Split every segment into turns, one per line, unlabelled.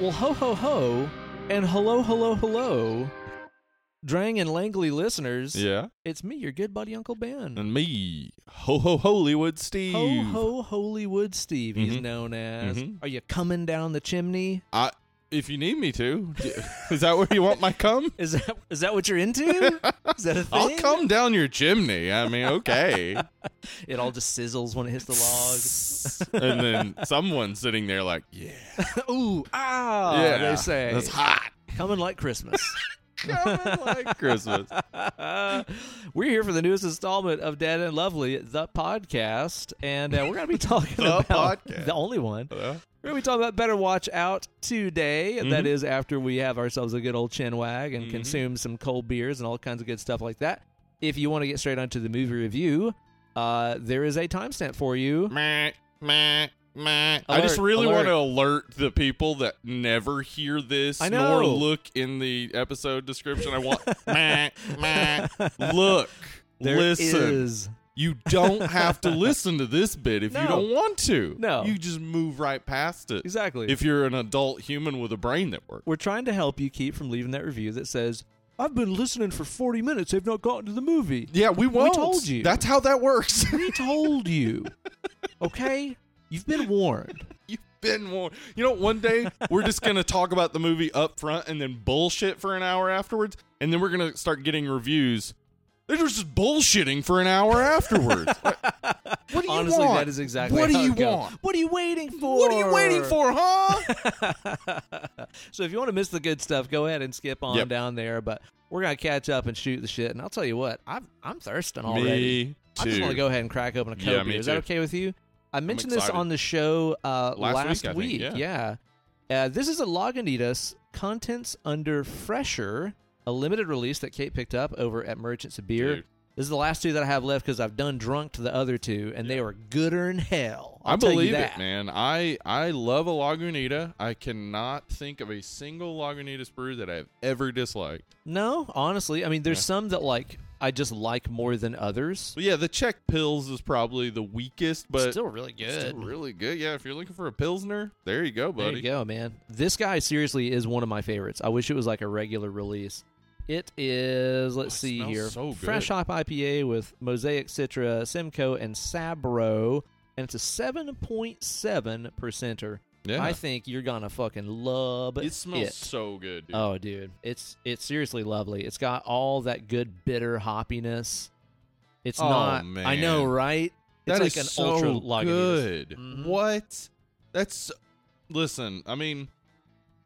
Well, ho, ho, ho, and hello, hello, hello, Drang and Langley listeners.
Yeah.
It's me, your good buddy Uncle Ben.
And me, ho ho Hollywood Steve.
Ho, ho, Hollywood Steve, he's
Mhm.
known as.
Mhm.
Are you coming down the chimney?
I, if you need me to, d- is that where you want my cum?
Is that is that what you're into? Is that a thing?
I'll come down your chimney. I mean, okay.
It all just sizzles when it hits the log.
and then someone sitting there like, yeah,
Ooh, ah,
yeah,
they say.
that's hot.
Coming like Christmas.
Coming like Christmas.
we're here for the newest installment of Dead and Lovely, the podcast, and uh, we're going to be talking
The
about
podcast.
the only one.
Uh,
We're going to be talking about Better Watch Out today. and
Mm-hmm.
That is after we have ourselves a good old chin wag and
Mhm.
consume some cold beers and all kinds of good stuff like that. If you want to get straight onto the movie review, uh, there is a timestamp for you.
meh, meh, meh. I just
Alert,
really want to
alert.
alert the people that never hear this
I
nor
know.
look in the episode description. I want meh, meh. Look,
There
listen.
is-
You don't have to listen to this bit if you
No.
don't want to.
No.
You just move right past it.
Exactly.
If you're an adult human with a brain that works.
We're trying to help you keep from leaving that review that says, I've been listening for 40 minutes. They've not gotten to the movie.
Yeah, we won't.
told you.
That's how that works.
We told you. Okay? You've been warned.
You've been warned. You know, one day we're just going to talk about the movie up front and then bullshit for an hour afterwards. And then we're going to start getting reviews. They're just bullshitting for an hour afterwards. Like, what do you
Honestly,
want?
that is exactly
What do
how it
you
goes.
want?
What are you waiting for?
What are you waiting for, huh?
so if you want to miss the good stuff, go ahead and skip on
Yep.
down there. But we're gonna catch up and shoot the shit. And I'll tell you what, I've, I'm thirsting already.
Me too.
I just want to go ahead and crack open a cold
Yeah, me
beer. Is that
too.
okay with you? I mentioned this
excited.
on the show uh,
Last week, I think,
week. yeah. Uh, this is a Lagunitas contents under Fresher, a limited release that Kate picked up over at Merchants of Beer.
Dude.
This is the last two that I have left because I've done drunk to the other two, and they were gooder than hell. I'll
I
tell you
believe it,
that.
man. I I love a Lagunita. I cannot think of a single Lagunitas brew that I've ever disliked.
No, honestly, I mean, there's
Yeah.
some that like I just like more than others.
But yeah, the Czech Pills is probably the weakest, but
still really good.
still really good. Yeah, if you're looking for a Pilsner, there you go,
there
buddy.
you go, man. This guy seriously is one of my favorites. I wish it was like a regular release. It is. Let's
Oh, it
see
smells
here.
so good.
Fresh hop IPA with Mosaic Citra, Simcoe, and Sabro, and it's a 7.7 percenter.
Yeah.
I think you're gonna fucking love
it smells
it.
so good, dude.
Oh, dude, it's it's seriously lovely. It's got all that good bitter hoppiness. It's
Oh,
not. I know,
man.
right?
That
it's like
is
an ultra
so Mm-hmm.
Lagunitas.
good.
Mhm.
What? That's listen. I mean,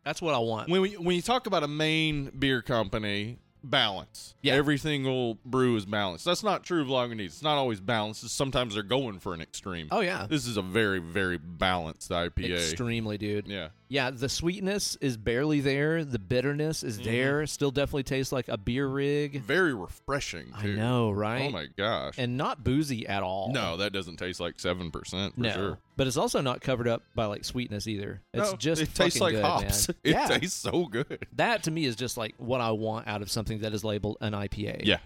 That's what I want.
when we when you talk about a main beer company, balance.
Yeah.
Every single brew is balanced. That's not true of Lagunitas. It's not always balanced. Sometimes they're going for an extreme.
Oh yeah,
This is a very very balanced IPA.
extremely, dude.
Yeah.
Yeah, the sweetness is barely there. The bitterness is
Mm-hmm.
there. Still, definitely tastes like a beer rig.
Very refreshing.
I
too.
know, right?
Oh my gosh.
And not boozy at all.
no, that doesn't taste like seven percent for
no.
sure.
But it's also not covered up by like sweetness either. It's
No,
just
it tastes
fucking
like
good,
hops.
man.
It
yeah,
tastes so good.
that to me is just like what I want out of something that is labeled an IPA.
Yeah.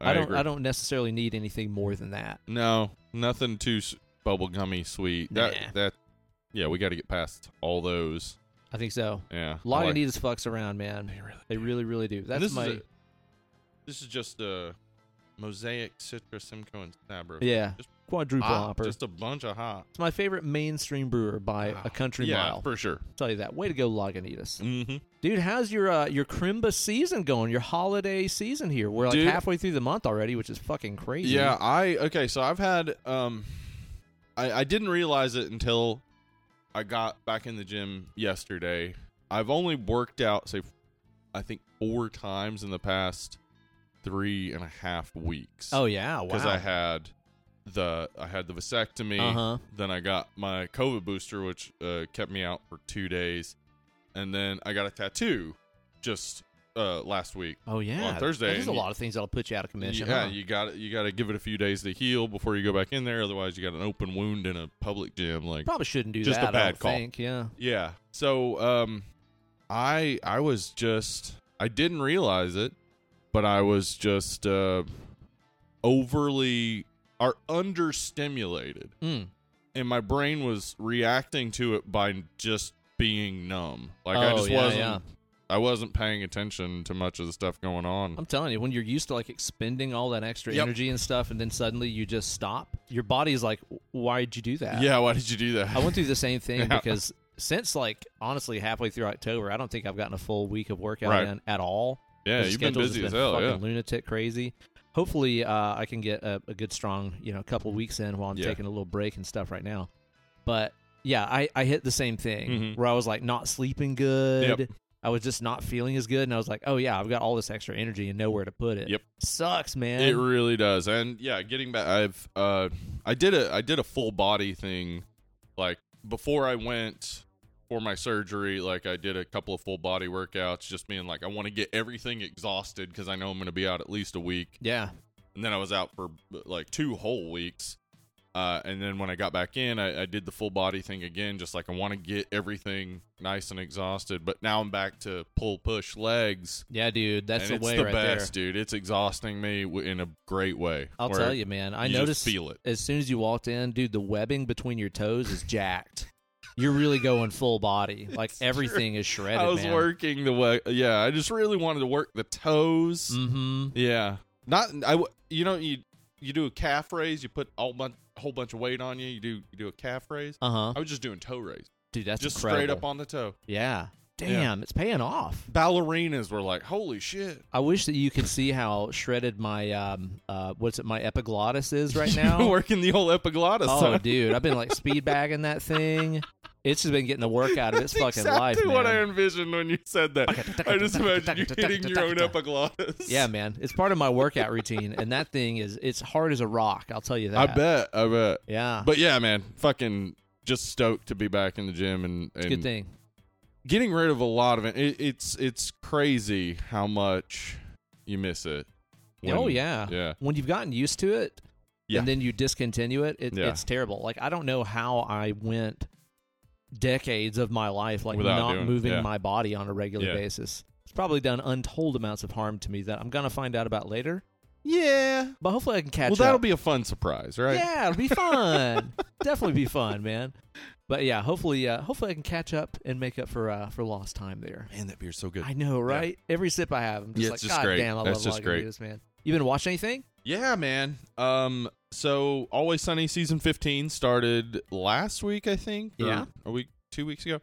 I, don't
agree.
I don't necessarily need anything more than that.
No, nothing too s- bubblegummy sweet. That
Nah.
that yeah, we got to get past all those.
I think so.
Yeah. I like-
Lagunitas fucks around, man.
They really
They
do.
really, really do. That's
this
my
Is a- this is just a mosaic citrus Simcoe and Sabro.
yeah
just
quadruple
hop,
hopper.
Just a bunch of hop.
it's my favorite mainstream brewer by a country
yeah,
mile.
for sure.
tell you that. Way to go, Lagunitas,
Mm-hmm.
dude. How's your uh, your crimba season going? Your holiday season here? We're like
Dude.
halfway through the month already, which is fucking crazy.
Yeah, I okay. So I've had um, I I didn't realize it until I got back in the gym yesterday. I've only worked out say, I think four times in the past three and a half weeks.
Oh yeah. Wow.
because I had the I had the vasectomy.
Uh-huh.
Then I got my COVID booster, which uh, kept me out for two days, and then I got a tattoo just uh, last week.
oh yeah.
on Thursday,
There's a
and you-
lot of things that'll put you out of commission.
Yeah,
huh?
you got you got to give it a few days to heal before you go back in there. Otherwise, you got an open wound in a public gym. Like,
probably shouldn't do
Just a
that. I
bad
don't
call.
think. Yeah.
yeah. So, um, I I was just I didn't realize it, but I was just uh, overly or understimulated,
Mm.
and my brain was reacting to it by just being numb. Like I
Oh,
just
yeah,
wasn't
yeah.
I wasn't paying attention to much of the stuff going on.
I'm telling you, when you're used to like expending all that extra
Yep.
energy and stuff, and then suddenly you just stop, your body's like, "Why'd you do that?"
yeah, why did you do that?
I went through the same thing
Yeah.
because since like honestly halfway through October, I don't think I've gotten a full week of workout
Right.
in at all.
yeah,
The
you've been
schedule's
busy
just
as hell.
Fucking
Yeah.
lunatic crazy. Hopefully, uh, I can get a, a good strong, you know, couple weeks in while I'm
Mm-hmm. Yeah.
taking a little break and stuff right now. But yeah, I, I hit the same thing
Mhm.
where I was like not sleeping good. I was just not feeling as good, and I was like, oh yeah, I've got all this extra energy and nowhere to put it.
Yep.
sucks, man.
It really does. And yeah, getting back I've uh I did a I did a full body thing like before I went for my surgery, like I did a couple of full body workouts just being like I want to get everything exhausted cuz I know I'm going to be out at least a week.
yeah,
and then I was out for like two whole weeks. Uh, and then when I got back in, I, I did the full body thing again, just like I want to get everything nice and exhausted. But now I'm back to pull push legs.
yeah, dude, that's
and
the
it's
way
the
right
best,
there.
dude. It's exhausting me w- in a great way.
I'll
where
tell you, man. I
you just
noticed
feel it.
as soon as you walked in, dude, the webbing between your toes is jacked. You're really going full body. Like
It's true.
everything is shredded.
I was working the way. Yeah, I just really wanted to work the toes.
Mm-hmm.
Yeah, not I. w- You know you you do a calf raise. You put all bunch whole bunch of weight on you. You do you do a calf raise.
Uh huh.
I was just doing toe raise,
Dude, that's
just
incredible.
straight up on the toe.
Yeah.
Yeah.
Damn, it's paying off.
ballerinas were like, "Holy shit!"
I wish that you could see how shredded my um uh what's it my epiglottis is right now.
working the old epiglottis.
oh,
huh?
dude, I've been like speed bagging that thing. It's just been getting the work out of its
That's
fucking
exactly
life, man.
what I envisioned when you said that. I just imagine you hitting your own epiglottis.
yeah, man, it's part of my workout routine, and that thing is it's hard as a rock. I'll tell you that.
I bet. I bet.
Yeah,
But yeah, man, fucking just stoked to be back in the gym and, and
good thing.
getting rid of a lot of it. it. It's it's crazy how much you miss it. when-
oh yeah.
yeah.
When you've gotten used to it,
Yeah.
and then you discontinue it, it
Yeah.
it's terrible. Like I don't know how I went decades of my life like
Without
not
doing-
moving
yeah.
my body on a regular
Yeah.
basis. It's probably done untold amounts of harm to me that I'm gonna find out about later.
Yeah.
But hopefully I can catch
Well, that'll
up.
be a fun surprise, right?
Yeah, it'll be fun. Definitely be fun, man. But yeah, hopefully, uh, hopefully I can catch up and make up for uh, for lost time there.
Man, that beer's so good.
I know, right? Every sip I have, I'm just
Yeah,
like,
it's just
God
great.
damn, I
That's
love
just great.
Lagunitas, man. You been watching anything?
Yeah, man. Um, so Always Sunny season fifteen started last week, I think. or
Yeah.
a week, two weeks ago.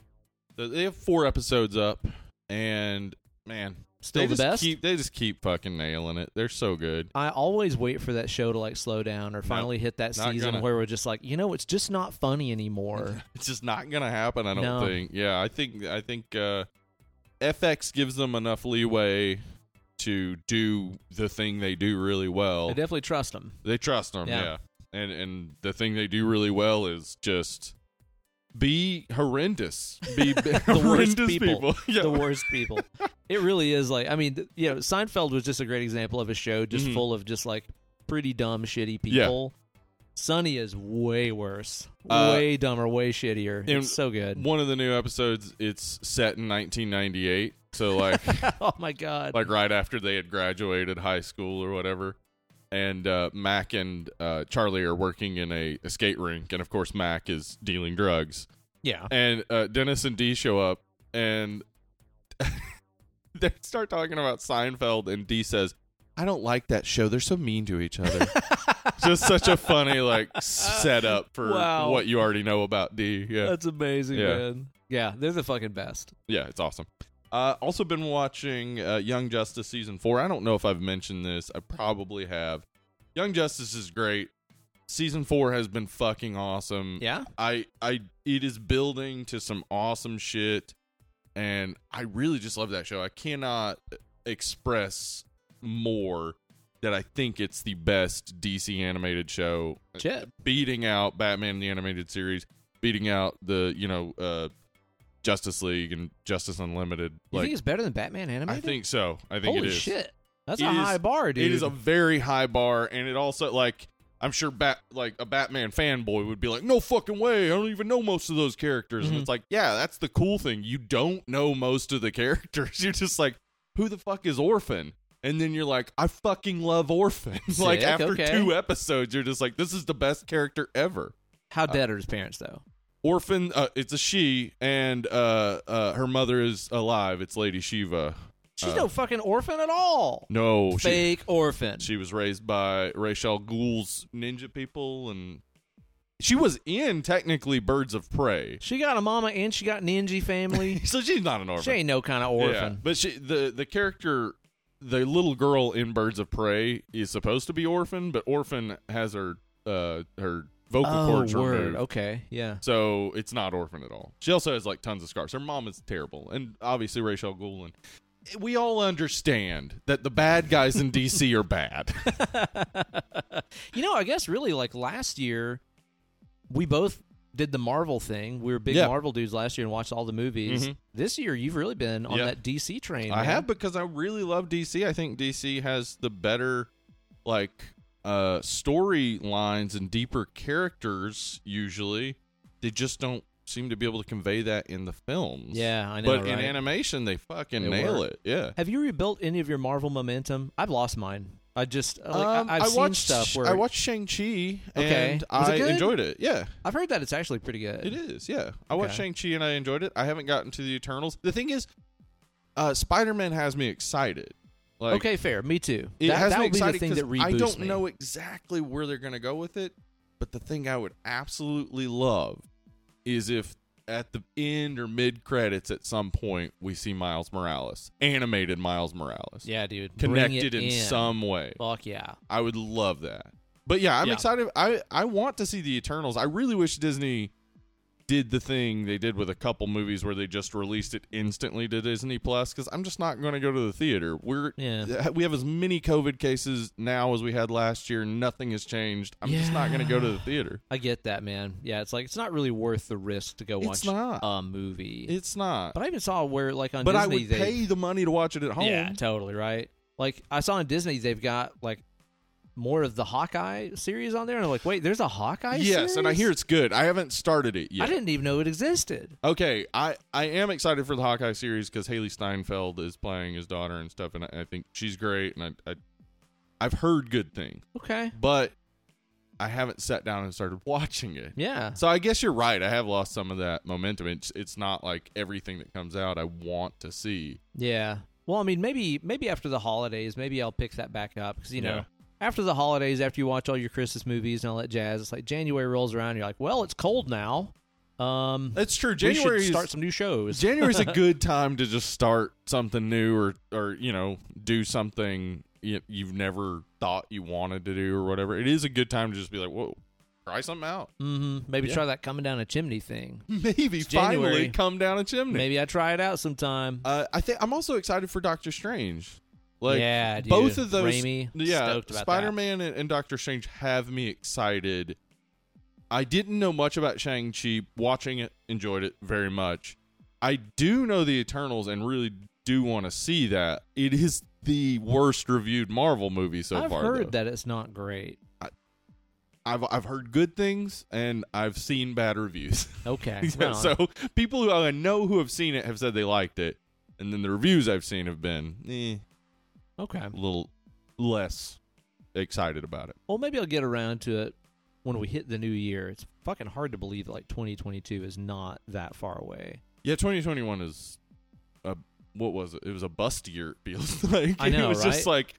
So They have four episodes up, and man,
Still
they
the
just
best.
keep they just keep fucking nailing it. They're so good.
I always wait for that show to like slow down or finally hit that
not
season
gonna.
where we're just like, you know, it's just not funny anymore.
It's just not gonna happen. I don't
No.
think. Yeah, I think I think uh, FX gives them enough leeway to do the thing they do really
I
well.
definitely trust them.
They trust them,
Yeah.
yeah. And and the thing they do really well is just be horrendous. Be b-
worst
horrendous
people.
people. yeah.
The worst people. it really is like, I mean, th- you know, Seinfeld was just a great example of a show just
Mhm.
full of just like pretty dumb, shitty
Yeah.
people. Sunny is way worse,
Uh,
way dumber, way shittier.
and
It's so good.
One of the new episodes, it's set in 1998, so like
oh my god!
like right after they had graduated high school or whatever. And uh, Mac and uh, Charlie are working in a, a skate rink, and of course Mac is dealing drugs.
yeah,
and uh, Dennis and Dee show up, and they start talking about Seinfeld, and Dee says, "I don't like that show. They're so mean to each other." Just such a funny like setup for
Wow.
what you already know about Dee. Yeah,
that's amazing,
Yeah.
man. Yeah, they're the fucking best.
yeah, it's awesome. Uh, also been watching uh, Young Justice season four. I don't know if I've mentioned this. I probably have. Young Justice is great. Season four has been fucking awesome.
Yeah,
I I it is building to some awesome shit and I really just love that show. I cannot express more that I think it's the best DC animated show
Chip.
beating out Batman the animated series, beating out the, you know, uh Justice League and Justice Unlimited.
You
Like
think it's better than Batman animated?
I think so. I think
Holy
it is.
shit. That's
It
a
is-
high bar, dude.
It is a very high bar, and it also like I'm sure bat like a Batman fanboy would be like, no fucking way, I don't even know most of those characters.
Mhm.
And it's like, yeah, that's the cool thing. You don't know most of the characters. You're just like, who the fuck is Orphan? And then you're like, I fucking love Orphan. like
Sick,
after
okay.
two episodes, you're just like, this is the best character ever.
Uh, How dead are his parents though?
orphan. Uh, it's a she, and uh, uh, her mother is alive. It's Lady Shiva.
She's
Uh,
no fucking orphan at all.
No, she
Fake orphan.
she was raised by Rachel Ghoul's ninja people, and she was in technically Birds of Prey,
She got a mama and she got ninja family.
so she's not an orphan.
she ain't no kind of
Yeah,
orphan.
but she the the character the little girl in Birds of Prey is supposed to be orphan, but orphan has her uh her vocal
oh,
cords
word.
removed.
Okay, yeah.
So it's not orphan at all. She also has like tons of scars. Her mom is terrible, and obviously Rachel Goulin. We all understand that the bad guys in DC are bad.
you know, I guess really like last year, we both did the Marvel thing. We were big
Yeah.
Marvel dudes last year and watched all the movies.
Mhm.
This year, you've really been on
Yeah.
that DC train.
I
man.
have because I really love DC. I think DC has the better like uh storylines and deeper characters usually. They just don't seem to be able to convey that in the films.
Yeah, I know.
But in
right?
animation they fucking
They
nail
work.
it. Yeah.
have you rebuilt any of your Marvel momentum? I've lost mine. I just like, I-
Um,
I've seen
watched,
stuff where
I watched Shang Chi
Okay.
and
Was it
I
good?
enjoyed it. Yeah,
I've heard that it's actually pretty good.
it is. Yeah, I watched
Okay.
Shang Chi and I enjoyed it. I haven't gotten to the Eternals. The thing is, uh, Spider Man has me excited. Like,
okay, fair. Me too.
It
that
has
that
me
would be the
excited
thing that
'cause
reboots
I don't
me.
know exactly where they're going to go with it, but the thing I would absolutely love is if at the end or mid credits at some point we see Miles Morales, animated Miles Morales,
Yeah, dude. Bring it
connected in, some way.
Fuck yeah.
I would love that. But yeah, I'm
Yeah.
excited. I I want to see the Eternals. I really wish Disney did the thing they did with a couple movies where they just released it instantly to Disney Plus because I'm just not going to go to the theater. We're
Yeah.
we have as many COVID cases now as we had last year. Nothing has changed. I'm just not going to go to the theater.
I get that, man. Yeah, it's like it's not really worth the risk to go
It's
watch
not.
a movie.
It's not.
but I even saw where like on
But I
Disney
would
they
pay the money to watch it at home.
yeah totally right. Like I saw on Disney they've got like more of the Hawkeye series on there, and I'm like, wait, there's a Hawkeye.
yes, and I
series?
hear it's good. I haven't started it yet.
I didn't even know it existed.
Okay, I, I am excited for the Hawkeye series because Haley Steinfeld is playing his daughter and stuff, and I, I think she's great, and I, I I've heard good things,
Okay.
but I haven't sat down and started watching it.
Yeah.
So I guess you're right. I have lost some of that momentum. It's it's not like everything that comes out I want to see.
Yeah. Well, I mean, maybe maybe after the holidays, maybe I'll pick that back up because you know.
Yeah.
After the holidays, after you watch all your Christmas movies and all that jazz, it's like January rolls around. you're like, "Well, it's cold now. Um,
That's true.
January
January
start some new shows."
January's a good time to just start something new or or you know do something you, you've never thought you wanted to do or whatever. It is a good time to just be like, whoa, try something out.
hmm Maybe
Yeah.
try that coming down a chimney thing.
Maybe
January.
finally come down a chimney.
Maybe I try it out sometime.
Uh, I think I'm also excited for Doctor Strange. Like
yeah, dude.
both of those,
Raimi,
yeah,
stoked about
Spider Man and, and Doctor Strange have me excited. I didn't know much about Shang Chi. Watching it, enjoyed it very much. I do know the Eternals and really do want to see that. It is the worst reviewed Marvel movie so
That. I've
far.
heard
though.
that it's not great.
I've I've heard good things and I've seen bad reviews.
Okay,
Yeah,
well,
so people who I know who have seen it have said they liked it, and then the reviews I've seen have been eh,
okay.
a little less excited about it.
Well, maybe I'll get around to it when we hit the new year. It's fucking hard to believe that like 2022 is not that far away.
Yeah, 2021 is a what was it? It was a bust year. It feels like
I know,
it was just like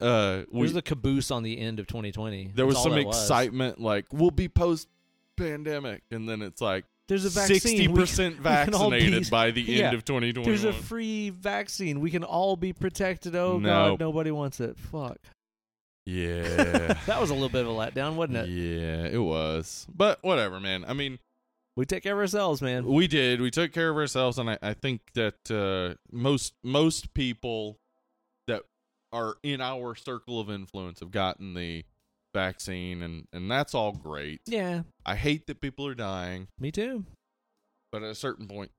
uh,
It was
we,
the caboose on the end of 2020.
there
That's
was
all
some
that
excitement like we'll be post pandemic, and then it's like
There's a vaccine.
sixty
We-
percent
can all be-
vaccinated by the
Yeah.
end of 2021.
there's a free vaccine. We can all be protected. Oh
No.
God, nobody wants it. Fuck.
yeah.
that was a little bit of a letdown, wasn't it?
Yeah, it was. But whatever, man. I mean,
We take care of ourselves, man.
we did. We took care of ourselves, and I, I think that uh, most most people that are in our circle of influence have gotten the vaccine, and and that's all great.
Yeah,
I hate that people are dying,
me too.
but at a certain point,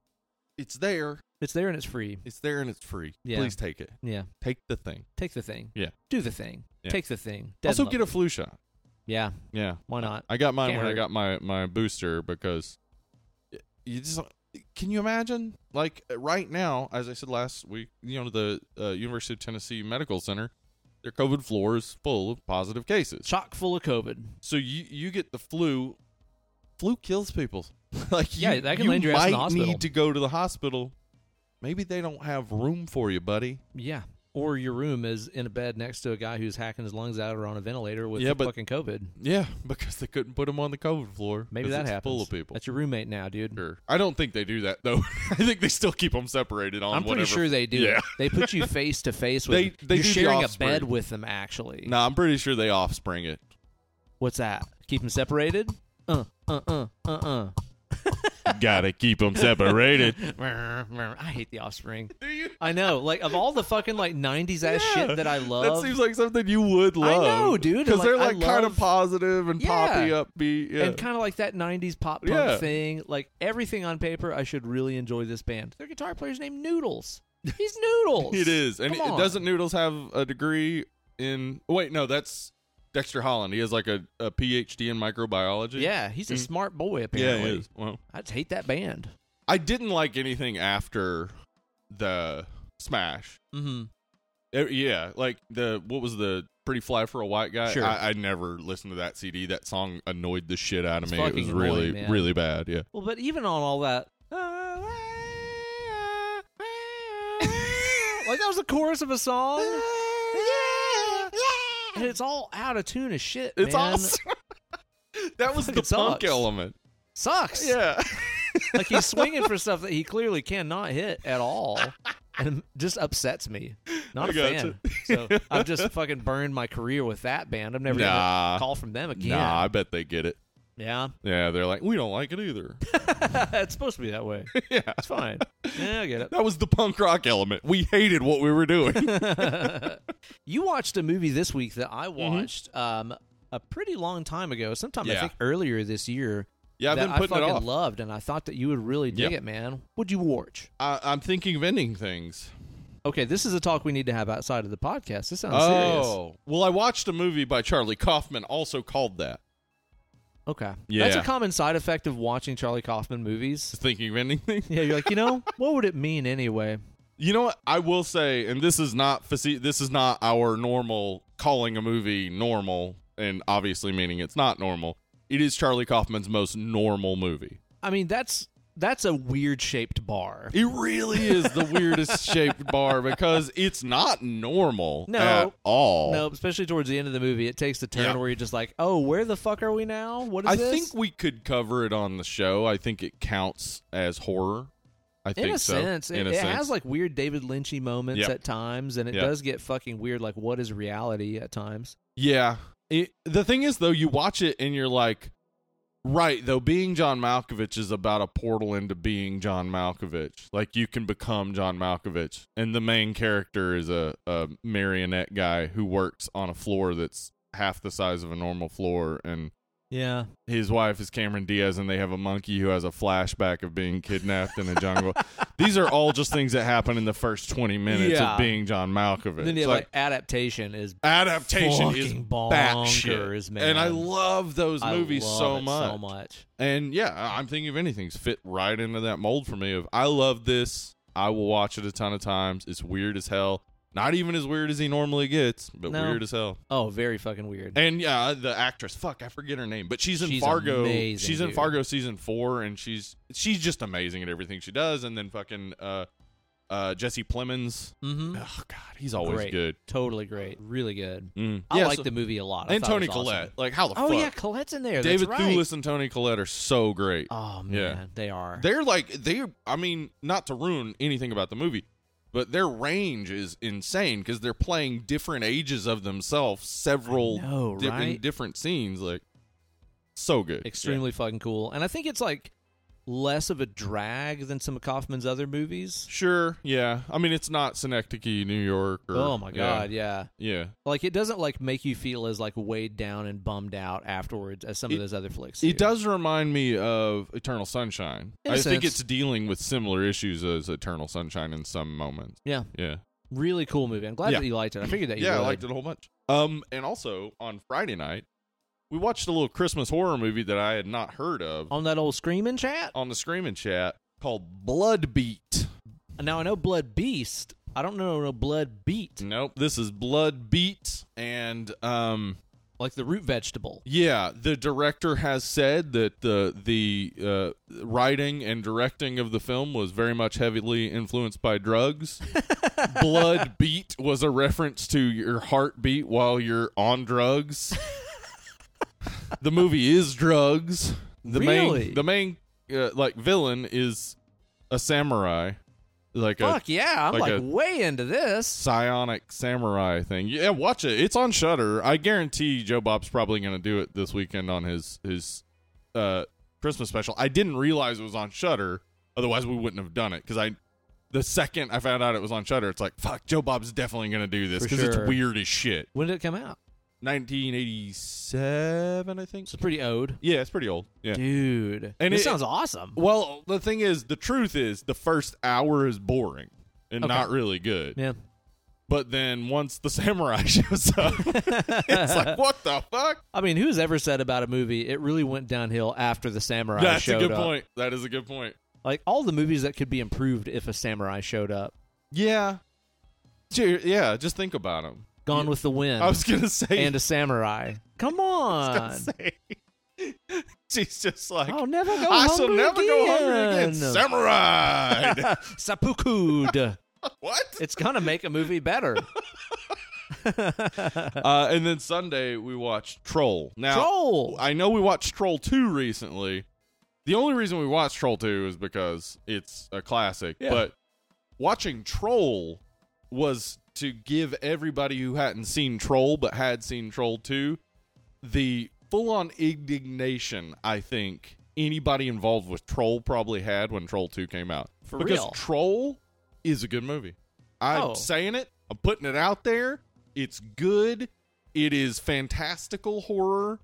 it's there.
It's there and it's free.
It's there, and it's free.
Yeah.
Please take it.
Yeah,
Take the thing.
take the thing.
Yeah.
do the thing.
Yeah.
Take the thing.
also,
Deadmau-
get a Uh, flu shot.
yeah.
Yeah,
Why not?
I got mine
Can't
when I
hurt.
got my my booster because y- you just can you imagine like right now as I said last week you know the uh, University of Tennessee Medical Center their COVID floor is full of positive cases
Chock full of COVID.
so you you get the flu flu kills people. like you,
Yeah, that can
you
land your ass
might
in the hospital.
need to go to the hospital. Maybe they don't have room for you, buddy.
Yeah. Or your room is in a bed next to a guy who's hacking his lungs out or on a ventilator with
Yeah, but-
fucking COVID.
Yeah, because they couldn't put them on the COVID floor.
Maybe
'cause
that
it's
happens.
Full of people.
That's your roommate now, dude.
Sure. I don't think they do that though. I think they still keep them separated on
I'm pretty
whatever.
sure they do.
Yeah.
They put you face to face with
They-
them.
they
You're
do the
sharing a
offspring.
bed with them actually.
No, I'm pretty sure they offspring it.
What's that? Keep them separated? Uh uh uh uh uh.
Gotta keep them separated.
I hate the offspring.
do you?
I know. Like of all the fucking like 90s ass
Yeah.
shit that I
That
love.
seems like something you would
I
love.
know, dude.
Because
Like,
they're
I
like kind
love-
of positive and poppy,
Yeah.
upbeat. Yeah.
And kind of like that '90s pop punk
Yeah.
thing. Like everything on paper, I should really enjoy this band. Their guitar player's named Noodles. He's Noodles.
it is, and
Come
it,
on.
doesn't Noodles have a degree in? Wait, no, that's Dexter Holland. He has like a, a PhD in microbiology.
Yeah, he's a
Mm.
smart boy.
yeah,
Apparently,
he is. Well,
I just hate that band.
I didn't like anything after the Smash.
Mm-hmm.
Uh, yeah, like the what was the pretty fly for a white guy?
Sure.
I, I never listened to that CD. That song annoyed the shit out of
It's
me. It
fucking
was really,
annoying, man.
really bad. Yeah.
Well, but even on all that, "Ah, like that was the chorus of a song, and it's all out of tune as shit.
It's
man.
awesome. that was the
Fucking
punk
sucks.
element.
Sucks.
Yeah.
like he's swinging for stuff that he clearly cannot hit at all, and just upsets me. Not
I
a
gotcha.
fan. So I've just fucking burned my career with that band. I'm never gonna
nah.
call from them again.
Nah, I bet they get it.
Yeah,
Yeah, they're like, we don't like it either.
it's supposed to be that way.
yeah.
It's fine. Yeah, I get it.
That was the punk rock element. We hated what we were doing.
you watched a movie this week that I watched um, a pretty long time ago, sometime I
Mm-hmm. Yeah.
think earlier this year,
yeah, I've
that
been putting
I
it
fucking
off.
loved, and I thought that you would really dig
Yeah.
it, man. Would you watch?
I, I'm thinking of ending things.
Okay, this is a talk we need to have outside of the podcast. This sounds serious.
Oh. Well, I watched a movie by Charlie Kaufman also called that.
Okay, that's
Yeah.
a common side effect of watching Charlie Kaufman movies.
Just thinking of ending things.
Yeah, you're like, you know, what would it mean anyway?
You know what I will say, and this is not faci- this is not our normal calling a movie normal, and obviously meaning it's not normal. It is Charlie Kaufman's most normal movie.
I mean, that's that's a weird shaped bar.
It really is the weirdest shaped bar because it's not normal
No.
at all.
No, especially towards the end of the movie, it takes the turn
Yeah.
where you're just like, "Oh, where the fuck are we now? What is
I
this?"
think we could cover it on the show. I think it counts as horror. I
in
think
a
so.
sense, it,
in a
it
sense.
has like weird David Lynchy moments
Yep.
at times, and it
Yep.
does get fucking weird. Like, what is reality at times?
Yeah. It, the thing is, though, you watch it and you're like, right, though, being John Malkovich is about a portal into being John Malkovich. Like, you can become John Malkovich. And the main character is a, a marionette guy who works on a floor that's half the size of a normal floor. And
Yeah,
his wife is Cameron Diaz, and they have a monkey who has a flashback of being kidnapped in a jungle. These are all just things that happen in the first 20 minutes
Yeah.
of being John Malkovich.
then you
It's
have like, adaptation is
adaptation is
fucking
batshit.
bonkers, man.
And I love those
I
movies
love
so
it
much.
so much.
And yeah, I- I'm thinking of anything's fit right into that mold for me of I love this. I will watch it a ton of times. It's weird as hell. Not even as weird as he normally gets, but
No.
weird as hell.
Oh, very fucking weird.
And yeah, the actress, fuck, I forget her name, but she's in
She's
Fargo.
amazing,
she's in
dude.
Fargo season 4 and she's she's just amazing at everything she does and then fucking uh uh Jesse Plemons.
mm-hmm.
Oh god, he's always
Great.
good.
Totally great. Really good.
Mm.
I
Yeah,
like
so-
the movie a lot. I
and
thought it
Tony
was awesome.
Collette. Like how the
Oh
fuck?
yeah, Collette's in there.
David
That's right.
Thewlis and Tony Collette are so great.
Oh man,
Yeah.
they are.
They're like they. I mean, not to ruin anything about the movie, but their range is insane because they're playing different ages of themselves, several
I know,
di- in
right?
different scenes. Like so good,
extremely fucking cool. And I think it's like less of a drag than some of Kaufman's other movies.
Yeah. Sure, yeah. I mean, it's not Synecdoche, New York. Or,
oh my god, yeah.
yeah. yeah.
Like it doesn't like make you feel as like weighed down and bummed out afterwards as some
It-
of those other flicks.
It does remind me of Eternal Sunshine.
In a
I think
sense.
it's dealing with similar issues as Eternal Sunshine in some moments.
Yeah.
yeah.
Really cool movie. I'm glad
Yeah.
that you liked it. I figured that you
yeah,
would.
I liked it a whole bunch. Um, and also on Friday night, we watched a little Christmas horror movie that I had not heard of
On that old screaming chat.
on the Screaming Chat called Blood Beat.
Now I know Blood Beast. I don't know no Blood Beat.
Nope, this is Blood Beat, and um,
like the root vegetable.
Yeah, the director has said that the the uh, writing and directing of the film was very much heavily influenced by drugs. Blood beat was a reference to your heartbeat while you're on drugs. the movie is drugs. The
Really?
main the main uh, like villain is a samurai, like a
Fuck yeah, I'm like,
like a-
way into this.
psionic samurai thing. Yeah, watch it. It's on Shutter. I guarantee Joe Bob's probably going to do it this weekend on his his uh, Christmas special. I didn't realize it was on Shutter. Otherwise, we wouldn't have done it because I. The second I found out it was on Shutter, it's like fuck. Joe Bob's definitely gonna do this
For
because
sure.
it's weird as shit.
When did it come out?
1987, I think.
It's pretty ode.
Yeah, it's pretty old. Yeah.
Dude.
And
this
it-
sounds awesome.
Well, the thing is, the truth is, the first hour is boring and
Okay.
not really good.
Yeah.
But then once the samurai shows up, it's like, what the fuck?
I mean, who's ever said about a movie it really went downhill after the samurai
That's a
showed
good
up?
point. That is a good point.
Like all the movies that could be improved if a samurai showed up.
Yeah. Ju- Yeah, just think about him.
Gone
Yeah.
with the Wind
I was going to say.
and a samurai. Come
I
on.
was gonna say- She's just like,
I'll never go
I shall
hungry
never
again.
Oh, go hungry again. Samurai.
Sapukud.
what?
it's gonna make a movie better.
Uh, and then Sunday, we watched Troll. Now,
Troll.
I know we watched Troll 2 recently. The only reason we watched Troll 2 is because it's a classic,
Yeah.
but watching Troll was to give everybody who hadn't seen Troll but had seen Troll 2 the full on indignation I think anybody involved with Troll probably had when Troll 2 came out.
For
because
real.
Troll is a good movie. I'm
Oh.
saying it, I'm putting it out there. It's good. It is fantastical horror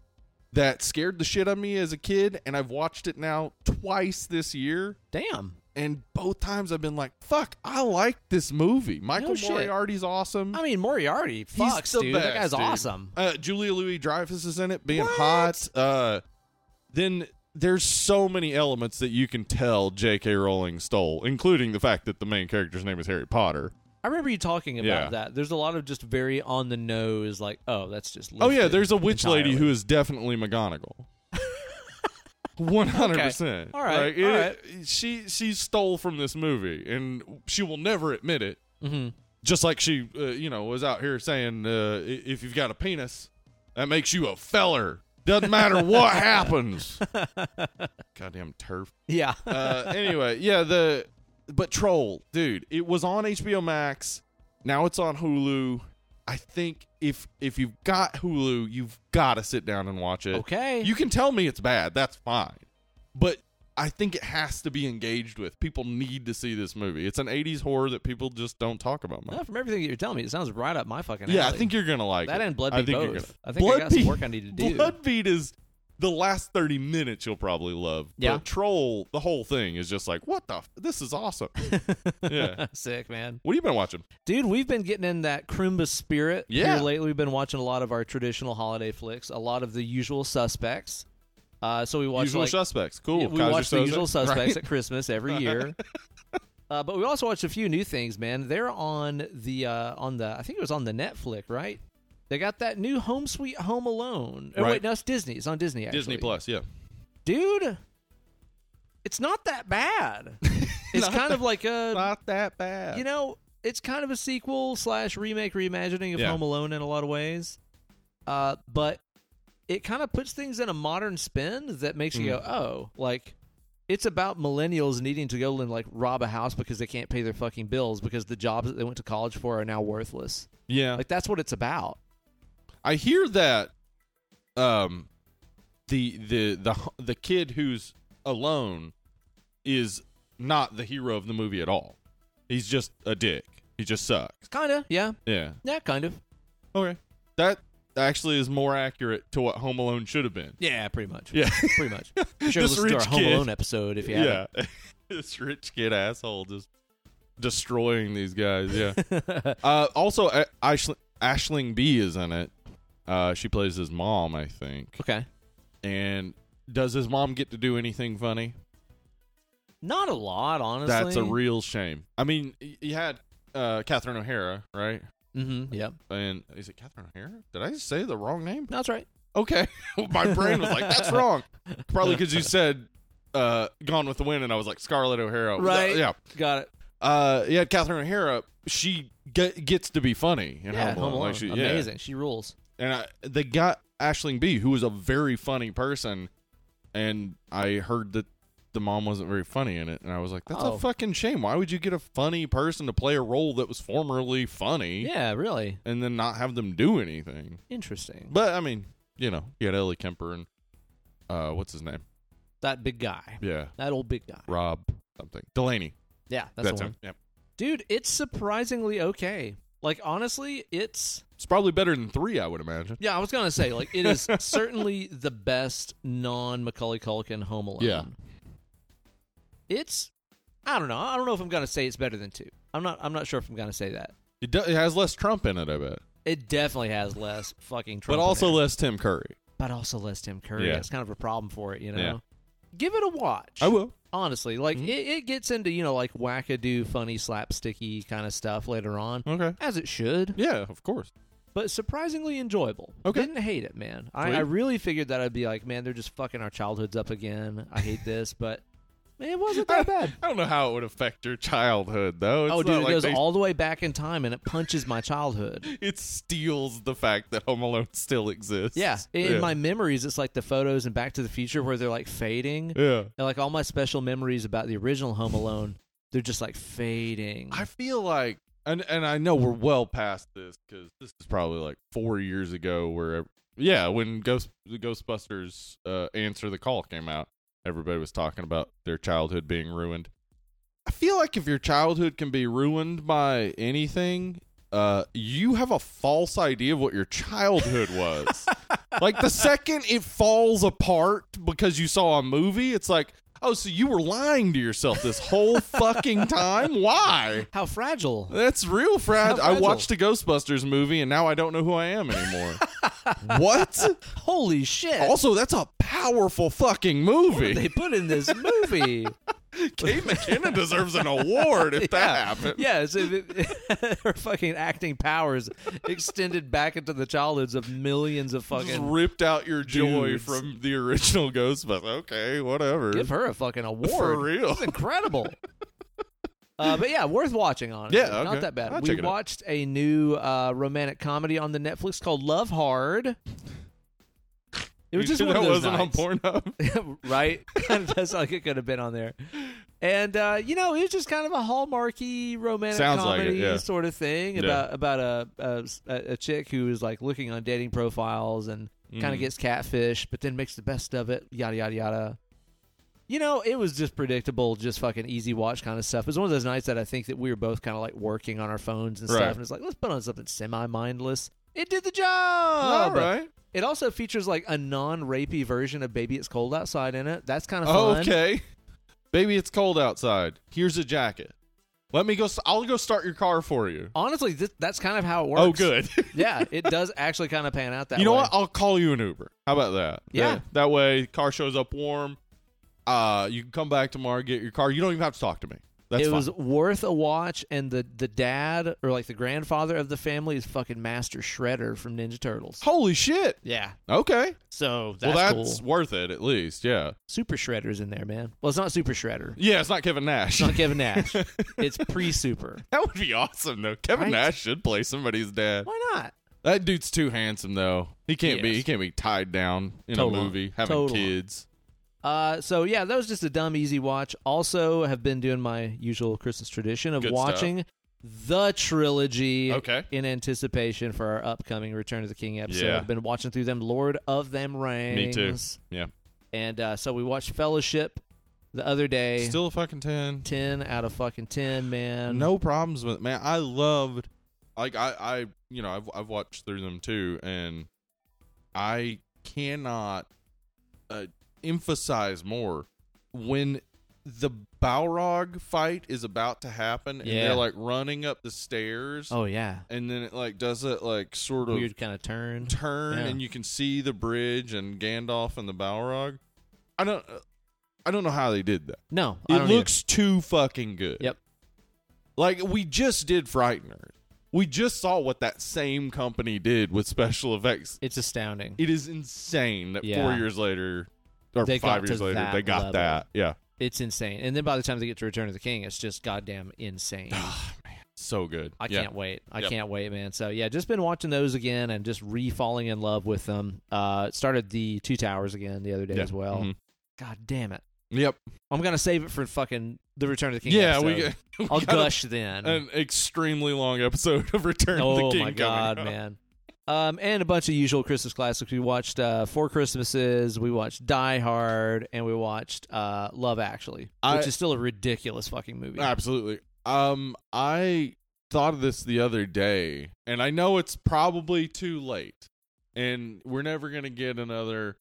that scared the shit out of me as a kid, and I've watched it now twice this year.
Damn.
And both times I've been like, "Fuck, I like this movie." Michael
shit.
Moriarty's awesome.
I mean Moriarty. Fuck,
He's the
dude. that
best,
guy's
dude.
awesome.
Uh, Julia Louis Dreyfus is in it, being
What?
hot. Uh, then there's so many elements that you can tell J.K. Rowling stole, including the fact that the main character's name is Harry Potter.
I remember you talking about
Yeah.
that. There's a lot of just very on the nose, like, oh, that's just.
Oh yeah,
lifted
there's a witch lady
entirely.
who is definitely McGonagall. One hundred percent.
All right,
Like, it-
all right.
She she stole from this movie, and she will never admit it.
Mhm.
Just like she, uh, you know, was out here saying, uh, i- "If you've got a penis, that makes you a feller. Doesn't matter what happens." Goddamn turf
Yeah.
uh, anyway, yeah, the but Troll, dude, it was on HBO Max. Now it's on Hulu. I think if if you've got Hulu, you've got to sit down and watch it.
okay.
You can tell me it's bad. That's fine. But I think it has to be engaged with. People need to see this movie. It's an 80s horror that people just don't talk about much.
No, from everything that you're telling me, it sounds right up my fucking.
Yeah, I
alley.
think you're going to like
that
it.
and Blood
I
Beat
think you're
both.
gonna-
I think I
Blood
got some
Beat-
work I need to do.
Bloodbeat is the last 30 minutes you'll probably love.
Yeah.
But Troll, the whole thing is just like, what the? F- this is awesome. yeah.
Sick man,
What have you been watching?
dude. We've been getting in that Krumbus spirit
Yeah.
here lately. We've been watching a lot of our traditional holiday flicks, a lot of the usual suspects. Uh, so we watched
usual
like
Suspects. Cool.
Yeah, we
Kaiser
watch the
Soze.
usual suspects
Right.
at Christmas every year. Uh, but we also watched a few new things, man. They're on the uh, on the I think it was on the Netflix, right? They got that new Home Sweet Home Alone. Oh,
Right.
wait, no, it's Disney. It's on Disney. Actually.
Disney Plus, yeah.
dude. It's not that bad. It's
Not
kind of like a
Not that bad.
you know, it's kind of a sequel slash remake reimagining of
Yeah.
Home Alone in a lot of ways. Uh, but it kind of puts things in a modern spin that makes you
Mm-hmm.
go, oh, like it's about millennials needing to go and like rob a house because they can't pay their fucking bills because the jobs that they went to college for are now worthless.
yeah.
Like that's what it's about.
I hear that um the the the the kid who's alone is not the hero of the movie at all. He's just a dick. He just sucks.
Kind of, yeah,
Yeah.
yeah, kind of,
Okay. That actually is more accurate to what Home Alone should have been.
yeah, pretty much,
Yeah.
pretty much. You should
This
listen to our
rich
Home
kid.
Alone episode if you haven't.
Yeah. this rich kid asshole just destroying these guys. Yeah. uh, also, A- Aishl- Ashling B is in it. Uh, she plays his mom, I think.
Okay,
And does his mom get to do anything funny?
not a lot, honestly.
That's a real shame. I mean, y- you had uh, Catherine O'Hara, right?
Mm-hmm. Yep.
And is it Catherine O'Hara? Did I say the wrong name?
No, that's right.
Okay, my brain was like, that's wrong. Probably because you said uh, "Gone with the Wind," and I was like Scarlett O'Hara. Uh,
Right.
yeah.
Got it.
Uh, yeah. Catherine O'Hara. She get, gets to be funny in
yeah,
Home Alone. Like she, yeah.
Amazing. She rules.
and I, they got Ashling B, who was a very funny person, and I heard that the mom wasn't very funny in it, and I was like, "That's
Oh.
a fucking shame. Why would you get a funny person to play a role that was formerly funny,
Yeah, really
and then not have them do anything?"
interesting.
But I mean, you know, you had Ellie Kemper and uh, what's his name?
That big guy.
Yeah,
That old big guy.
Rob something Delaney.
Yeah, that's, the one.
him. Yep.
Dude, it's surprisingly okay. Like honestly, it's
It's probably better than three, I would imagine.
yeah. I was gonna say like it is certainly the best non Macaulay Culkin Home Alone.
Yeah.
It's I don't know. I don't know if I'm gonna say it's better than two. I'm not. I'm not sure if I'm gonna say that.
It, do, it has less Trump in it, I bet,
It definitely has less fucking. Trump
but
in
also
it.
less Tim Curry.
but also less Tim Curry.
Yeah.
That's kind of a problem for it, you know.
Yeah.
Give it a watch.
I will.
honestly, like
Mhm.
it, it gets into you know like wackadoo, funny, slapsticky kind of stuff later on,
Okay.
as it should.
Yeah, of course.
But surprisingly enjoyable.
Okay.
didn't hate it, man. I,
Sweet.
I really figured that I'd be like, man, they're just fucking our childhoods up again. I hate this, but man, it wasn't that bad.
I don't know how it would affect your childhood though. It's
oh,
not
dude,
like
it goes
they-
all the way back in time, and it punches my childhood.
it steals the fact that Home Alone still exists.
Yeah, in
yeah.
my memories, it's like the photos in Back to the Future where they're like fading.
Yeah.
And, like all my special memories about the original Home Alone, they're just like fading.
I feel like, and and I know we're well past this because this is probably like four years ago. Where yeah, when Ghost the Ghostbusters uh, Answer the Call came out, everybody was talking about their childhood being ruined. I feel like if your childhood can be ruined by anything, uh, you have a false idea of what your childhood was. like the second it falls apart because you saw a movie, it's like. Oh, so you were lying to yourself this whole fucking time? Why?
How fragile!
That's real fragile.
How
I watched a Ghostbusters movie and now I don't know who I am anymore. what?
Holy shit!
Also, that's a powerful fucking
What
movie.
they put in this movie.
Kate McKinnon deserves an award if that happened.
yes, if it, her fucking acting powers extended back into the childhoods of millions of
Just
fucking.
ripped out your joy
dudes.
from the original Ghostbusters. Okay, whatever.
Give her a fucking award
For real.
It's incredible. Uh, but yeah, worth watching. Honestly,
Yeah, okay.
not that bad.
I'll
we
check it out.
watched a new uh, romantic comedy on the Netflix called Love Hard. It was
You
just
sure
one
that
of those
wasn't
nights.
on Pornhub.
right? That's like it could have been on there. And uh, you know, it was just kind of a hallmarky romantic
Sounds like it,
comedy
yeah.
sort of thing
Yeah.
about about a, a a chick who is like looking on dating profiles and kind of
Mm.
gets catfished, but then makes the best of it. Yada yada yada. You know, it was just predictable, just fucking easy watch kind of stuff. It was one of those nights that I think that we were both kind of like working on our phones and
Right.
stuff, and it's like let's put on something semi mindless. It did the job.
All right.
It also features like a non-rapey version of "Baby It's Cold Outside" in it. That's kind of fun.
Okay. Baby, it's cold outside. Here's a jacket. Let me go. si I'll go start your car for you.
Honestly, th- that's kind of how it works.
Oh, good.
yeah, it does actually kind of pan out that.
you know
way.
what? Oh, I'll call you an Uber. How about that?
Yeah.
That, that way, car shows up warm. Uh, you can come back tomorrow, get your car. You don't even have to talk to me. That's
it
fine.
was worth a watch, and the the dad or like the grandfather of the family is fucking Master Shredder from Ninja Turtles.
Holy shit.
Yeah,
Okay.
so that's,
well,
cool.
that's worth it at least. Yeah.
Super Shredder's in there, man. Well, it's not Super Shredder.
Yeah. It's not Kevin Nash.
It's not Kevin Nash. it's pre-Super.
that would be awesome though. Kevin
Right?
Nash should play somebody's dad.
Why not?
That dude's too handsome though. He can't be.
Yes.
He can't be tied down in
Total
a
on.
movie having
Total on.
kids.
Uh, so yeah, that was just a dumb easy watch. Also, have been doing my usual Christmas tradition of
Good stuff.
watching the trilogy
Okay.
in anticipation for our upcoming Return of the King episode.
Yeah.
I've been watching through them, Lord of Them Rings.
too. Yeah.
And uh, so we watched Fellowship the other day.
Still a fucking ten.
ten out of fucking ten, man.
no problems with man. I loved like I I you know I've I've watched through them too, and I cannot uh, emphasize more when the Balrog fight is about to happen, and
Yeah.
they're like running up the stairs,
Oh yeah.
and then it like does it like sort of
Weird kind of turn.
turn
Yeah.
and you can see the bridge and Gandalf and the Balrog. I don't uh, I don't know how they did that.
No, I
It
don't
looks too fucking good.
Yep.
Like we just did Frighteners. We just saw what that same company did with special effects.
It's astounding.
It is insane that four
Yeah.
years later or
They
five
got
years
to
later
that
they got
level.
that. Yeah.
It's insane. And then by the time they get to Return of the King, it's just goddamn insane.
So good.
I
Yeah.
can't wait. I
Yep.
can't wait, man. So yeah, just been watching those again and just re falling in love with them. Uh, started the Two Towers again the other day
Yeah.
as well.
Mhm.
God damn it!
Yep.
I'm gonna save it for fucking the Return of the King.
Yeah,
episode.
we get we
I'll
got a-
gush then.
an extremely long episode of Return
oh
of the King.
my
coming
god,
up.
man! Um, and a bunch of usual Christmas classics. We watched uh, Four Christmases. We watched Die Hard, and we watched uh, Love Actually, which
I-
is still a ridiculous fucking movie.
Absolutely. Um, I thought of this the other day, and I know it's probably too late, and we're never gonna get another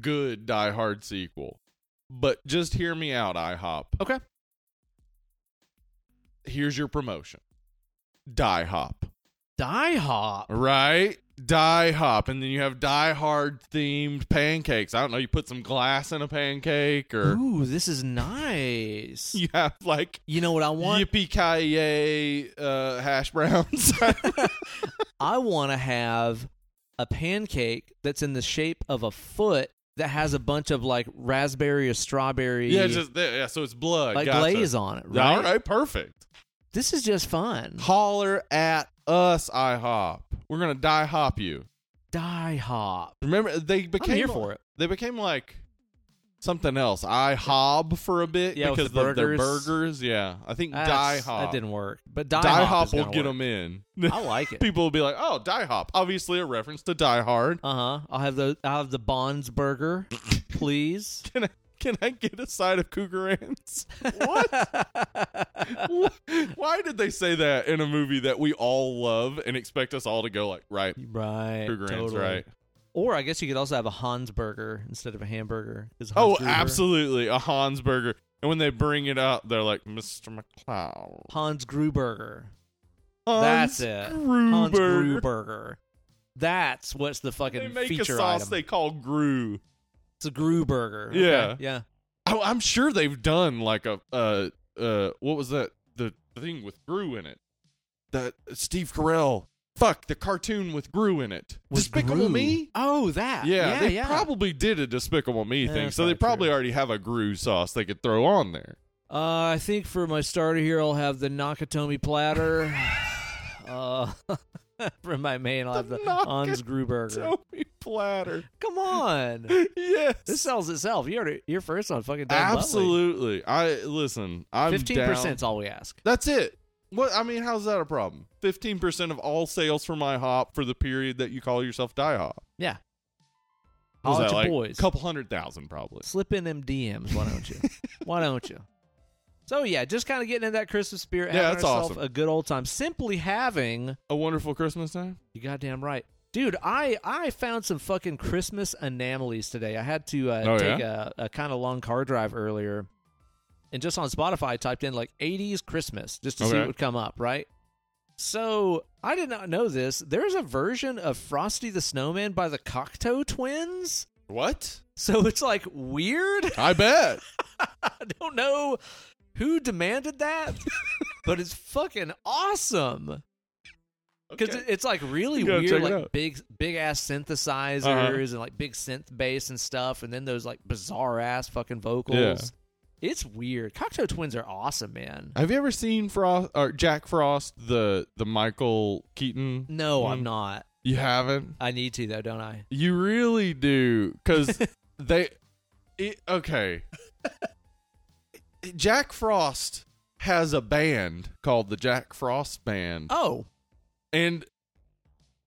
good Die Hard sequel. But just hear me out, IHOP.
Okay.
Here's your promotion. Die Hop.
Die Hard.
Right? Die Hop. And then you have Die Hard themed pancakes. I don't know, you put some glass in a pancake or
Ooh, this is nice.
you have like
You know what I want?
Yippee ki yay! Uh, hash browns.
I want to have a pancake that's in the shape of a foot that has a bunch of like raspberry or strawberry
yeah, it's just yeah. So it's blood.
like
gotcha.
glaze on it, right?
All right, perfect.
This is just fun.
Holler at us, IHOP. We're gonna die hop you.
Die hop.
Remember, they became
I'm here for it.
They became like something else. I hob for a bit
Yeah, with
because
the
of their
burgers. Ah,
burgers. Yeah, I think
That's-
die hop.
That didn't work. But die,
Die
hop,
hop will get them in.
I like it.
People will be like, "Oh, die hop." Obviously, a reference to Die Hard.
Uh huh. I'll have the I'll have the Bonds burger, please.
Can I can I get a side of cougar ants? What? Why did they say that in a movie that we all love and expect us all to go like, right,
right.
Cougar ants,
totally.
right?
Or I guess you could also have a Hans burger instead of a hamburger. 'cause
Oh,
Hans Gruber-
absolutely, a Hans burger. And when they bring it up, they're like, Mr. McCloud.
Hans Gruberger.
Hans
That's it. Hans
Gruber.
Gruberger. That's what's the
They
fucking
make a
feature
sauce
item.
they call Gru.
It's a Gruberger. Okay,
Yeah.
yeah.
I, I'm sure they've done like a uh uh what was that the thing with Gru in it? That uh, Steve Carell. Fuck the cartoon with Gru in it.
Was
Despicable
Gru.
Me.
Oh, that.
Yeah,
yeah.
they
yeah.
probably did a Despicable Me
Yeah,
thing,
that's
so they
probably
probably
true.
already have a Gru sauce they could throw on there.
Uh, I think for my starter here, I'll have the Nakatomi platter. uh, for my main, I'll have the
The
Hans Gruberger.
Toby Platter.
Come on,
yes.
this sells itself. You're already- you're first on fucking Dan
Absolutely. I listen, I'm
Fifteen
down.
percent's all we ask.
That's it. What I mean, how's that a problem? Fifteen percent of all sales for my hop for the period that you call yourself die hop.
Yeah.
What was
Holla at
that,
your
like,
boys.
Couple hundred thousand, probably.
Slip in them DMs, why don't you? why don't you? So yeah, just kind of getting in that Christmas spirit,
Yeah,
having
that's
ourself
awesome.
a good old time, simply having
A wonderful Christmas time.
You goddamn right. Dude, I, I found some fucking Christmas anomalies today. I had to uh,
Oh,
take a, a kind of long car drive earlier. And just on Spotify, I typed in like 80s Christmas just to see
Okay.
what would come up, right? So I did not know this. There's a version of Frosty the Snowman by the Cocteau Twins.
What?
So it's like weird.
I bet.
I don't know who demanded that, but it's fucking awesome because
Okay.
it's like really
You gotta
weird,
check it
like
out. Uh-huh.
big big ass synthesizers and like big synth bass and stuff, and then those like bizarre ass fucking vocals. It's weird. Cocktail Twins are awesome, man.
Have you ever seen Frost or Jack Frost the the Michael Keaton?
No, I'm
Mm.
not.
You haven't.
I need to though, don't I?
You really do, because they. It, okay. Jack Frost has a band called the Jack Frost Band,
Oh,
and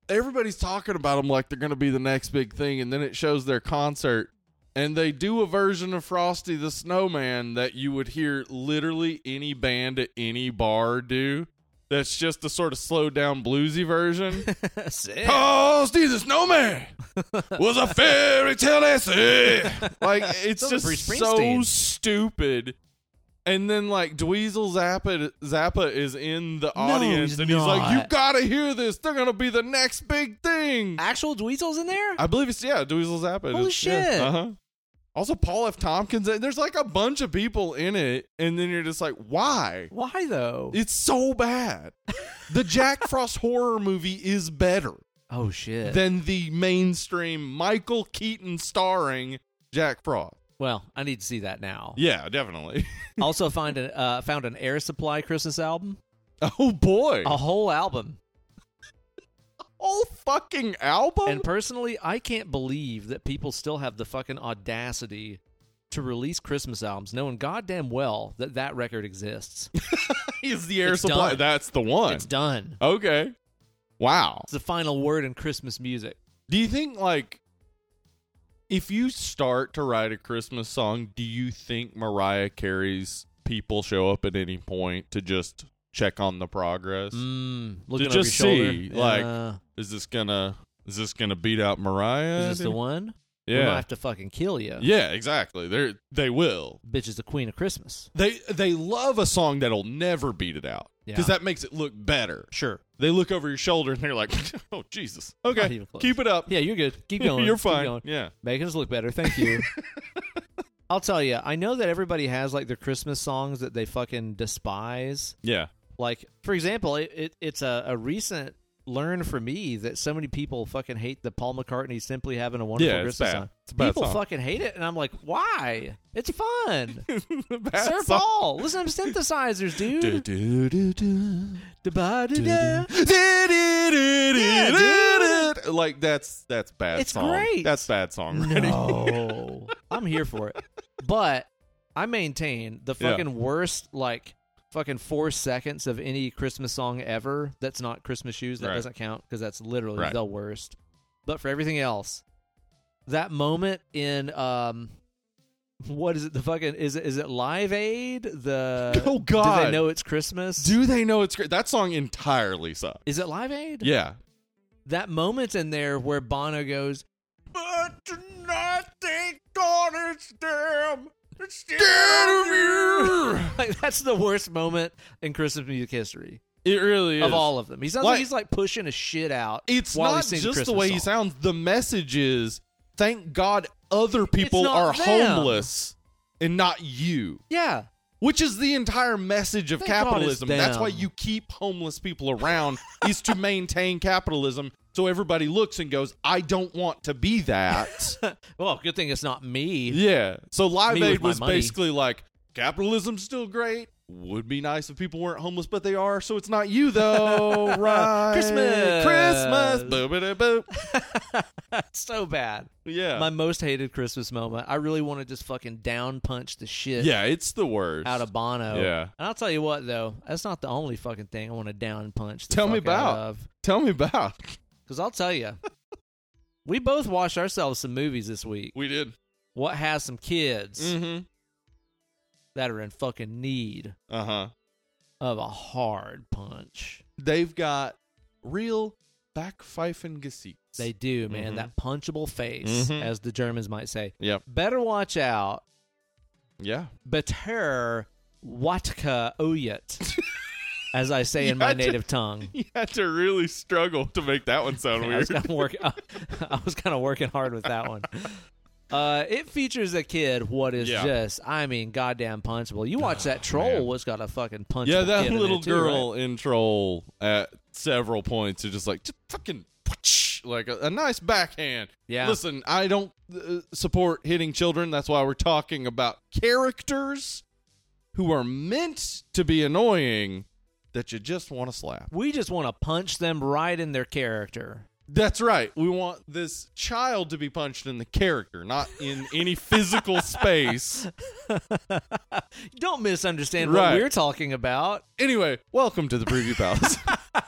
everybody's talking about them like they're going to be the next big thing, and then it shows their concert. And they do a version of Frosty the Snowman that you would hear literally any band at any bar do. That's just the sort of slowed down bluesy version.
sick.
Oh. Frosty the Snowman was a fairy tale essay. Like it's
Sounds like
just
Bruce
so
Springsteen.
stupid. And then like Dweezil Zappa, Zappa is in the audience,
he's
and he's like, "You
not.
gotta hear this! They're gonna be the next big thing."
Actual Dweezil's in there?
I believe it's yeah, Dweezil Zappa.
Holy
It's- yeah,
shit.
uh-huh. Also, Paul F. Tompkins. There's like a bunch of people in it, and then you're just like, why?
Why though?
It's so bad. the Jack Frost horror movie is better
oh shit.
than the mainstream Michael Keaton starring Jack Frost.
well, I need to see that now.
Yeah, definitely.
also, find an uh, found an Air Supply Christmas album,
Oh boy,
a whole album.
whole fucking album.
And personally, I can't believe that people still have the fucking audacity to release Christmas albums, knowing goddamn well that that record exists.
is the air
It's
supply?
done.
That's the one.
it's done.
Okay. Wow.
It's the final word in Christmas music.
Do you think like if you start to write a Christmas song, do you think Mariah Carey's people show up at any point to just check on the progress?
Mm, looking
To
over
just
your shoulder.
see, like,
Uh,
Is this gonna is this gonna beat out Mariah?
is this the one? We might
Yeah.
have to fucking kill you.
Yeah, exactly. They they will.
Bitch is the queen of Christmas.
They they love a song that'll never beat it out
Yeah.
because that makes it look better.
Sure.
They look over your shoulder and they're like, "Oh Jesus,
Not
okay,
even close.
keep it up.
Yeah, you're good. Keep going.
You're
Keep
fine.
going.
Yeah,
Making us look better. Thank you. I'll tell you, I know that everybody has like their Christmas songs that they fucking despise.
yeah,
Like, for example, it, it it's a, a recent learn for me that so many people fucking hate the Paul McCartney simply having a wonderful
Yeah, it's
Christmas
bad.
song.
It's a bad
people
song.
fucking hate it, and I'm like, why? It's fun.
Bad
Sir
song.
Paul, listen to them synthesizers,
Do,
dude.
do, do, do.
Da-ba-da-da.
Yeah, dude. Like that's that's bad
It's
song.
great.
That's bad song.
No, I'm here for it. But I maintain the
Yeah.
fucking worst, like fucking four seconds of any Christmas song ever. That's not Christmas shoes. That
Right.
doesn't count because that's literally
Right.
the worst. But for everything else, that moment in um, what is it? The fucking is it is it Live Aid? The
Oh,
do
God.
they know it's Christmas?
Do they know it's great? That song entirely sucks.
is it Live Aid?
Yeah.
That moment in there where Bono goes,
But tonight they thought it's damn. It's damn you.
like that's the worst moment in Christmas music history.
It really is.
of all of them. He sounds like,
Like-
he's like pushing a shit out.
it's
while he
not
sings
just the
Christmas
way
song.
he sounds. The message is thank God other people
not
are
them.
homeless and not you.
Yeah,
which is the entire message of
Thank God it's
capitalism. That's why
them.
you keep homeless people around is to maintain capitalism. So everybody looks and goes, "I don't want to be that."
well, good thing it's not me.
yeah. So Live
Me with
Aid
my
was
money.
basically like, "Capitalism's still great. Would be nice if people weren't homeless, but they are. So it's not you though, right?
Christmas.
Christmas, boop boop."
so bad.
Yeah,
My most hated Christmas moment. I really want to just fucking down punch the shit
yeah, it's the worst.
out of Bono.
Yeah.
and I'll tell you what though, that's not the only fucking thing I want to down punch. The
Tell me
fuck out
about.
of.
Tell me about.
because I'll tell you, we both watched ourselves some movies this week.
We did.
What has some kids
Mm-hmm.
that are in fucking need
Uh huh.
of a hard punch?
they've got real backpfeifen gesichts.
They do, man.
Mhm.
That punchable face,
Mhm.
as the Germans might say.
Yep.
Better watch out.
Yeah.
Beter Watka Oyet, as I say in my
You had to-
native tongue.
You had to really struggle to make that one sound
I was kind of working. I was kind of working hard with that one. Uh, it features a kid. What is
Yeah.
just? I mean, goddamn punchable. You watch that
man.
troll. What's got a fucking punch?
yeah, that little
too, right?
girl in troll at several points is just like just fucking whoosh, like a, a nice backhand.
Yeah.
Listen, I don't uh, support hitting children. That's why we're talking about characters who are meant to be annoying that you just want to slap.
We just want to punch them right in their character.
That's right. We want this child to be punched in the character, not in any physical space.
Don't misunderstand
Right.
what we're talking about.
Anyway, welcome to the Preview Palace.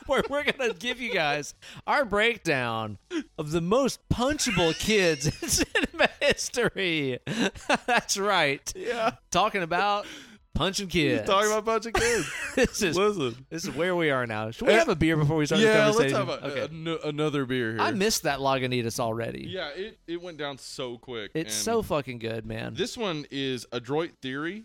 where we're going to give you guys our breakdown of the most punchable kids in cinema history. That's right.
yeah.
Talking about punching kids.
Talking about a bunch of kids.
this is
Listen.
this is where we are now. Should we have a beer before we start
Yeah,
the
let's
conversation?
have a,
okay.
an- another beer here.
I missed that Lagunitas already.
yeah, it, it went down so quick.
It's
and
so fucking good, man.
This one is Adroit Theory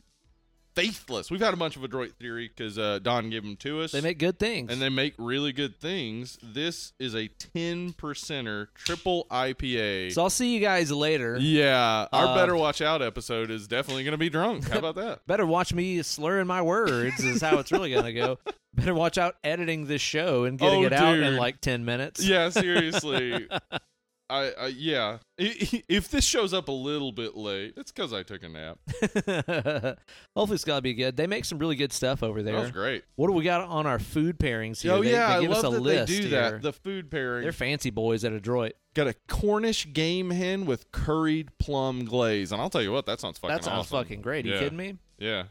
faithless. We've had a bunch of Adroit Theory because uh, Don gave them to us.
They make good things.
and they make really good things. This is a 10 percenter triple IPA.
so I'll see you guys later.
yeah, our
Uh,
Better Watch Out episode is definitely going to be drunk. How about that?
Better watch me slurring my words is how it's really gonna go. Better watch out editing this show and getting
Oh,
it out
dude.
in like ten minutes.
Yeah, seriously. I, I yeah. I- If this shows up a little bit late, it's because I took a nap.
Hopefully it's gonna be good. They make some really good stuff over
That was
there.
great.
What do we got on our food pairings here?
oh
They-
yeah,
they give
I
us
love
a
that
list
they do
here.
that. The food pairing.
They're fancy boys at Adroit.
Got a Cornish game hen with curried plum glaze, and I'll tell you what, that sounds fucking.
That sounds
awesome.
fucking great. Are
Yeah.
you kidding me?
Yeah,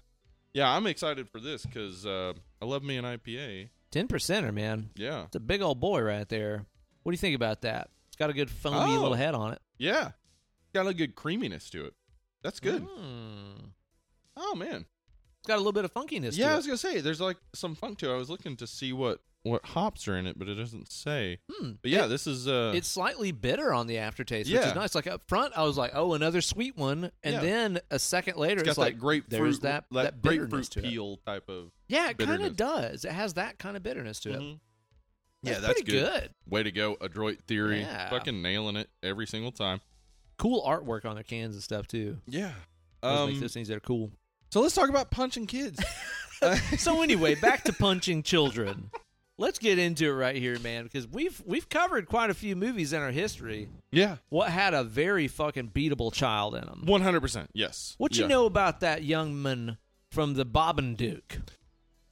yeah, I'm excited for this because uh, I love me an IPA.
Ten percenter, man.
Yeah,
It's a big old boy right there. What do you think about that? It's got a good foamy
Oh.
little head on it.
yeah, got a good creaminess to it. That's good.
Mm.
Oh man,
It's got a little bit of funkiness.
yeah, I
to
was gonna say there's like some funk to it. I was looking to see what what hops are in it, but it doesn't say.
it. Hmm.
But yeah, this is uh,
it's slightly bitter on the aftertaste, which
Yeah.
is nice. Like up front, I was like, "Oh, another sweet one," and
Yeah.
then a second later,
it's
it's,
got that
like
grapefruit,
there's that
that,
that
grapefruit
bitterness to it.
peel type of.
Yeah, it kind
bitterness.
of does. It has that kind of bitterness to it.
Mhm. Yeah, that's
pretty
good. Way to go, Adroit Theory.
Yeah.
Fucking nailing it every single time.
Cool artwork on their cans and stuff too.
Yeah.
Those
Um,
make those things that are cool.
so let's talk about punching kids.
So anyway, back to punching children. Let's get into it right here, man, because we've we've covered quite a few movies in our history.
yeah.
What had a very fucking beatable child in them.
100%. Yes.
What
Yeah.
you know about that young man from the Bobbin Duke?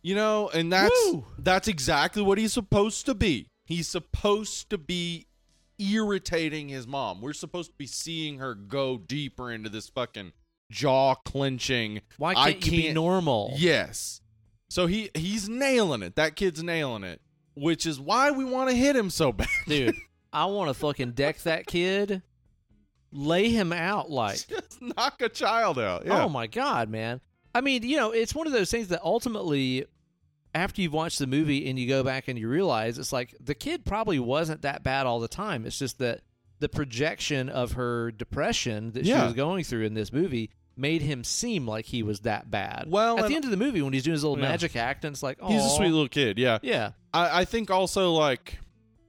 You know, and that's
Woo!
that's exactly what he's supposed to be. He's supposed to be irritating his mom. We're supposed to be seeing her go deeper into this fucking jaw clenching.
Why
I
can't, you be
can't-
normal?
Yes. So he he's nailing it. That kid's nailing it, which is why we want to hit him so bad.
Dude, I want to fucking deck that kid, lay him out like,
Just knock a child out. Yeah.
oh my God, man. I mean, you know, it's one of those things that ultimately, after you've watched the movie and you go back and you realize it's like the kid probably wasn't that bad all the time. It's just that the projection of her depression that
Yeah.
she was going through in this movie made him seem like he was that bad.
Well,
at
and-
the end of the movie when he's doing his little
Yeah.
magic act and it's like, oh,
He's a sweet little kid. Yeah.
yeah,
I, I think also like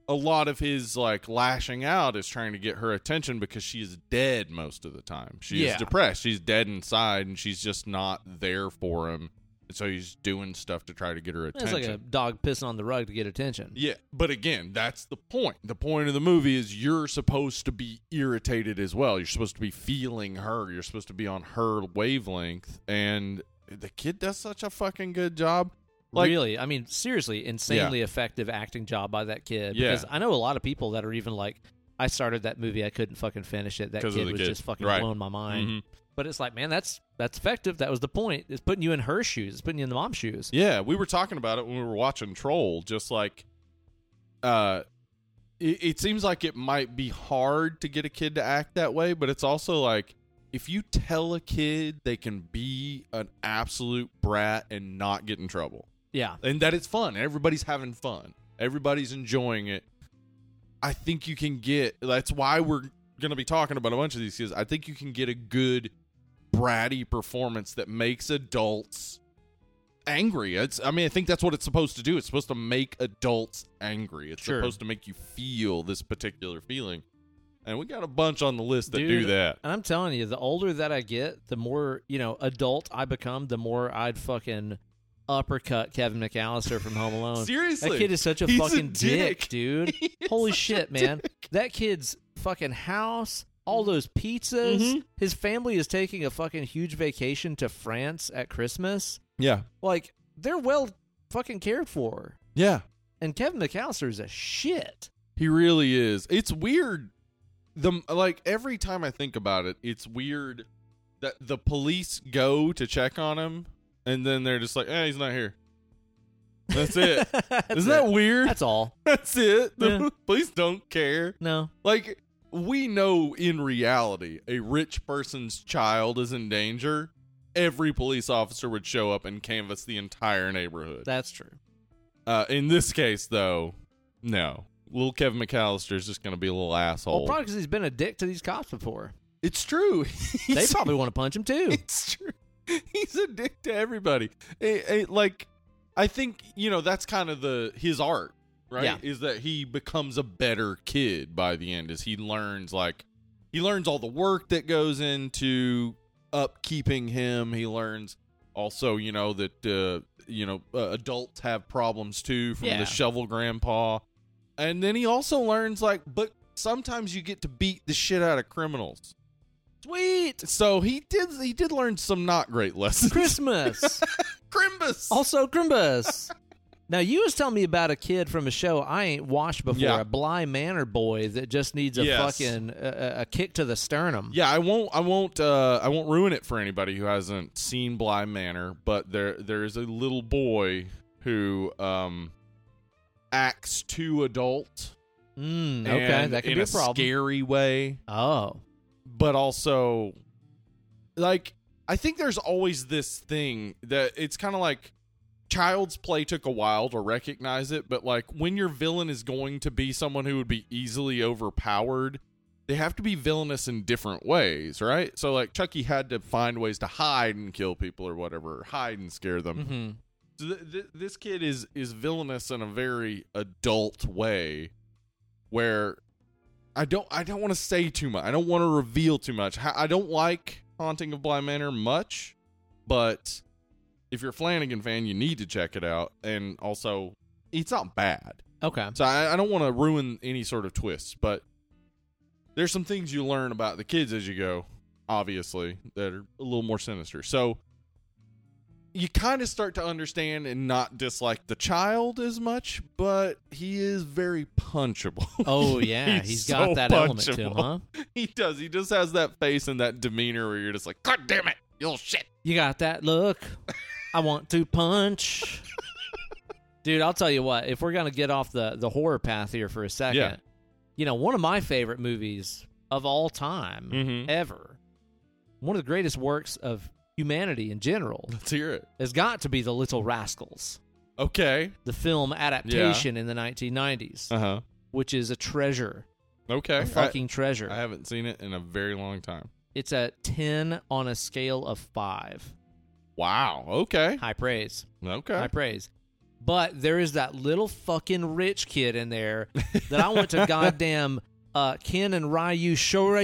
a lot of his like lashing out is trying to get her attention because she is dead most of the time. She
Yeah.
is depressed. She's dead inside, and she's just not there for him. And so he's doing stuff to try to get her
it's
attention.
like a dog pissing on the rug to get attention.
yeah, but again, that's the point. The point of the movie is you're supposed to be irritated as well. You're supposed to be feeling her. You're supposed to be on her wavelength, and the kid does such a fucking good job. Like,
really, I mean, seriously, insanely effective acting job by that kid.
Yeah.
Because I know a lot of people that are even like, I started that movie, I couldn't fucking finish it. That
'Cause of
kid
the
was
kid.
just fucking
Right.
blowing my mind.
Mhm.
But it's like, man, that's that's effective. That was the point. It's putting you in her shoes. It's putting you in the mom's shoes.
Yeah, we were talking about it when we were watching Troll. Just like, uh, it, it seems like it might be hard to get a kid to act that way, but it's also like if you tell a kid they can be an absolute brat and not get in trouble,
Yeah.
and that it's fun, everybody's having fun, everybody's enjoying it. I think you can get. That's why we're gonna be talking about a bunch of these kids. I think you can get a good bratty performance that makes adults angry. It's I mean, I think that's what it's supposed to do. It's supposed to make adults angry. It's
Sure.
supposed to make you feel this particular feeling. And we got a bunch on the list that do
Dude,
that.
And I'm telling you, the older that I get, the more, you know, adult I become, the more I'd fucking uppercut Kevin McAllister from Home Alone.
Seriously.
That kid is such a
He's a
fucking dick.
dick.
dude. Holy shit, man. That kid's fucking house, all
Mm-hmm.
those pizzas.
Mhm.
His family is taking a fucking huge vacation to France at Christmas.
Yeah.
Like, they're well fucking cared for.
Yeah.
And Kevin McAllister is a shit.
He really is. It's weird. The like every time I think about it, it's weird that the police go to check on him and then they're just like, "Eh, he's not here." That's it.
That's
Isn't that
it.
weird?
That's all.
That's it. The
Yeah.
police don't care.
No.
Like we know in reality, a rich person's child is in danger. Every police officer would show up and canvass the entire neighborhood.
That's true.
Uh, in this case, though, no. Little Kevin McAllister is just going to be a little asshole.
Well, probably because he's been a dick to these cops before.
it's true.
They
He's-
probably want to punch him too.
It's true. he's a dick to everybody. Eh, eh, like, I think you know that's kind of the his art, right?
Yeah.
Is that he becomes a better kid by the end as he learns like he learns all the work that goes into upkeeping him. He learns also, you know, that uh, you know uh, adults have problems too from
Yeah.
the shovel grandpa, and then he also learns like, but sometimes you get to beat the shit out of criminals.
Sweet
So he did. He did learn some not great lessons.
Christmas.
Crimbus.
also Grimbus. Now you was telling me about a kid from a show I ain't watched before,
Yeah.
a Bly Manor boy that just needs a
Yes.
fucking uh, a kick to the sternum.
Yeah, I won't. I won't. Uh, I won't ruin it for anybody who hasn't seen Bly Manor. But there, there is a little boy who um acts too adult.
Mm, okay,
and
that could
in
be
a
a problem.
Scary way,
oh,
but also like I think there's always this thing that it's kind of like child's play took a while to recognize it, but like when your villain is going to be someone who would be easily overpowered, they have to be villainous in different ways, right? So like Chucky had to find ways to hide and kill people or whatever, hide and scare them.
hmm
So th- th- this kid is is villainous in a very adult way, where I don't I don't want to say too much. I don't want to reveal too much. Ha- I don't like Haunting of Bly Manor much, but if you're a Flanagan fan, you need to check it out. And also, it's not bad.
okay.
So I, I don't want to ruin any sort of twists, but there's some things you learn about the kids as you go, obviously, that are a little more sinister. So you kind of start to understand and not dislike the child as much, but he is very punchable.
Oh yeah,
He's
he's got
so
that element to him,
punchable.
huh?
he does. He just has that face and that demeanor where you're just like, God damn it, you little shit.
You got that look. I want to punch. Dude, I'll tell you what, if we're gonna get off the, the horror path here for a second,
Yeah.
you know, one of my favorite movies of all time
Mhm.
ever, one of the greatest works of humanity in general,
Let's hear it.
has got to be The Little Rascals,
Okay.
the film adaptation in the nineteen nineties,
Uh huh.
which is a treasure.
Okay.
A fucking treasure.
I, I haven't seen it in a very long time.
it's a ten on a scale of five.
Wow. Okay.
High praise.
Okay.
high praise. But there is that little fucking rich kid in there that I went to goddamn uh, Ken and Ryu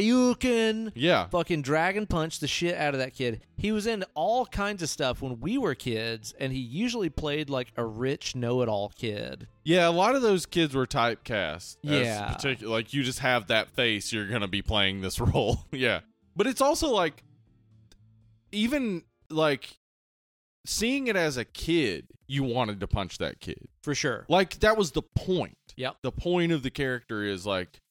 Shoryuken
yeah.
fucking dragon punch the shit out of that kid. He was into all kinds of stuff when we were kids, and he usually played like a rich know-it-all kid.
Yeah, a lot of those kids were typecast.
Yeah.
particular, like you just have that face, you're gonna be playing this role. yeah, but it's also like, even like seeing it as a kid, you wanted to punch that kid.
For sure.
Like that was the point.
Yep.
The point of the character is like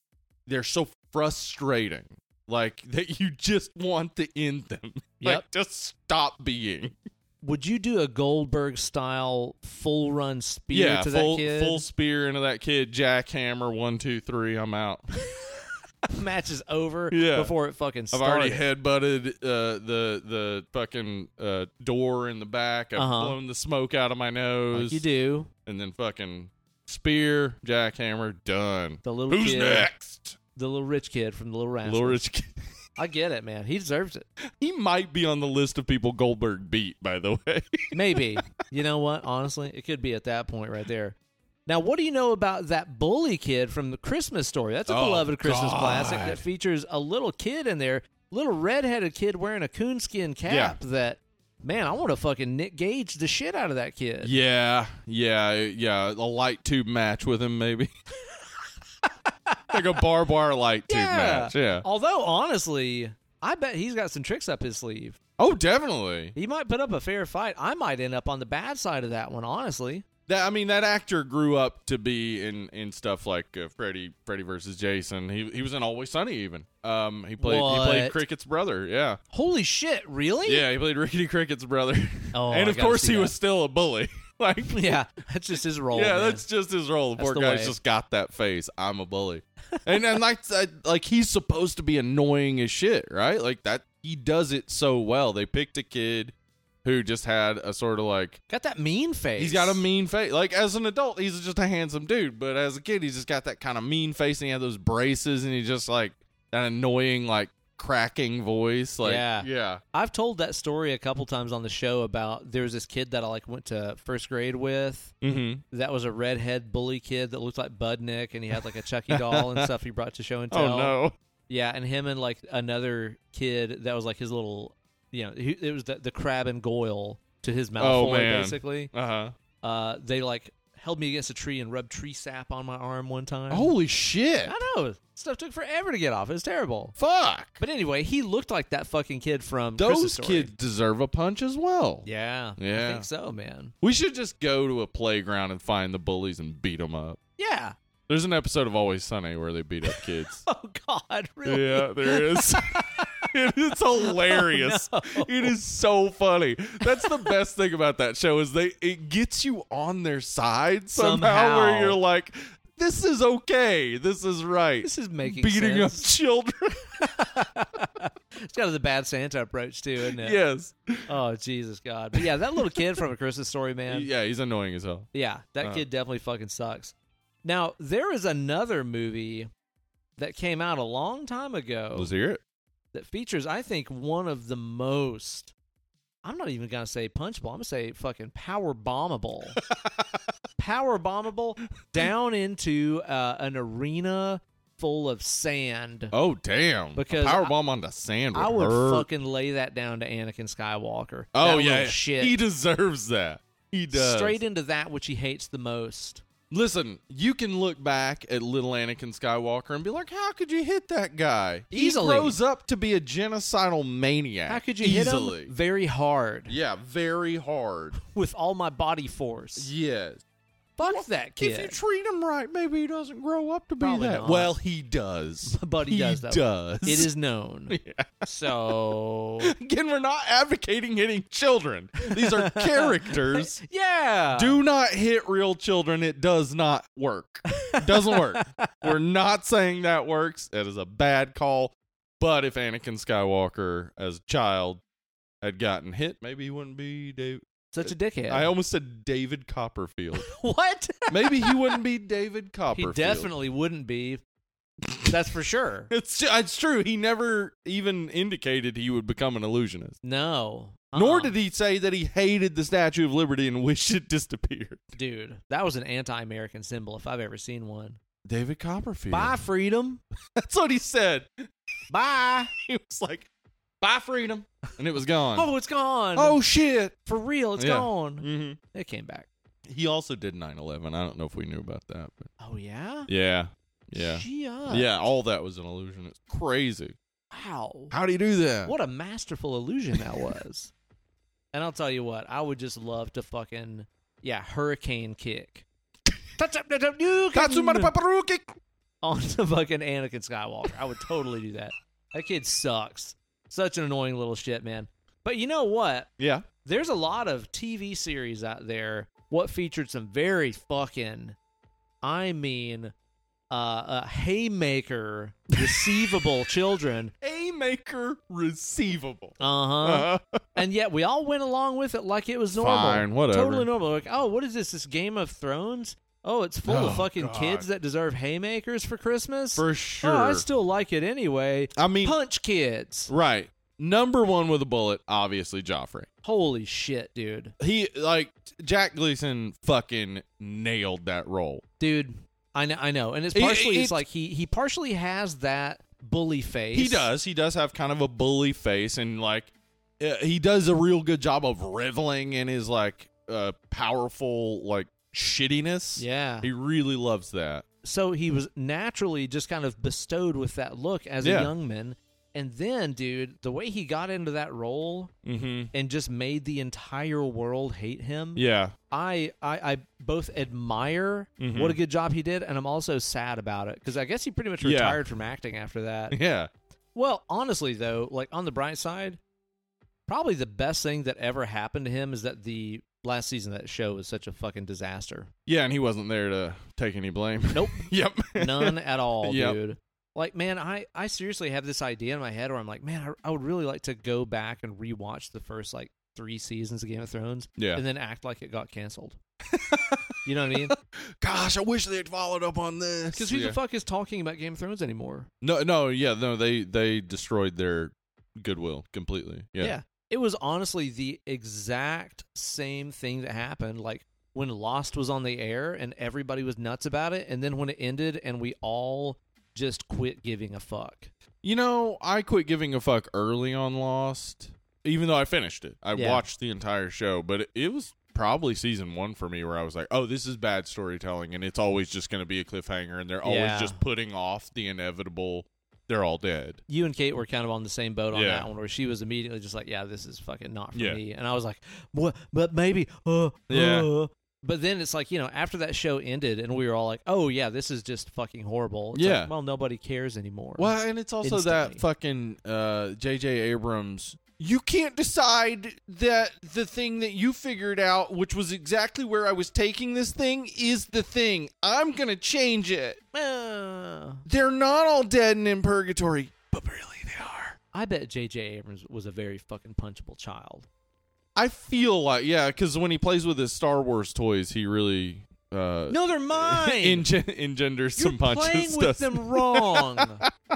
they're so frustrating, like that you just want to end them.
Yep.
Like just stop being.
Would you do a Goldberg style full run spear
yeah,
to
full
that kid?
full spear into that kid. Jackhammer one two three. I'm out.
match is over
Yeah.
before it fucking
I've
starts.
already headbutted uh, the the fucking uh, door in the back. I've
Uh-huh.
blown the smoke out of my
like
nose.
you do.
And then fucking spear, jackhammer, done.
The little
Who's
kid
next?
the little rich kid from the little rascals.
Little Rich Kid.
I get it, man. He deserves it.
He might be on the list of people Goldberg beat, by the way.
Maybe. you know what? Honestly, it could be at that point right there. Now, what do you know about that bully kid from the Christmas story? That's a
Oh,
beloved Christmas
God.
classic that features a little kid in there, little redheaded kid wearing a coonskin cap that man, I want to fucking Nick Gage the shit out of that kid.
yeah, yeah, yeah. A light tube match with him, maybe. like a barbed wire light tube
Yeah.
match. Yeah.
Although honestly, I bet he's got some tricks up his sleeve.
Oh, definitely.
He might put up a fair fight. I might end up on the bad side of that one, honestly.
That I mean, that actor grew up to be in in stuff like uh, Freddy Freddy versus Jason. He he was in Always Sunny even. Um, he played he played
What?
Cricket's brother. Yeah,
Holy shit, really?
yeah, he played Rickety Cricket's brother.
Oh,
and
I
of
gotta
course
see
he
that.
was still a bully. like
Yeah, that's just his role.
yeah,
man.
that's just his role. The
That's
Poor
the
guy's
way.
just got that face. I'm a bully, and and like I- like he's supposed to be annoying as shit, right? Like that he does it so well. They picked a kid who just had a sort of like
Got that mean face.
He's got a mean face. Like as an adult, he's just a handsome dude, but as a kid, he's just got that kind of mean face, and he had those braces, and he just like that annoying like cracking voice. Like,
Yeah.
yeah.
I've told that story a couple times on the show about there was this kid that I like went to first grade with
Mm-hmm.
that was a redhead bully kid that looked like Budnick and he had like a Chucky doll and stuff he brought to show and tell.
Oh no.
Yeah, and him and like another kid that was like his little, you know, he, it was the, the crab and goyle to his mouth,
Oh, man.
basically.
Uh huh.
Uh, they like held me against a tree and rubbed tree sap on my arm one time.
Holy shit!
I know stuff took forever to get off. It was terrible.
Fuck.
But anyway, he looked like that fucking kid from Chris's
Those
Story.
kids deserve a punch as well.
Yeah,
Yeah.
I think so, man.
We should just go to a playground and find the bullies and beat them up.
Yeah.
There's an episode of Always Sunny where they beat up kids.
Oh God, really?
yeah, there is. it's hilarious.
Oh, no.
It is so funny. That's the best thing about that show is they it gets you on their side somehow, where
Somehow.
you're like, this is okay, this is right.
This is making
Beating up
sense.
children.
It's kind of the bad Santa approach too, isn't it?
yes.
Oh Jesus God. But yeah, that little kid from a Christmas story, man.
Yeah, he's annoying as hell.
Yeah, that
Uh.
kid definitely fucking sucks. Now, there is another movie that came out a long time ago
Let's hear it.
that features, I think, one of the most. I'm not even gonna say punchable. I'm gonna say fucking power bombable. power bombable down into uh, an arena full of sand.
Oh damn!
Because
a power bomb on the sand.
I would
hurt.
fucking lay that down to Anakin Skywalker. That
Oh
little
yeah,
shit.
He deserves that. He does.
Straight into that which he hates the most.
Listen, you can look back at little Anakin Skywalker and be like, "How could you hit that guy?"
Easily.
he grows up to be a genocidal maniac.
How could you
easily?
hit him? Very hard.
Yeah, very hard.
with all my body force.
Yes.
Fuck that
If you
kid.
treat him right, maybe he doesn't grow up to be
Probably
that.
not.
Well, he does.
But he does, though.
does.
It is known. So
Again, we're not advocating hitting children. These are characters.
yeah,
Do not hit real children. It does not work. Doesn't work. We're not saying that works. That is a bad call. But if Anakin Skywalker as a child had gotten hit, maybe he wouldn't be Dave.
such a dickhead.
I almost said David Copperfield.
what?
maybe he wouldn't be David
he
Copperfield.
definitely wouldn't be. That's for sure.
It's it's true. He never even indicated he would become an illusionist.
No.
Nor
Uh-uh.
did he say that he hated the Statue of Liberty and wished it disappeared.
dude. That was an anti-American symbol if I've ever seen one.
David Copperfield.
Bye freedom.
That's what he said.
Bye.
he was like, "Bye, freedom," and it was gone.
Oh, it's gone.
shit!
for real, it's
Yeah.
gone.
hmm
It came back.
He also did 9/11. I don't know if we knew about that, but
Oh yeah.
yeah, yeah,
Gee up.
yeah. All that was an illusion. It's crazy.
Wow.
How do you do that?
What a masterful illusion that was. and I'll tell you what, I would just love to fucking yeah, hurricane kick. Touch up, touch up, you can-
Tatsumata paparuki.
onto fucking Anakin Skywalker. I would totally do that. That kid sucks. Such an annoying little shit, man. But you know what?
Yeah.
There's a lot of TV series out there what featured some very fucking I mean uh, a haymaker receivable children.
A maker receivable.
Uh-huh.
Uh-huh.
And yet we all went along with it like it was normal.
Fine, whatever.
Totally normal. Like, oh, what is this? This Game of Thrones? Oh, it's full
Oh,
of fucking
God.
kids that deserve haymakers for Christmas?
For sure.
Oh, I still like it anyway.
I mean,
Punch kids.
right. Number one with a bullet, obviously Joffrey.
Holy shit, dude.
He like Jack Gleason fucking nailed that role.
Dude, I know I know. And it's
It-
partially
it-
it's like he he partially has that bully face.
He does. He does have kind of a bully face, and like uh, he does a real good job of reveling in his like uh, powerful like shittiness.
Yeah.
he really loves that.
so he was naturally just kind of bestowed with that look as
Yeah.
a young man. And then, dude, the way he got into that role
Mm-hmm.
and just made the entire world hate him.
Yeah,
I, I I both admire
Mhm.
what a good job he did, and I'm also sad about it because I guess he pretty much
Yeah.
retired from acting after that.
yeah.
well, honestly though, like on the bright side, probably the best thing that ever happened to him is that the last season of that show was such a fucking disaster.
Yeah, and he wasn't there to take any blame.
Nope.
yep.
None at all,
Yep.
dude. Like, man, I, I seriously have this idea in my head where I'm like, man, I, I would really like to go back and rewatch the first like three seasons of Game of Thrones
Yeah.
and then act like it got canceled. you know what I mean?
Gosh, I wish they had followed up on this.
Because who
Yeah.
the fuck is talking about Game of Thrones anymore?
No, no, yeah, no. They they destroyed their goodwill completely. Yeah,
It was honestly the exact same thing that happened like when Lost was on the air and everybody was nuts about it and then when it ended and we all just quit giving a fuck.
You know, I quit giving a fuck early on Lost, even though I finished it. I
Yeah.
watched the entire show, but it, it was probably season one for me where I was like, oh, this is bad storytelling, and it's always just going to be a cliffhanger, and they're always
Yeah.
just putting off the inevitable. They're all dead.
You and Kate were kind of on the same boat on
Yeah.
that one where she was immediately just like, yeah, this is fucking not for
Yeah.
me. And I was like, what? But maybe. Uh,
Yeah.
uh." But then it's like, you know, after that show ended and we were all like, oh, yeah, this is just fucking horrible. It's like,
Yeah.
well, nobody cares anymore.
Well, and it's also that
Instantly.
fucking uh J.J. Abrams. You can't decide that the thing that you figured out, which was exactly where I was taking this thing, is the thing. I'm gonna change it.
Uh,
They're not all dead and in purgatory, but really they are.
I bet J.J. Abrams was a very fucking punchable child.
I feel like yeah, because when he plays with his Star Wars toys, he really uh
No, they're mine.
enge- engenders
You're
some punches.
playing with them wrong.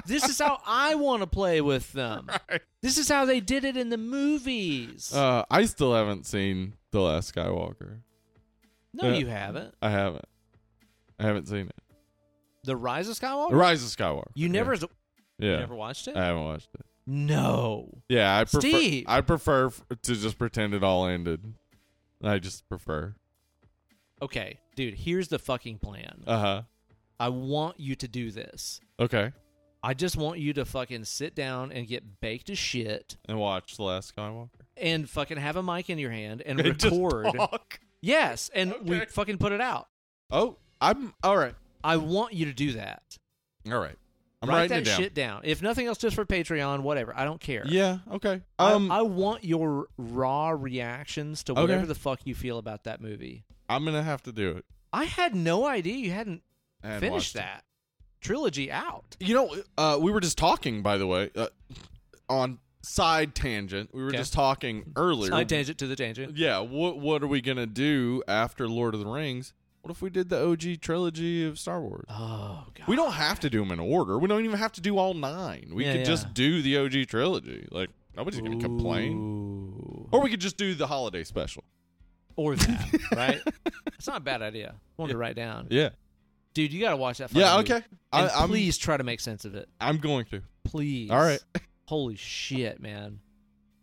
this is how I want to play with them. This is how they did it in the movies.
Uh, I still haven't seen the last Skywalker.
no,
uh,
you haven't.
I haven't. I haven't seen it.
The Rise of Skywalker.
Rise of Skywalker.
Oh. You never,
Yeah. Uh,
you never watched it.
I haven't watched it.
no,
Yeah, I prefer.
Steve!
I prefer f- to just pretend it all ended. I just prefer.
okay, dude. Here's the fucking plan.
Uh huh.
I want you to do this.
Okay.
I just want you to fucking sit down and get baked as shit
And watch the last Skywalker.
and fucking have a mic in your hand and
And just
record.
talk.
Yes, and we
Okay.
fucking put it out.
Oh, I'm all right.
I want you to do that.
All right. I'm
Write
writing
that
it down.
shit down. If nothing else, just for Patreon, whatever. I don't care.
Yeah. Okay.
I-
Um,
I, want your raw reactions to
Okay.
whatever the fuck you feel about that movie.
I, am gonna have to do it.
I had no idea you hadn't
and watch
finished
it.
that trilogy out.
You know, uh, we were just talking, by the way, uh, on side tangent. We were
Okay.
just talking earlier.
Side tangent to the tangent.
Yeah, what what are we gonna do after Lord of the Rings? What if we did the OG trilogy of Star Wars?
Oh god.
We don't have to do them in order. We don't even have to do all nine. We
Yeah,
could
yeah.
just do the OG trilogy. Like nobody's gonna complain.
Ooh.
Or we could just do the holiday special.
Or that, right? It's not a bad idea. One to write down,
Yeah.
dude. You gotta watch that.
Yeah.
fucking movie.
Okay. I,
And
I'm
please try to make sense of it.
I'm going to.
Please.
All right.
Holy shit, man.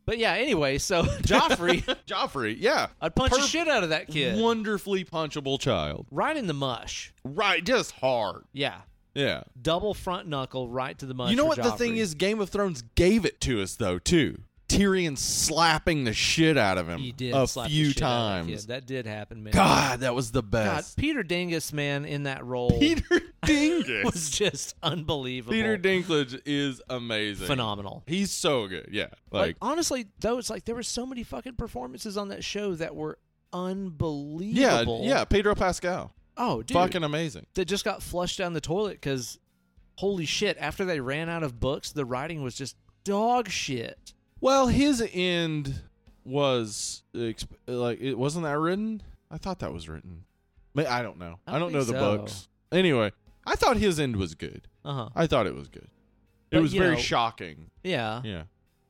But yeah. Anyway, so Joffrey,
Joffrey. Yeah.
I'd punch the
Perf-
shit out of that kid.
Wonderfully punchable child.
right in the mush.
Right. Just hard.
Yeah.
Yeah.
Double front knuckle right to the mush.
you know
for
what the thing
Joffrey.
is? Game of Thrones gave it to us though too. Tyrion slapping the shit out of him
He did
a
slap the
few
shit out of that
times.
kid. That did happen, man.
God, that was the
God,
best.
Peter Dingus, man, in that role
Peter Dingus.
was just unbelievable.
Peter Dinklage is amazing.
phenomenal.
He's so good. Yeah. Like,
honestly, though, it's like there were so many fucking performances on that show that were
yeah,
unbelievable.
yeah, Pedro Pascal.
Oh, dude,
Fucking amazing.
that just got flushed down the toilet because, holy shit! After they ran out of books, the writing was just dog shit.
Well, his end was exp- like it wasn't that written? I thought that was written. Ma- I don't know.
I don't
I don't know the
think so.
books. Anyway, I thought his end was good.
Uh huh.
I thought it was good. it
But,
was
you
very
know- uh,
shocking.
Yeah.
Yeah.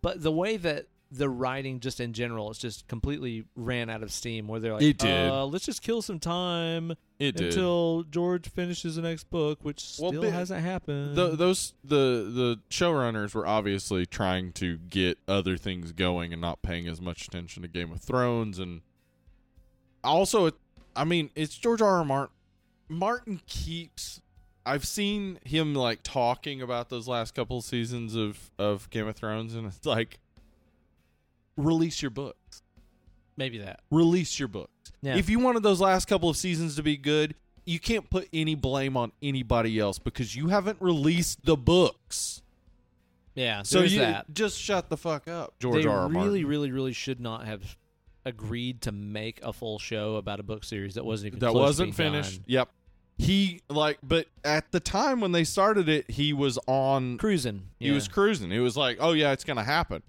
but the way that the writing just in general it's just completely ran out of steam where they're like
It did.
Uh, let's just kill some time
It did.
until george finishes the next book which
Well,
still
but-
hasn't happened
Tho- those the the showrunners were obviously trying to get other things going and not paying as much attention to Game of Thrones and also it- I mean it's George R. R. Martin Martin keeps I've seen him like talking about those last couple seasons of of Game of Thrones and it's like release your books
maybe that
release your books
Yeah.
if you wanted those last couple of seasons to be good you can't put any blame on anybody else because you haven't released the books
yeah
so
there's
you
that
just shut the fuck up, George
they
R. R.
really
Martin.
really really should not have agreed to make a full show about a book series that wasn't even
that
close to
wasn't
being
finished.
done.
Yep. He like, but at the time when they started it, he was on.
cruising
He was cruising. It was like, oh yeah, it's gonna happen.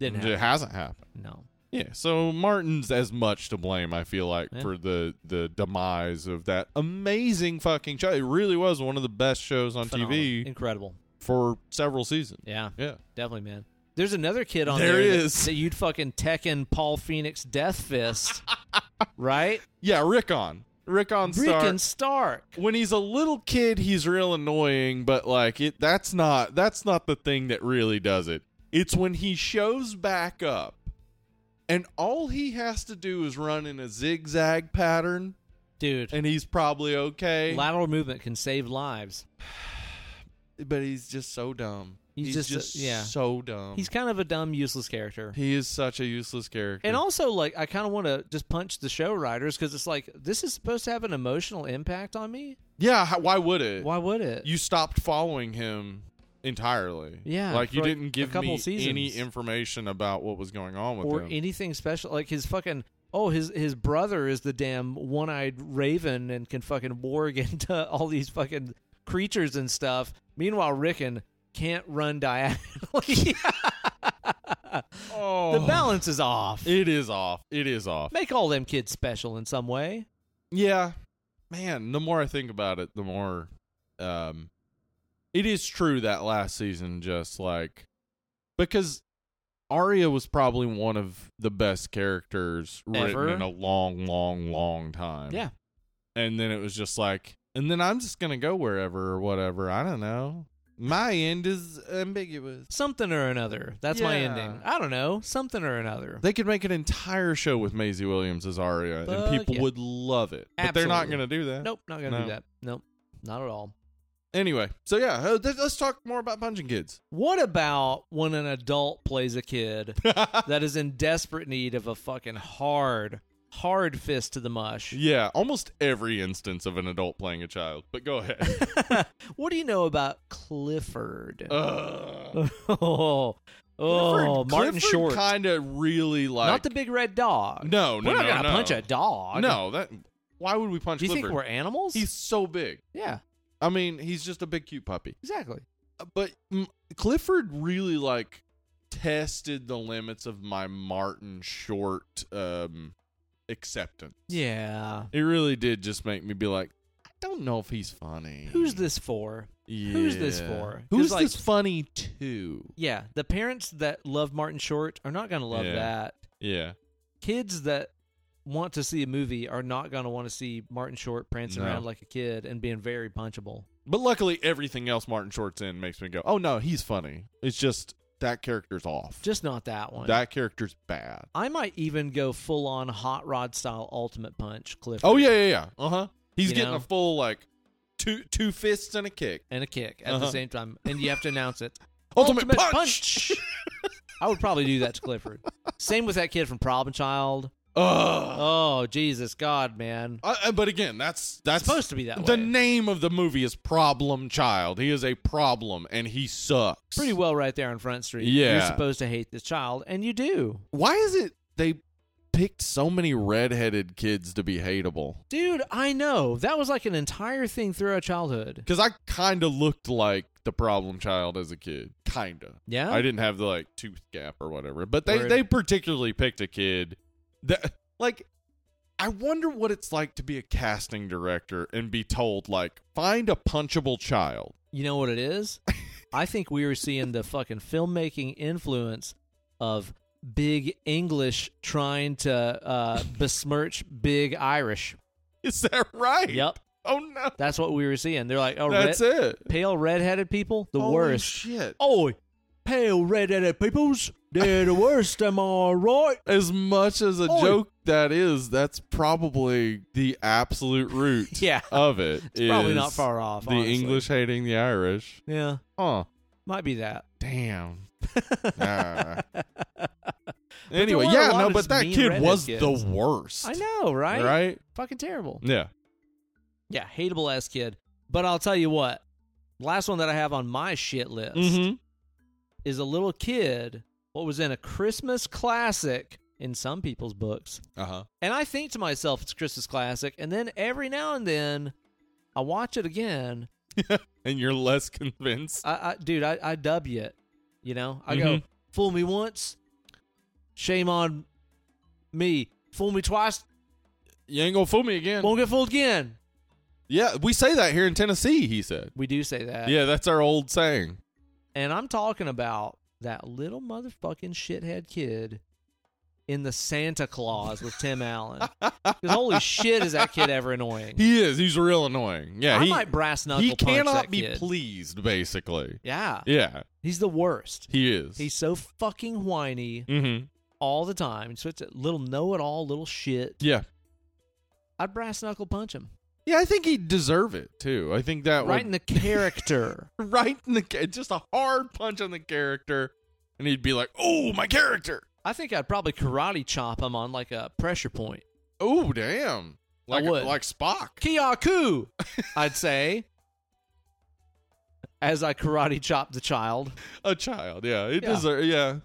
didn't
it
happen.
hasn't happened.
no
Yeah, so Martin's as much to blame, I feel like,
Yeah.
for the the demise of that amazing fucking show. It really was one of the best shows on TV
Incredible.
for several seasons.
Yeah,
Yeah.
definitely, man. There's another kid on
There
there, that-
is.
That, you'd fucking Tekken Paul Phoenix Death Fist, right?
Yeah, Rickon. Rickon Stark.
Freaking Stark.
when he's a little kid, he's real annoying, but like it that's not that's not the thing that really does it. It's when he shows back up and all he has to do is run in a zigzag pattern
Dude,
and he's probably okay.
lateral movement can save lives.
but he's just so dumb.
He's just a- yeah.
so dumb.
He's kind of a dumb, useless character.
Um, he is such a useless character.
And also, like, I kind of want to just punch the show writers because it's like, this is supposed to have an emotional impact on me.
yeah, how, why would it?
Why would it?
You stopped following him entirely.
Yeah,
like you
for, like,
didn't
a
give
couple
me
seasons.
any information about what was going on with
or
him.
anything special. Like his fucking oh his his brother is the damn one eyed raven and can fucking warg into all these fucking creatures and stuff. Meanwhile, Rickon can't run diagonally.
oh,
the balance is off.
It is off. It is off.
Make all them kids special in some way.
Yeah. Man, the more I think about it, the more um it is true that last season just like because Arya was probably one of the best characters written
Ever.
in a long, long, long time.
Yeah.
And then it was just like and then I'm just gonna go wherever or whatever. I don't know. My end is ambiguous.
Something or another. That's my
Yeah.
ending. I don't know. Something or another.
They could make an entire show with Maisie Williams as Arya, and
Fuck
people
yeah.
would love it. But they're not gonna
Absolutely.
do that.
Nope, not gonna
No.
do that. Nope. Not at all.
Anyway, so yeah, uh, th- let's talk more about punching kids.
What about when an adult plays a kid that is in desperate need of a fucking hard, hard fist to the mush.
yeah, almost every instance of an adult playing a child. But go ahead.
what do you know about Clifford?
uh,
oh, oh, Martin Short,
kind of really like
not the big red dog.
no, no,
we're not
no,
gonna
no.
punch a dog.
No, that why would we punch?
do you
Clifford?
think we're animals?
He's so big.
yeah,
I mean, he's just a big cute puppy.
exactly.
Uh, But mm, Clifford really like tested the limits of my Martin Short um acceptance.
Yeah,
It really did just make me be like, I don't know if he's funny.
who's this for? Who's this
Yeah.
for? 'Cause,
Who's
like-
this funny to?
Yeah, the parents that love Martin Short are not gonna love
Yeah.
that.
Yeah.
Kids that want to see a movie are not gonna want to see Martin Short prancing
No.
around like a kid and being very punchable.
But luckily, everything else Martin Short's in makes me go, oh no, he's funny. It's just that character's off.
Just not that one.
that character's bad.
I might even go full on hot rod style ultimate punch, Clifford,
Oh, yeah, yeah, yeah. Uh huh. He's
You
getting
know?
a full, like, two two fists and a kick.
and a kick at
Uh-huh.
the same time, and you have to announce it.
Ultimate, punch!
I would probably do that to Clifford. same with that kid from Problem Child.
Ugh.
Oh Jesus God, man!
I- I- but again, that's that's
It's supposed to be that
the
way.
name of the movie is Problem Child. He is a problem and he sucks.
Pretty well, right there on Front Street. you're
Yeah.
supposed to hate this child, and you do,
Why is it they picked so many redheaded kids to be hateable?
dude. I know that was like an entire thing throughout childhood.
Because I kind of looked like the problem child as a kid. Kind of.
Yeah,
I didn't have the like tooth gap or whatever. But they,
Word.
they particularly picked a kid that, like, I wonder what it's like to be a casting director and be told, like, find a punchable child.
You know what it is? I think we were seeing the fucking filmmaking influence of big English trying to uh, besmirch big Irish.
Is that right?
Yep,
Oh, no.
that's what we were seeing. They're like, oh,
That's
red-
it.
pale redheaded people, the
Holy
worst.
shit.
Oh, pale redheaded peoples, they're the worst. Am I right?
As much as a
Oh.
joke that is, that's probably the absolute root
Yeah.
of it.
It's probably
is
not far off.
The
honestly.
English hating the Irish.
yeah,
Huh.
might be that.
Damn. Nah. anyway,
were a
yeah,
lot
no,
of
but
just
that
mean
kid
redhead
was
kids.
the worst.
I know, right?
Right?
Fucking terrible.
Yeah.
Yeah, hateable ass kid. But I'll tell you what, last one that I have on my shit list
Mm-hmm.
is a little kid what was in a Christmas classic in some people's books.
Uh huh.
And I think to myself it's Christmas classic and then every now and then I watch it again.
And you're less convinced.
I, I dude, I, I dub it. You know? I go,
Mhm.
fool me once, shame on me. Fool me twice,
You ain't gonna fool me again.
won't get fooled again.
yeah, we say that here in Tennessee. He said.
We do say that.
Yeah, that's our old saying.
And I'm talking about that little motherfucking shithead kid in the Santa Claus with Tim Allen. 'Cause holy shit, is that kid ever annoying?
He is. He's real annoying. Yeah,
I
he
might brass knuckle
he
punch
cannot
that
be
kid.
pleased. Basically.
yeah,
Yeah,
he's the worst.
he is.
He's so fucking whiny
Mm-hmm.
all the time. So it's a little know-it-all, little shit.
Yeah.
I'd brass knuckle punch him
Yeah, I think he'd deserve it too. I think that
right in the character.
would right in the ca- just a hard punch on the character, and he'd be like, "Oh, my character!
I think I'd probably karate chop him on like a pressure point.
Oh, damn! Like
would.
like Spock."
Kiyaku, I'd say. As I karate chop the child.
A child, yeah. It
Yeah.
deserve, yeah.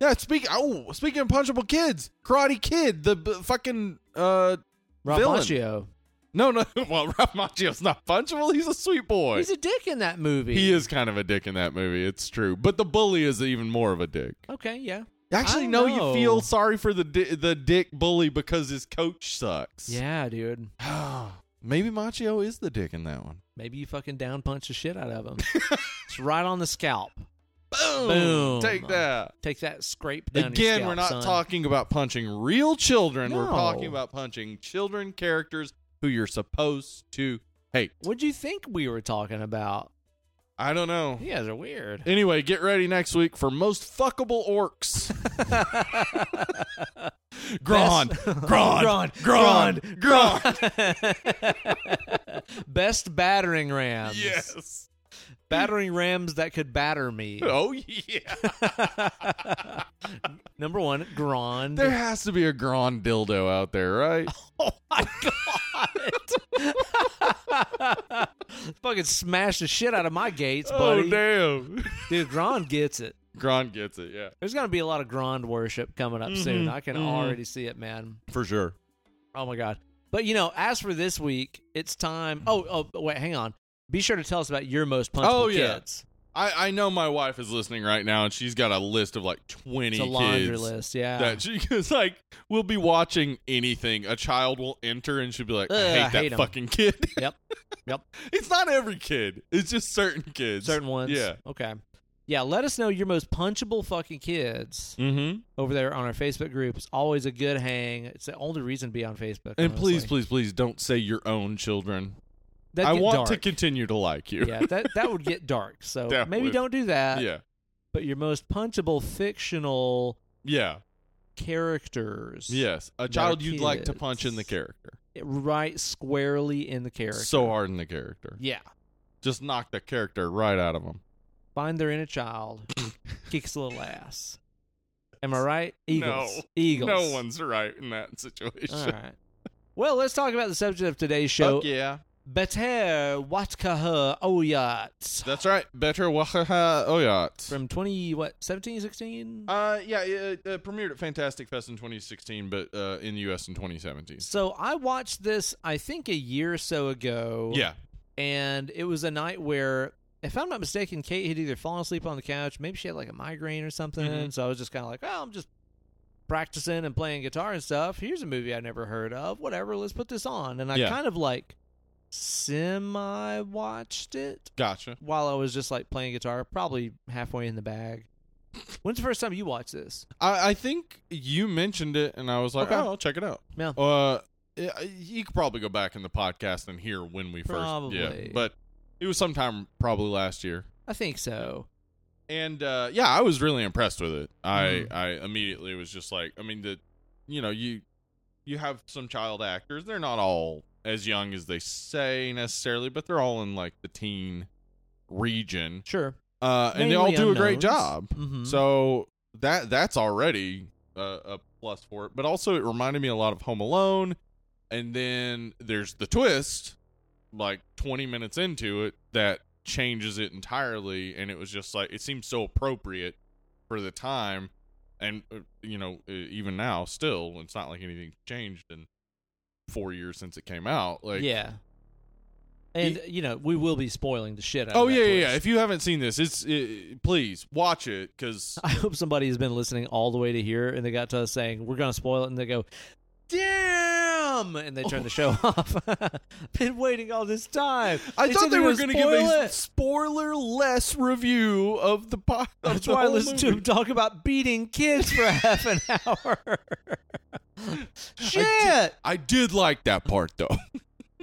Yeah, speak oh, speaking of punchable kids, Karate Kid, the b- fucking uh
Rob
Villain.
Macchio.
no, no, well, Ralph Macchio's not punchable, he's a sweet boy.
He's a dick in that movie.
he is kind of a dick in that movie, it's true. But the bully is even more of a dick.
Okay, yeah.
Actually,
I
no,
know.
you feel sorry for the di- the dick bully because his coach sucks.
Yeah, dude.
Maybe Machio is the dick in that one.
Maybe you fucking down punch the shit out of him. it's right on the scalp.
Boom!
Boom.
Take that.
Take that scrape down your
Again,
scalp,
we're not
son.
talking about punching real children. We're
No.
talking about punching children characters who you're supposed to hate.
What'd you think we were talking about?
I don't know.
You guys are weird.
Anyway, get ready next week for most fuckable orcs. Gron, Gron,
Gron,
Gron, Gron,
Best battering rams.
Yes.
Battering rams that could batter me.
Oh yeah.
Number one, Grand.
There has to be a Gron dildo out there, right?
Oh my god! Oh, Fucking smash the shit out of my gates, buddy.
damn.
Dude, Grand gets it.
Gron gets it. Yeah,
There's gonna be a lot of Grand worship coming up soon. I can
mhm.
already see it, man.
for sure.
Oh my god! But you know, as for this week, it's time. Oh, oh, wait, hang on. Be sure to tell us about your most punchable
Oh, yeah.
kids.
I, I know my wife is listening right now, and she's got a list of like twenty
It's a laundry
kids
list. Yeah.
that she is like. We'll be watching anything. A child will enter, and she'll be like, "I
Ugh,
hate
I
that
hate 'em."
fucking kid."
Yep. Yep.
it's not every kid. It's just certain kids.
Certain ones.
Yeah.
Okay. Yeah. Let us know your most punchable fucking kids.
Mm-hmm.
over there on our Facebook group. It's always a good hang. It's the only reason to be on Facebook.
And please,
honestly.
please, please don't say your own children.
That'd
I
get
want
dark.
to continue to like you.
yeah, that that would get dark. So
That
maybe
would.
don't do that.
yeah.
But your most punchable fictional
Yeah.
characters,
Yes. A
They're
child you'd like to
kids.
punch in the character.
right squarely in the character.
So hard in the character.
yeah,
Just knock the character right out of him.
find their inner child, kick his little ass. Am I right? Eagles, Eagles.
No one's right in that
All
situation.
right. Well, let's talk about the subject of today's show.
Fuck yeah.
Beter Watkaha Oyat.
That's right. Better Wahaha Oyat.
from 20 what 17 16
Uh, yeah, it uh, premiered at Fantastic Fest in 2016, but uh, in the US in 2017.
so i watched this i think a year or so ago
Yeah.
and it was a night where if i'm not mistaken kate had either fallen asleep on the couch maybe she had like a migraine or something
Mhm.
so i was just kind of like oh i'm just practicing and playing guitar and stuff here's a movie i never heard of whatever let's put this on and i
Yeah.
kind of like semi watched it
Gotcha.
while i was just like playing guitar probably halfway in the bag when's the first time you watched this
I, I think you mentioned it, and I was like,
Okay.
oh, I'll check it out.
Yeah.
Uh, yeah, you could probably go back in the podcast and hear when we first. Yeah,
Probably.
but it was sometime probably last year.
i think so
and uh, yeah, I was really impressed with it. I
Mhm.
I immediately was just like, I mean, the you know you you have some child actors. They're not all as young as they say necessarily, but they're all in like the teen region,
sure
uh, and they all do a great job.
hmm
So that that's already a, a plus for it. But also, it reminded me a lot of Home Alone. And then there's the twist, like 20 minutes into it, that changes it entirely. And it was just like it seemed so appropriate for the time, and uh, you know, e- even now, still, it's not like anything changed in four years since it came out. Like,
yeah. And you know, we will be spoiling the shit out
Oh
of
yeah,
that
yeah, yeah.
place.
If you haven't seen this, it's it, please watch it because
I hope somebody has been listening all the way to here and they got to us saying, We're gonna spoil it and they go, Damn and they turn the show off. Been waiting all this time.
I
They
thought
said
they were
gonna
going to give a
spoil it.
spoiler-less review of the podcast.
That's why I listened to him talk about beating kids for half an hour. Shit!
I did like that part though.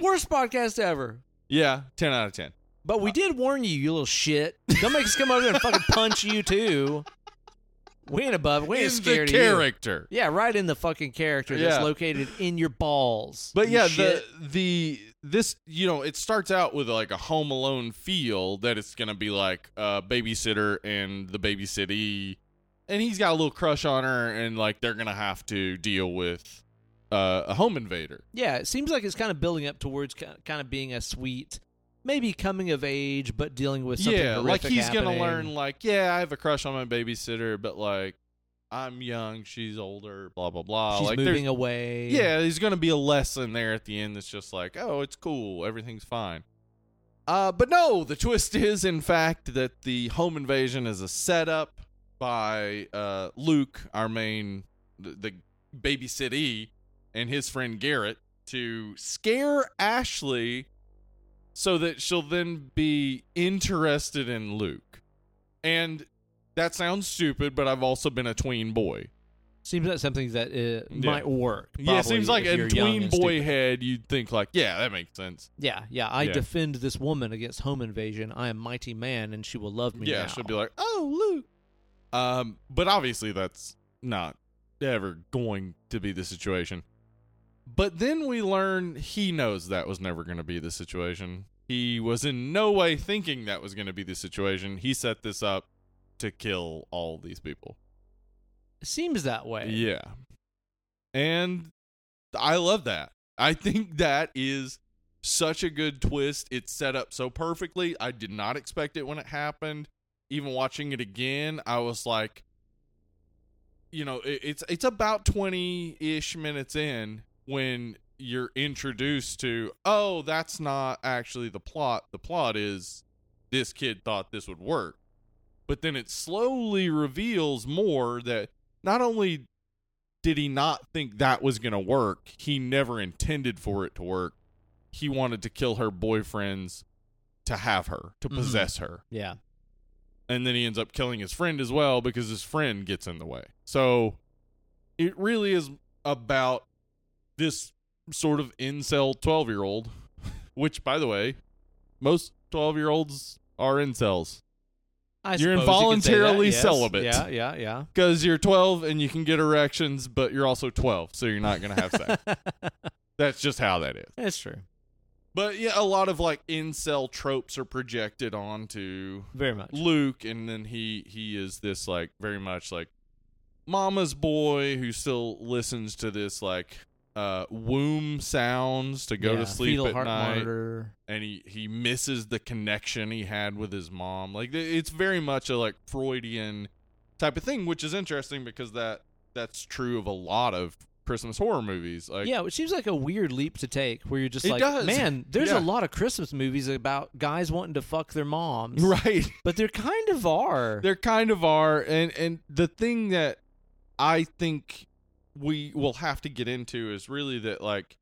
Worst podcast ever.
yeah, ten out of ten.
But
Uh,
we did warn you, you little shit. Don't make us come over there and fucking punch you too. We ain't above. We ain't
Is the
scared of you.
character.
Yeah, right in the fucking character that's
Yeah.
located in your balls.
But
you
yeah,
shit.
the the this you know it starts out with like a Home Alone feel that it's gonna be like uh, babysitter and the babysitter, and he's got a little crush on her, and like they're gonna have to deal with uh, a home invader.
yeah, it seems like it's kind of building up towards ki- kind of being a sweet, maybe coming of age, but dealing with something
yeah, like
horrific
he's gonna
happening.
learn like yeah, I have a crush on my babysitter, but like I'm young, she's older, blah blah blah.
She's
like there's-
moving away.
Yeah, there's gonna be a lesson there at the end that's just like, oh, it's cool, everything's fine. Uh, but no, the twist is in fact that the home invasion is a setup by uh, Luke, our main the, the babysitter, and his friend Garrett to scare Ashley so that she'll then be interested in Luke. And that sounds stupid, but I've also been a tween boy.
seems like something that uh, might work.
Yeah, it seems like
probably, if
a
you're young
tween
and
boy
stupid.
head, you'd think like, yeah, that makes sense.
Yeah, yeah. I
Yeah.
defend this woman against home invasion. I am mighty man, and she will love me.
yeah,
now.
she'll be like, oh, Luke. Um, but obviously that's not ever going to be the situation. But then we learn he knows that was never going to be the situation. He was in no way thinking that was going to be the situation. He set this up to kill all these people.
seems that way.
Yeah. And I love that. I think that is such a good twist. It's set up so perfectly. I did not expect it when it happened. Even watching it again, I was like, you know, it, it's it's about twenty ish minutes in when you're introduced to, oh, that's not actually the plot. The plot is this kid thought this would work, but then it slowly reveals more that not only did he not think that was going to work, he never intended for it to work. He wanted to kill her boyfriends to have her, to
Mhm.
possess her.
yeah.
And then he ends up killing his friend as well because his friend gets in the way. So it really is about this sort of incel 12 year old, which, by the way, most 12 year olds are incels.
I
You're
suppose you could say that,
involuntarily
yes.
celibate.
Yeah, yeah, yeah.
because you're 12 and you can get erections, but you're also 12, so you're not going to have sex. That's just how that is.
That's true.
But yeah, a lot of like incel tropes are projected onto
Very much.
Luke, and then he he is this like very much like mama's boy who still listens to this like uh womb sounds to go
Yeah,
to sleep
fetal
at
heart
night,
monitor.
and he he misses the connection he had with his mom. Like th- it's very much a like Freudian type of thing, which is interesting because that that's true of a lot of Christmas horror movies. Like
yeah, which seems like a weird leap to take where you're just
It
like,
does.
man, there's
Yeah.
a lot of Christmas movies about guys wanting to fuck their moms.
right.
But there kind of are.
There kind of are, and and the thing that I think we will have to get into is really that like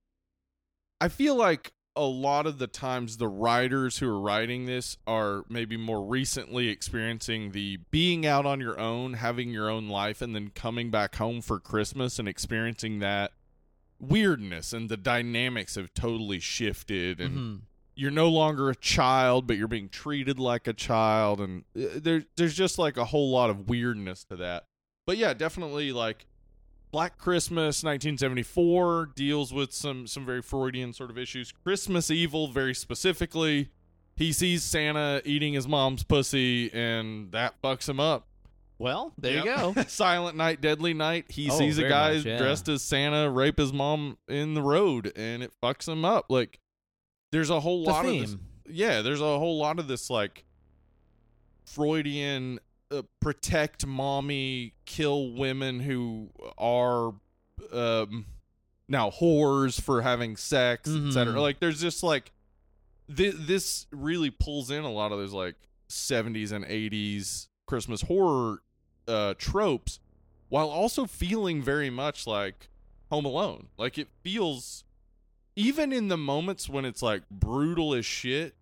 I feel like a lot of the times the writers who are writing this are maybe more recently experiencing the being out on your own, having your own life, and then coming back home for Christmas and experiencing that weirdness and the dynamics have totally shifted and
Mhm.
you're no longer a child, but you're being treated like a child, and uh, there, there's just like a whole lot of weirdness to that. But yeah, definitely like Black Christmas, 1974, deals with some some very Freudian sort of issues. Christmas Evil, very specifically, he sees Santa eating his mom's pussy, and that fucks him up.
Well, there you
Yep.
go.
Silent Night, Deadly Night. He
Oh,
sees a
very
guy
much, yeah.
dressed as Santa rape his mom in the road, and it fucks him up. Like, there's a whole
The
lot
theme.
of this yeah, there's a whole lot of this like Freudian uh, protect mommy, kill women who are um now whores for having sex,
Mhm.
etc. Like there's just like Th- this really pulls in a lot of those like 70s and 80s Christmas horror uh, tropes while also feeling very much like Home Alone. Like it feels, even in the moments when it's like brutal as shit,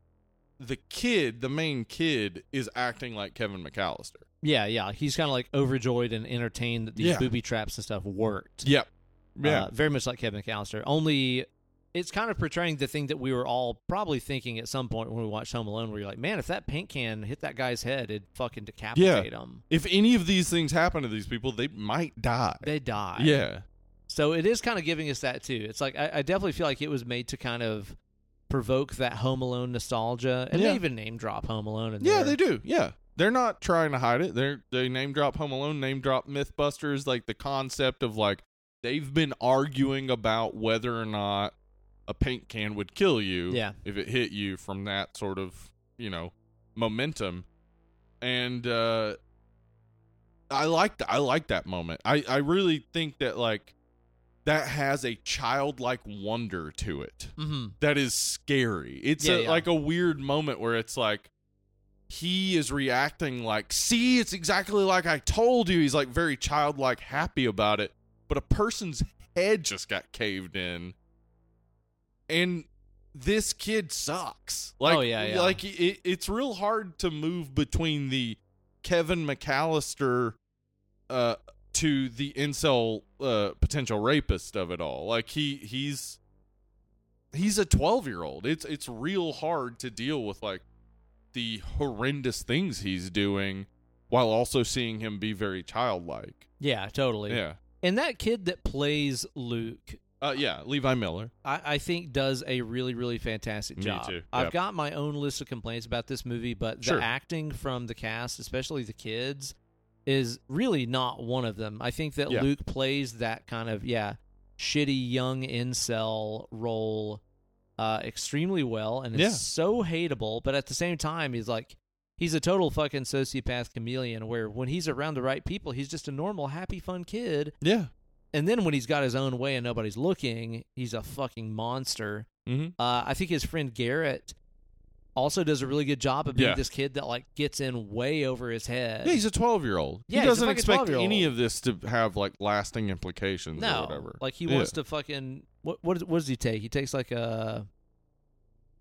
the kid, the main kid, is acting like Kevin McAllister.
Yeah, yeah. He's kind of like overjoyed and entertained that these
Yeah.
booby traps and stuff worked.
Yep. Yeah.
Uh, very much like Kevin McAllister. Only it's kind of portraying the thing that we were all probably thinking at some point when we watched Home Alone, where you're like, man, if that paint can hit that guy's head, it'd fucking decapitate him.
if any of these things happen to these people, they might die.
They die.
yeah.
So it is kind of giving us that too. It's like I, I definitely feel like it was made to kind of provoke that Home Alone nostalgia, and
Yeah.
they even name drop Home Alone. In
Yeah,
there.
they do. Yeah. They're not trying to hide it. They're they name drop Home Alone, name drop Mythbusters, like the concept of like they've been arguing about whether or not a paint can would kill you
Yeah.
if it hit you from that sort of, you know, momentum. And uh I liked I like that moment. I, I really think that like that has a childlike wonder to it
Mm-hmm.
that is scary. It's
Yeah,
a,
yeah.
like a weird moment where it's like he is reacting like, see, it's exactly like I told you. He's like very childlike, happy about it, but a person's head just got caved in, and this kid sucks. Like,
Oh, yeah, yeah.
like it, it's real hard to move between the Kevin McAllister uh, to the incel uh, potential rapist of it all. Like he he's he's a twelve year old. It's it's real hard to deal with like the horrendous things he's doing while also seeing him be very childlike.
Yeah, totally.
Yeah.
And that kid that plays Luke,
Uh, yeah, Levi Miller.
I, I think does a really, really fantastic
Me
job.
too.
I've
Yep.
got my own list of complaints about this movie, but
Sure.
the acting from the cast, especially the kids, is really not one of them. I think that
Yeah.
Luke plays that kind of yeah shitty young incel role uh, extremely well, and is
Yeah.
so hateable. But at the same time, he's like. He's a total fucking sociopath chameleon where when he's around the right people, he's just a normal, happy, fun kid.
Yeah.
And then when he's got his own way and nobody's looking, he's a fucking monster.
Mm-hmm.
Uh, I think his friend Garrett also does a really good job of being
Yeah.
this kid that like gets in way over his head.
Yeah, he's a twelve year old.
Yeah, he's
he
a
doesn't
fucking
expect
12-year-old.
any of this to have like lasting implications
no,
or whatever.
like he
Yeah.
wants to fucking what? What, is, what does he take? He takes like a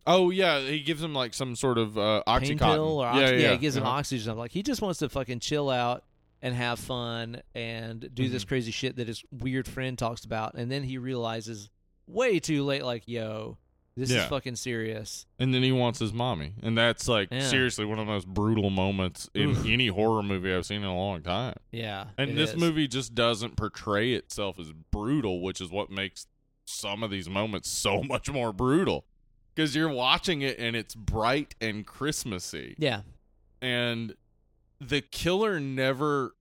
Oh yeah, he gives him like some sort of uh, oxycontin.
pain pill or ox-
yeah, yeah,
he gives him
uh-huh.
oxygen. I'm like he just wants to fucking chill out and have fun and do this
Mm-hmm.
crazy shit that his weird friend talks about, and then he realizes way too late, like yo, this
Yeah.
is fucking serious.
and then he wants his mommy, and that's like
Yeah.
seriously one of the most brutal moments in any horror movie I've seen in a long time.
Yeah,
And
it
this
is.
movie just doesn't portray itself as brutal, which is what makes some of these moments so much more brutal. Because you're watching it and it's bright and Christmassy.
Yeah,
and the killer never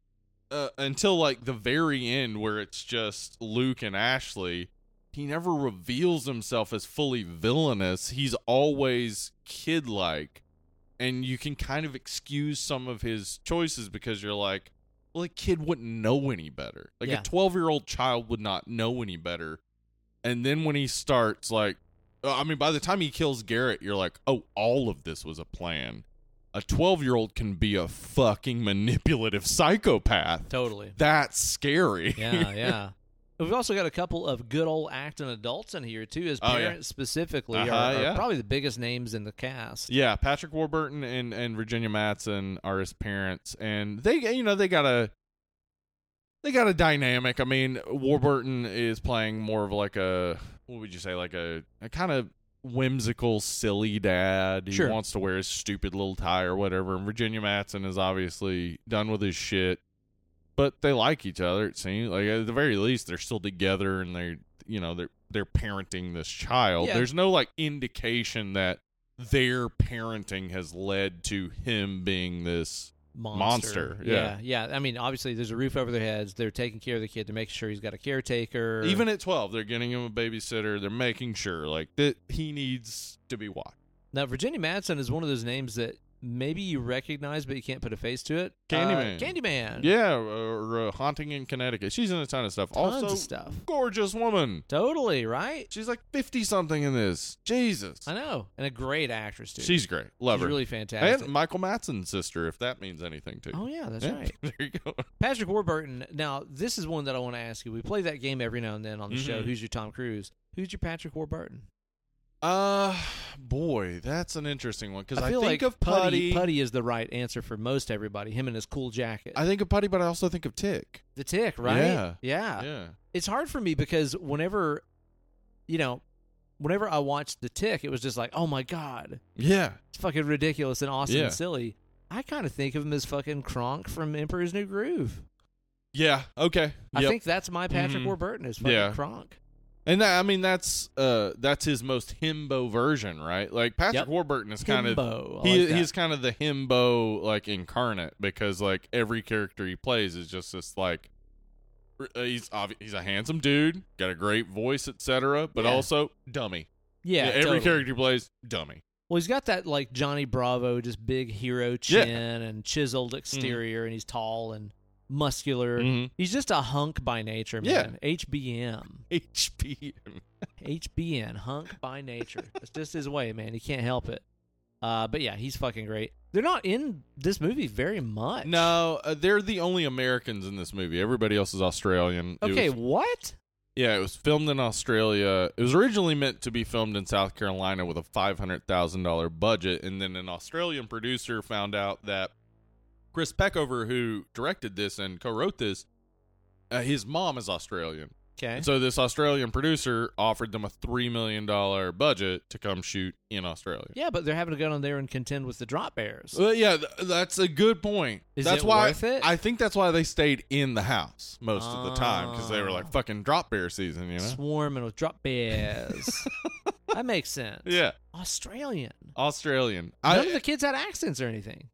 uh, until like the very end where it's just Luke and Ashley he never reveals himself as fully villainous he's always kid like and you can kind of excuse some of his choices because you're like well a kid wouldn't know any better like
Yeah.
a 12 year old child would not know any better and then when he starts like uh, I mean by the time he kills Garrett you're like oh all of this was a plan a 12 year old can be a fucking manipulative psychopath.
totally.
That's scary.
Yeah, yeah. We've also got a couple of good old acting adults in here too, as
Oh, yeah.
parents specifically
Uh-huh,
are, are
yeah.
probably the biggest names in the cast.
Yeah, Patrick Warburton and, and Virginia Madsen are his parents, and they you know they got a they got a dynamic. I mean, Warburton is playing more of like a what would you say like a, a kind of whimsical, silly dad. He
Sure.
wants to wear his stupid little tie or whatever. And Virginia Madsen is obviously done with his shit, but they like each other. It seems like at the very least they're still together, and they're you know they're they're parenting this child.
Yeah.
There's no like indication that their parenting has led to him being this Monster, yeah.
yeah, I mean, obviously, there's a roof over their heads. They're taking care of the kid. They're making sure he's got a caretaker.
even at 12 they're getting him a babysitter they're making sure like that he needs to be watched
now, Virginia Madsen is one of those names that maybe you recognize, but you can't put a face to it.
Candyman.
Uh, Candyman.
Yeah, or uh, Haunting in Connecticut. She's in a ton of stuff.
Tons
also,
of stuff.
gorgeous woman.
Totally, right?
She's like 50 something in this. Jesus.
I know. And a great actress, too.
She's great. Love
She's
her.
really fantastic.
and Michael Matson's sister, if that means anything to you.
oh, yeah, that's
Yeah,
right.
there you go.
Patrick Warburton. Now, this is one that I want to ask you. We play that game every now and then on the show.
Mhm.
Who's your Tom Cruise? Who's your Patrick Warburton?
Uh, boy, that's an interesting one because I,
feel like
think of Putty.
Putty. is the right answer for most everybody. Him and his cool jacket.
I think of Putty, but I also think of Tick.
the tick, right?
Yeah.
yeah.
yeah.
It's hard for me because whenever, you know, whenever I watched the tick, it was just like, oh my god,
Yeah.
it's fucking ridiculous and awesome
Yeah.
and silly. I kind of think of him as fucking Kronk from Emperor's New Groove.
Yeah. Okay.
I
Yep.
think that's my Patrick
Mhm.
Warburton is fucking
Yeah.
Kronk.
and that, I mean that's uh that's his most himbo version, right? Like Patrick
Yep.
Warburton is kind of
Himbo. I
he
like that.
he's kind of the himbo like incarnate because like every character he plays is just this like r- uh, he's obvi- he's a handsome dude, got a great voice, etc. But
Yeah.
also dummy.
yeah,
every
totally.
character he plays dummy.
Well, he's got that like Johnny Bravo, just big hero chin and chiseled
Mm-hmm.
exterior, and he's tall and muscular.
Mhm.
He's just a hunk by nature, man. HBM.
HP.
HBN, hunk by nature. That's just his way, man. He can't help it. Uh, but yeah, he's fucking great. They're not in this movie very much.
No, uh, they're the only Americans in this movie. Everybody else is Australian. It was
Okay, what?
Yeah, it was filmed in Australia. It was originally meant to be filmed in South Carolina with a five hundred thousand dollar budget, and then an Australian producer found out that Chris Peckover, who directed this and co-wrote this, uh, his mom is Australian,
Okay.
and so this Australian producer offered them a three million dollar budget to come shoot in Australia.
Yeah, but they're having to go down there and contend with the drop bears.
Well, yeah, th- that's a good point.
Is
that's
it
why
worth it?
I think that's why they stayed in the house most of the time because they were
Oh.
like fucking drop bear season, you know?
Swarming with drop bears. that makes sense.
Yeah,
Australian.
Australian.
None
I,
of the kids had accents or anything.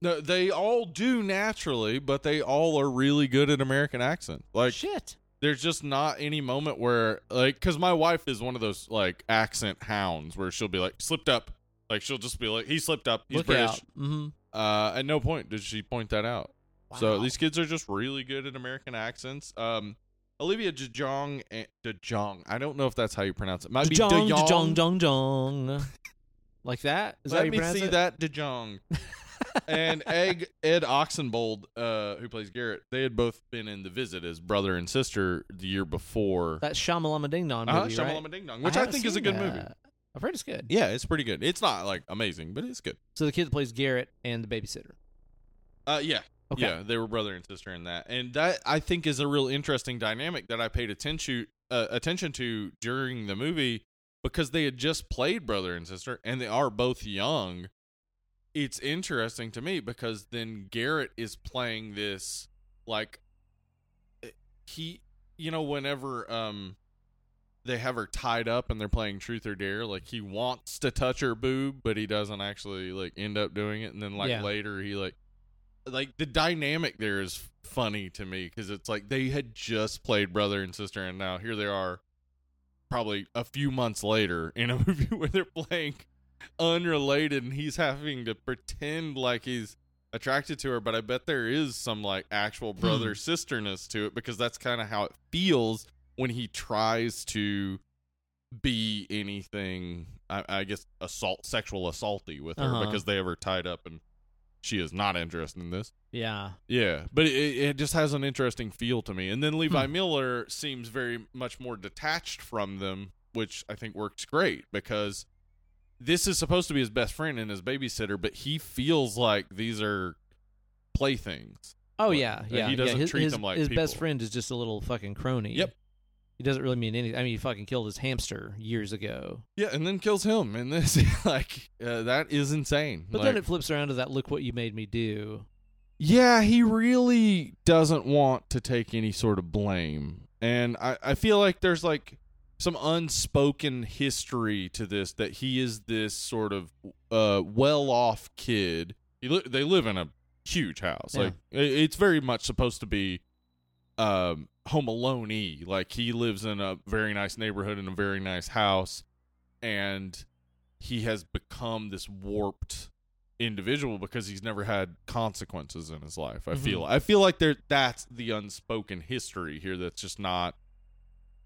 No, they all do naturally, but they all are really good at American accent. Like
Shit.
there's just not any moment where like cuz my wife is one of those like accent hounds where she'll be like slipped up. Like she'll just be like he slipped up. He's
Look out.
British.
Mm-hmm.
Uh at no point did she point that out. So these kids are just really good at American accents. Um Olivia De Jong De Jong. I don't know if that's how you pronounce it. Might be De
Jong,
Jong.
jong, jong, jong. Like that? Is that how
Let
you
me
pronounce
see
it?
that De Jong. and Egg, Ed Oxenbould, uh, who plays Garrett, they had both been in The Visit as brother and sister the year before.
That Shamalama Ding Dong
Uh-huh,
movie,
Shamalama
right?
Ding Dong, which I,
haven't
think is a
seen
good
that.
movie.
I've heard it's good.
Yeah, it's pretty good. It's not like amazing, but it's good.
So the kid that plays Garrett and the babysitter.
Uh, yeah,
Okay.
yeah, they were brother and sister in that, and that I think is a real interesting dynamic that I paid attention uh, attention to during the movie because they had just played brother and sister, and they are both young. It's interesting to me because then Garrett is playing this like eh, he, you know, whenever um they have her tied up and they're playing truth or dare like he wants to touch her boob but he doesn't actually like end up doing it and then like
Yeah.
later he like like the dynamic there is funny to me because it's like they had just played brother and sister and now here they are probably a few months later in a movie where they're playing unrelated and he's having to pretend like he's attracted to her but i bet there is some like actual brother sisterness to it because that's kind of how it feels when he tries to be anything i, I guess assault sexual assaulty with her
Uh-huh.
because they have her tied up and she is not interested in this
Yeah.
yeah, but it, it just has an interesting feel to me. And then Levi
Hmm.
Miller seems very much more detached from them, which I think works great because this is supposed to be his best friend and his babysitter, but he feels like these are playthings.
Oh,
Like,
yeah.
he
Yeah. yeah.
doesn't
his,
treat
his-
them like
His best
people.
friend is just a little fucking crony.
Yep.
He doesn't really mean anything. I mean, he fucking killed his hamster years ago.
Yeah, and then kills him. And this, like, uh, that is insane.
But
Like-
then it flips around to that look what you made me do.
Yeah, he really doesn't want to take any sort of blame. And I, I feel like there's like some unspoken history to this that he is this sort of uh, well off kid. He li- they live in a huge house.
Yeah.
Like i- it's very much supposed to be um, home alone y. Like he lives in a very nice neighborhood in a very nice house. And he has become this warped individual because he's never had consequences in his life. I feel I feel like there that's the unspoken history here that's just not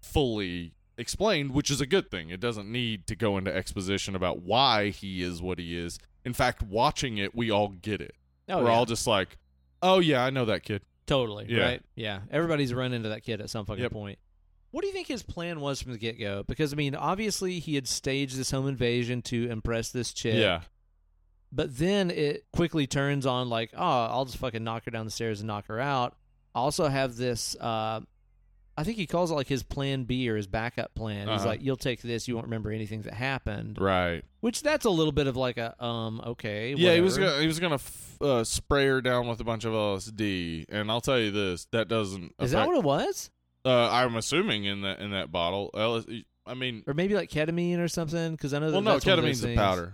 fully explained, which is a good thing. It doesn't need to go into exposition about why he is what he is. In fact, watching it, we all get it.
Oh,
We're
yeah.
all just like, "Oh yeah, I know that kid."
Totally.
Yeah.
Right. Yeah. Everybody's run into that kid at some fucking
Yep.
point. What do you think his plan was from the get go? Because I mean, obviously he had staged this home invasion to impress this chick.
Yeah.
But then it quickly turns on like, oh, I'll just fucking knock her down the stairs and knock her out. I also have this uh I think he calls it like his plan B or his backup plan. He's
Uh-huh.
like, You'll take this, you won't remember anything that happened.
Right.
Which that's a little bit of like a um, okay.
Yeah, he was
whatever.
gonna he was gonna f- uh, spray her down with a bunch of LSD, and I'll tell you this: that doesn't.
Is that
affect-
what it was?
uh, I'm assuming in that in that bottle? LSD, I mean,
Or maybe like ketamine or something? Because I know that
well, no,
that's one of those
ketamine's a
things.
powder.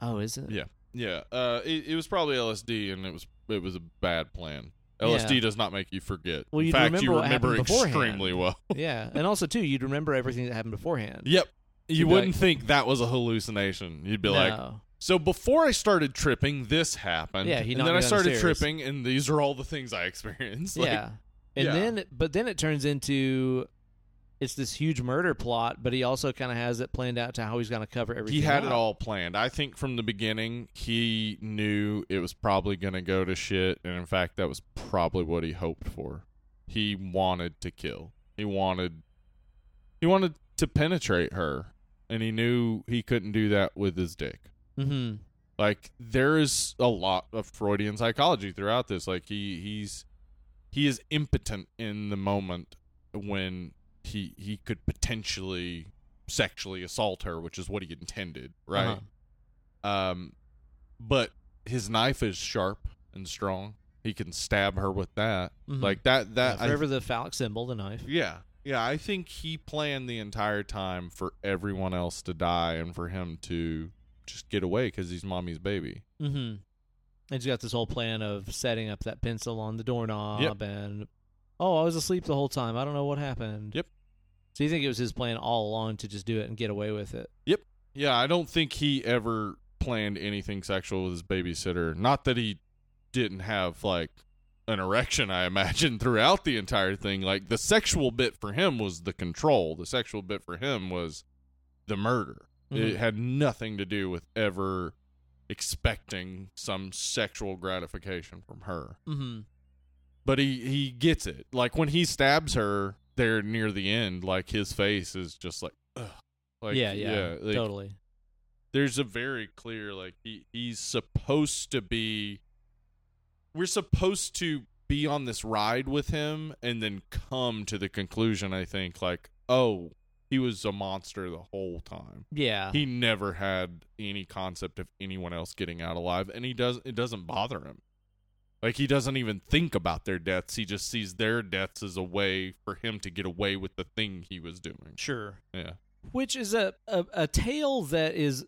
Oh, is it?
Yeah. Yeah, uh, it, it was probably LSD, and it was it was a bad plan. LSD
Yeah.
does not make you forget.
Well,
in
you'd
fact,
remember
you
what
remember
happened beforehand.
extremely well.
yeah, and also too, you'd remember everything that happened beforehand.
yep. You
You'd be
wouldn't think that was a hallucination. You'd be like,
No.
So before I started tripping, this happened.
Yeah, he
and
knocked
then
me down
I
the
started
stairs.
tripping, and these are all the things I experienced. Like,
yeah, and
yeah.
then but then it turns into it's this huge murder plot, but he also kind of has it planned out to how he's going to cover everything.
he had it
up.
all planned. I think from the beginning he knew it was probably going to go to shit, and in fact, that was probably what he hoped for. He wanted to kill. He wanted. He wanted to penetrate her, and he knew he couldn't do that with his dick.
Mhm.
Like there is a lot of Freudian psychology throughout this. Like he he's he is impotent in the moment when he he could potentially sexually assault her, which is what he intended, right?
Uh-huh.
Um, but his knife is sharp and strong. He can stab her with that.
Mhm.
Like that.
Yeah,
That. I-
forever the phallic symbol, the knife.
yeah. Yeah. I think he planned the entire time for everyone else to die and for him to just get away because he's mommy's baby.
Mm-hmm. And he's got this whole plan of setting up that pencil on the doorknob
Yep.
and oh, I was asleep the whole time. I don't know what happened.
Yep.
So you think it was his plan all along to just do it and get away with it?
Yeah. I don't think he ever planned anything sexual with his babysitter. Not that he didn't have like an erection, I imagine, throughout the entire thing. Like the sexual bit for him was the control, the sexual bit for him was the murder. It
Mhm.
had nothing to do with ever expecting some sexual gratification from her.
Mm-hmm.
But he he gets it. Like when he stabs her there near the end, like his face is just like, ugh. Like,
yeah, yeah,
like,
totally.
There's a very clear like he he's supposed to be. We're supposed to be on this ride with him and then come to the conclusion. I think like oh he was a monster the whole time
Yeah,
he never had any concept of anyone else getting out alive and he does it doesn't bother him like he doesn't even think about their deaths he just sees their deaths as a way for him to get away with the thing he was doing
sure.
yeah
Which is a, a a tale that is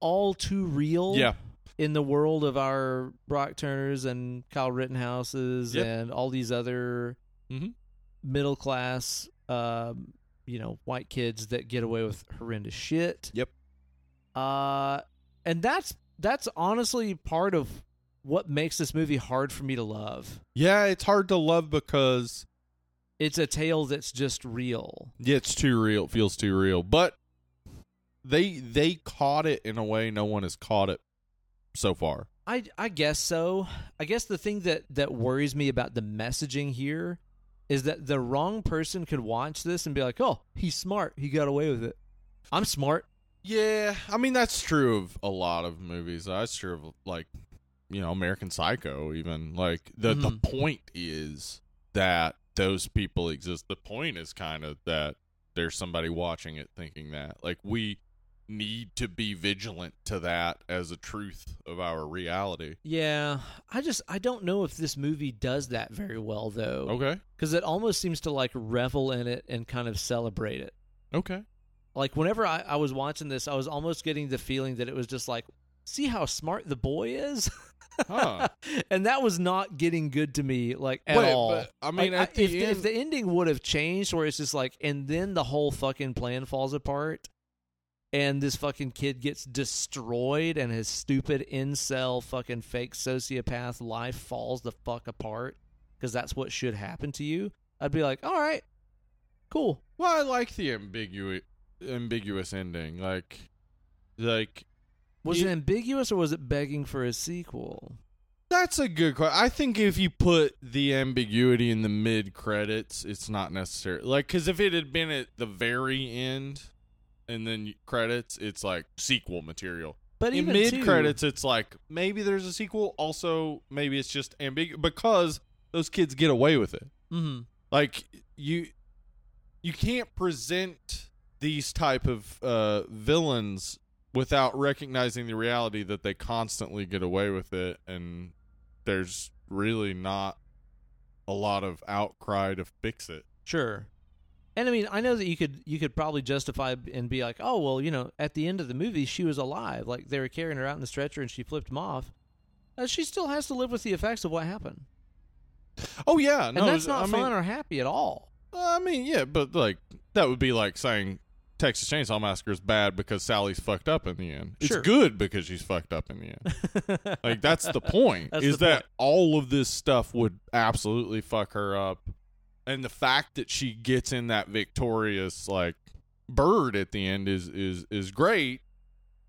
all too real.
yeah
in the world of our Brock Turners and Kyle Rittenhouses
Yep.
and all these other
Mhm.
middle class, um, you know, white kids that get away with horrendous shit.
Yep.
Uh, and that's that's honestly part of what makes this movie hard for me to love.
yeah it's hard to love because
It's a tale that's just real.
yeah, it's too real it feels too real but they they caught it in a way no one has caught it so far
I, I guess so. I guess the thing that, that worries me about the messaging here is that the wrong person could watch this and be like, oh, he's smart. He got away with it. I'm smart.
Yeah, I mean that's true of a lot of movies. That's true of like, you know, American Psycho. Even like the
Mhm.
the point is that those people exist. The point is kind of that there's somebody watching it thinking that like we need to be vigilant to that as a truth of our reality.
Yeah. I just, I don't know if this movie does that very well, though.
Okay.
Because it almost seems to like revel in it and kind of celebrate it.
Okay.
Like, whenever I, I was watching this, I was almost getting the feeling that it was just like, see how smart the boy is?
Huh.
and that was not getting good to me, like, at
Wait,
all.
but, I mean,
Like,
at
I- if,
the
the,
end,
if the ending would have changed, where it's just like, and then the whole fucking plan falls apart, and this fucking kid gets destroyed and his stupid incel fucking fake sociopath life falls the fuck apart because that's what should happen to you i'd be like all right cool
Well, I like the ambiguous ambiguous ending. Like like
was
You-
it ambiguous or was it begging for a sequel
that's a good question. I think if you put the ambiguity in the mid credits, it's not necessary. Like cuz if it had been at the very end and then y- credits, it's like sequel material.
but
in
even
mid
too-
credits, it's like maybe there's a sequel. Also, maybe it's just ambiguous because those kids get away with it.
Mhm.
Like you, you can't present these type of uh, villains without recognizing the reality that they constantly get away with it, and there's really not a lot of outcry to fix it.
Sure. And I mean, I know that you could you could probably justify and be like, "Oh, well, you know, at the end of the movie, she was alive. Like they were carrying her out in the stretcher and she flipped them off. Uh, she still has to live with the effects of what happened.
Oh yeah,
And
no,
that's
it's-
not
I
fun
mean,
or happy at all."
I mean, yeah, but like that would be like saying Texas Chainsaw Massacre is bad because Sally's fucked up in the end.
Sure.
It's good because she's fucked up in the end. Like that's the point.
That's
is
the
that
point.
all of this stuff would absolutely fuck her up, and the fact that she gets in that victorious like bird at the end is is is great,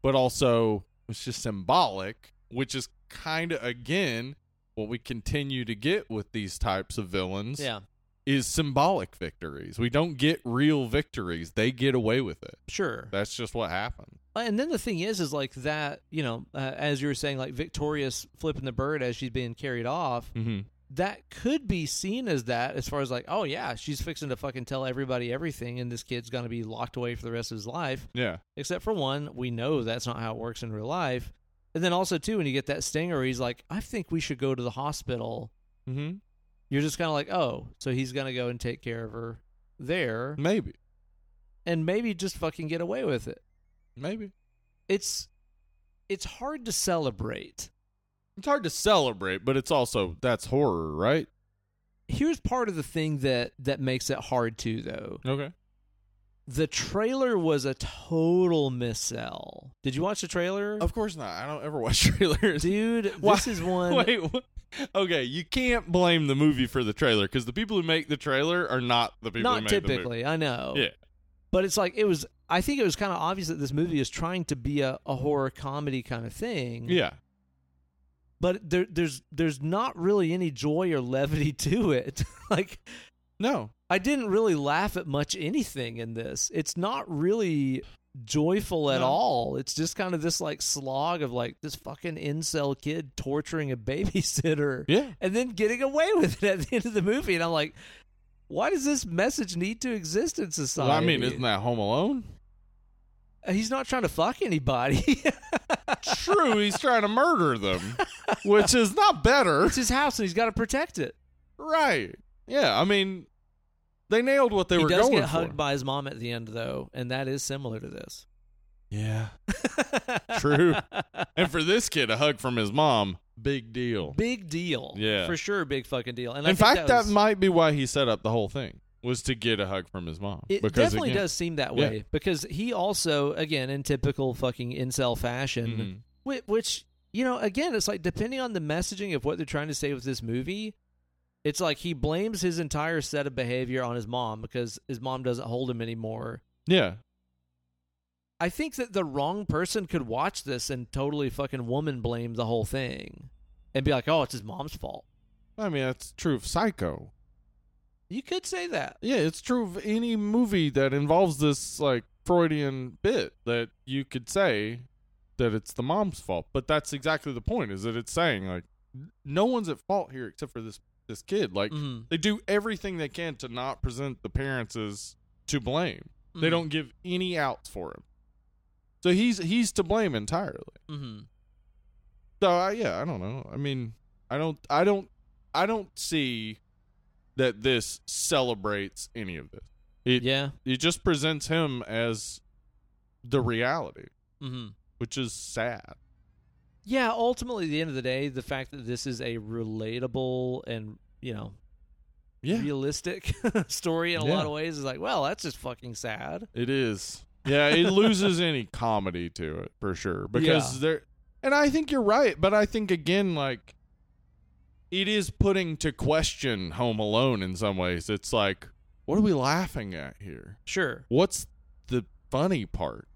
but also it's just symbolic, which is kind of again what we continue to get with these types of villains
yeah,
is symbolic victories. We don't get real victories. They get away with it.
sure. Uh,
That's just what happened.
And then the thing is, is like that. You know, uh, as you were saying, like Victoria's flipping the bird as she's being carried off.
Mm-hmm.
That could be seen as that, as far as like, oh yeah, she's fixing to fucking tell everybody everything, and this kid's gonna be locked away for the rest of his life.
Yeah.
except for one we know that's not how it works in real life and then also too when you get that stinger where he's like i think we should go to the hospital
Mm-hmm.
you're just kind of like oh so he's gonna go and take care of her there
Maybe.
and maybe just fucking get away with it
Maybe.
it's it's hard to celebrate
It's hard to celebrate, but it's also that's horror, right?
here's part of the thing that that makes it hard to though
Okay.
the trailer was a total missell did you watch the trailer
Of course not. I don't ever watch trailers.
dude
Why-
this is one
Wait. What? Okay, you can't blame the movie for the trailer because the people who make the trailer are not the people who
not
make the movie.
typically i know
Yeah.
but it's like it was i think it was kind of obvious that this movie is trying to be a, a horror comedy kind of thing
Yeah.
but there, there's there's not really any joy or levity to it like
No.
i didn't really laugh at much anything in this it's not really joyful at
No.
all it's just kind of this like slog of like this fucking incel kid torturing a babysitter
Yeah.
and then getting away with it at the end of the movie and i'm like why does this message need to exist in
Well,
society
I mean, isn't that Home Alone?
He's not trying to fuck anybody.
True, he's trying to murder them, which is not better.
it's his house, and he's got to protect it.
Right. Yeah. I mean, they nailed what they
he
were
does
going
get hugged
for.
by his mom at the end, though, and that is similar to this.
yeah. True. and for this kid, a hug from his mom, big deal.
big deal.
Yeah.
for sure, big fucking deal. And I
In
think that,
fact, that,
was-
might be why he set up the whole thing was to get a hug from his mom.
it
because
definitely
again-
does seem that
Yeah.
way because he also, again, in typical fucking incel fashion,
Mhm.
Which, which you know, again, it's like depending on the messaging of what they're trying to say with this movie, it's like he blames his entire set of behavior on his mom because his mom doesn't hold him anymore.
Yeah.
I think that the wrong person could watch this and totally fucking woman blame the whole thing and be like, "Oh, it's his mom's fault."
I mean, that's true of Psycho.
You could say that.
Yeah, it's true of any movie that involves this like Freudian bit that you could say that it's the mom's fault. But that's exactly the point is that it's saying like n- no one's at fault here except for this this kid. Like
Mhm.
they do everything they can to not present the parents as to blame. They
Mhm.
don't give any outs for him. So he's he's to blame entirely.
Mhm.
So I, yeah, I don't know. I mean, I don't I don't I don't see that this celebrates any of this. It
Yeah.
it just presents him as the reality,
Mhm.
which is sad.
Yeah, ultimately at the end of the day, the fact that this is a relatable and, you know,
Yeah.
realistic story in a
Yeah.
lot of ways is like, well, that's just fucking sad.
It is. yeah, it loses any comedy to it for sure because there. And I think you're right, but I think again, like, it is putting to question Home Alone in some ways. It's like, what are we laughing at here?
Sure.
What's the funny part?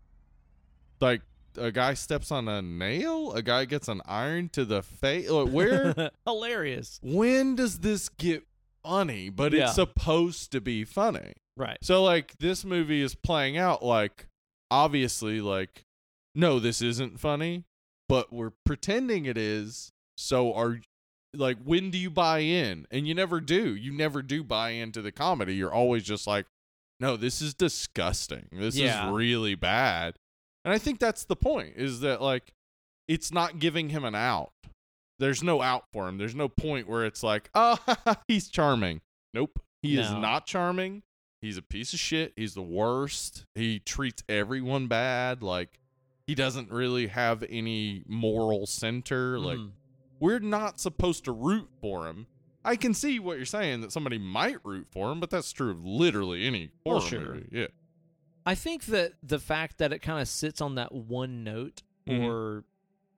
Like a guy steps on a nail, a guy gets an iron to the face. Like, where?
Hilarious.
when does this get funny? But
Yeah.
it's supposed to be funny.
Right.
So like this movie is playing out like obviously like no this isn't funny, but we're pretending it is. So are like when do you buy in? And you never do. You never do buy into the comedy. You're always just like no, this is disgusting. This
Yeah.
is really bad. And I think that's the point is that like it's not giving him an out. There's no out for him. There's no point where it's like, "Oh, he's charming." Nope. He is
No.
not charming. He's a piece of shit. He's the worst. He treats everyone bad. Like he doesn't really have any moral center. Like
Mhm.
we're not supposed to root for him. I can see what you're saying that somebody might root for him, but that's true of literally any horror
Well, sure.
movie. Yeah.
I think that the fact that it kind of sits on that one note
Mhm.
or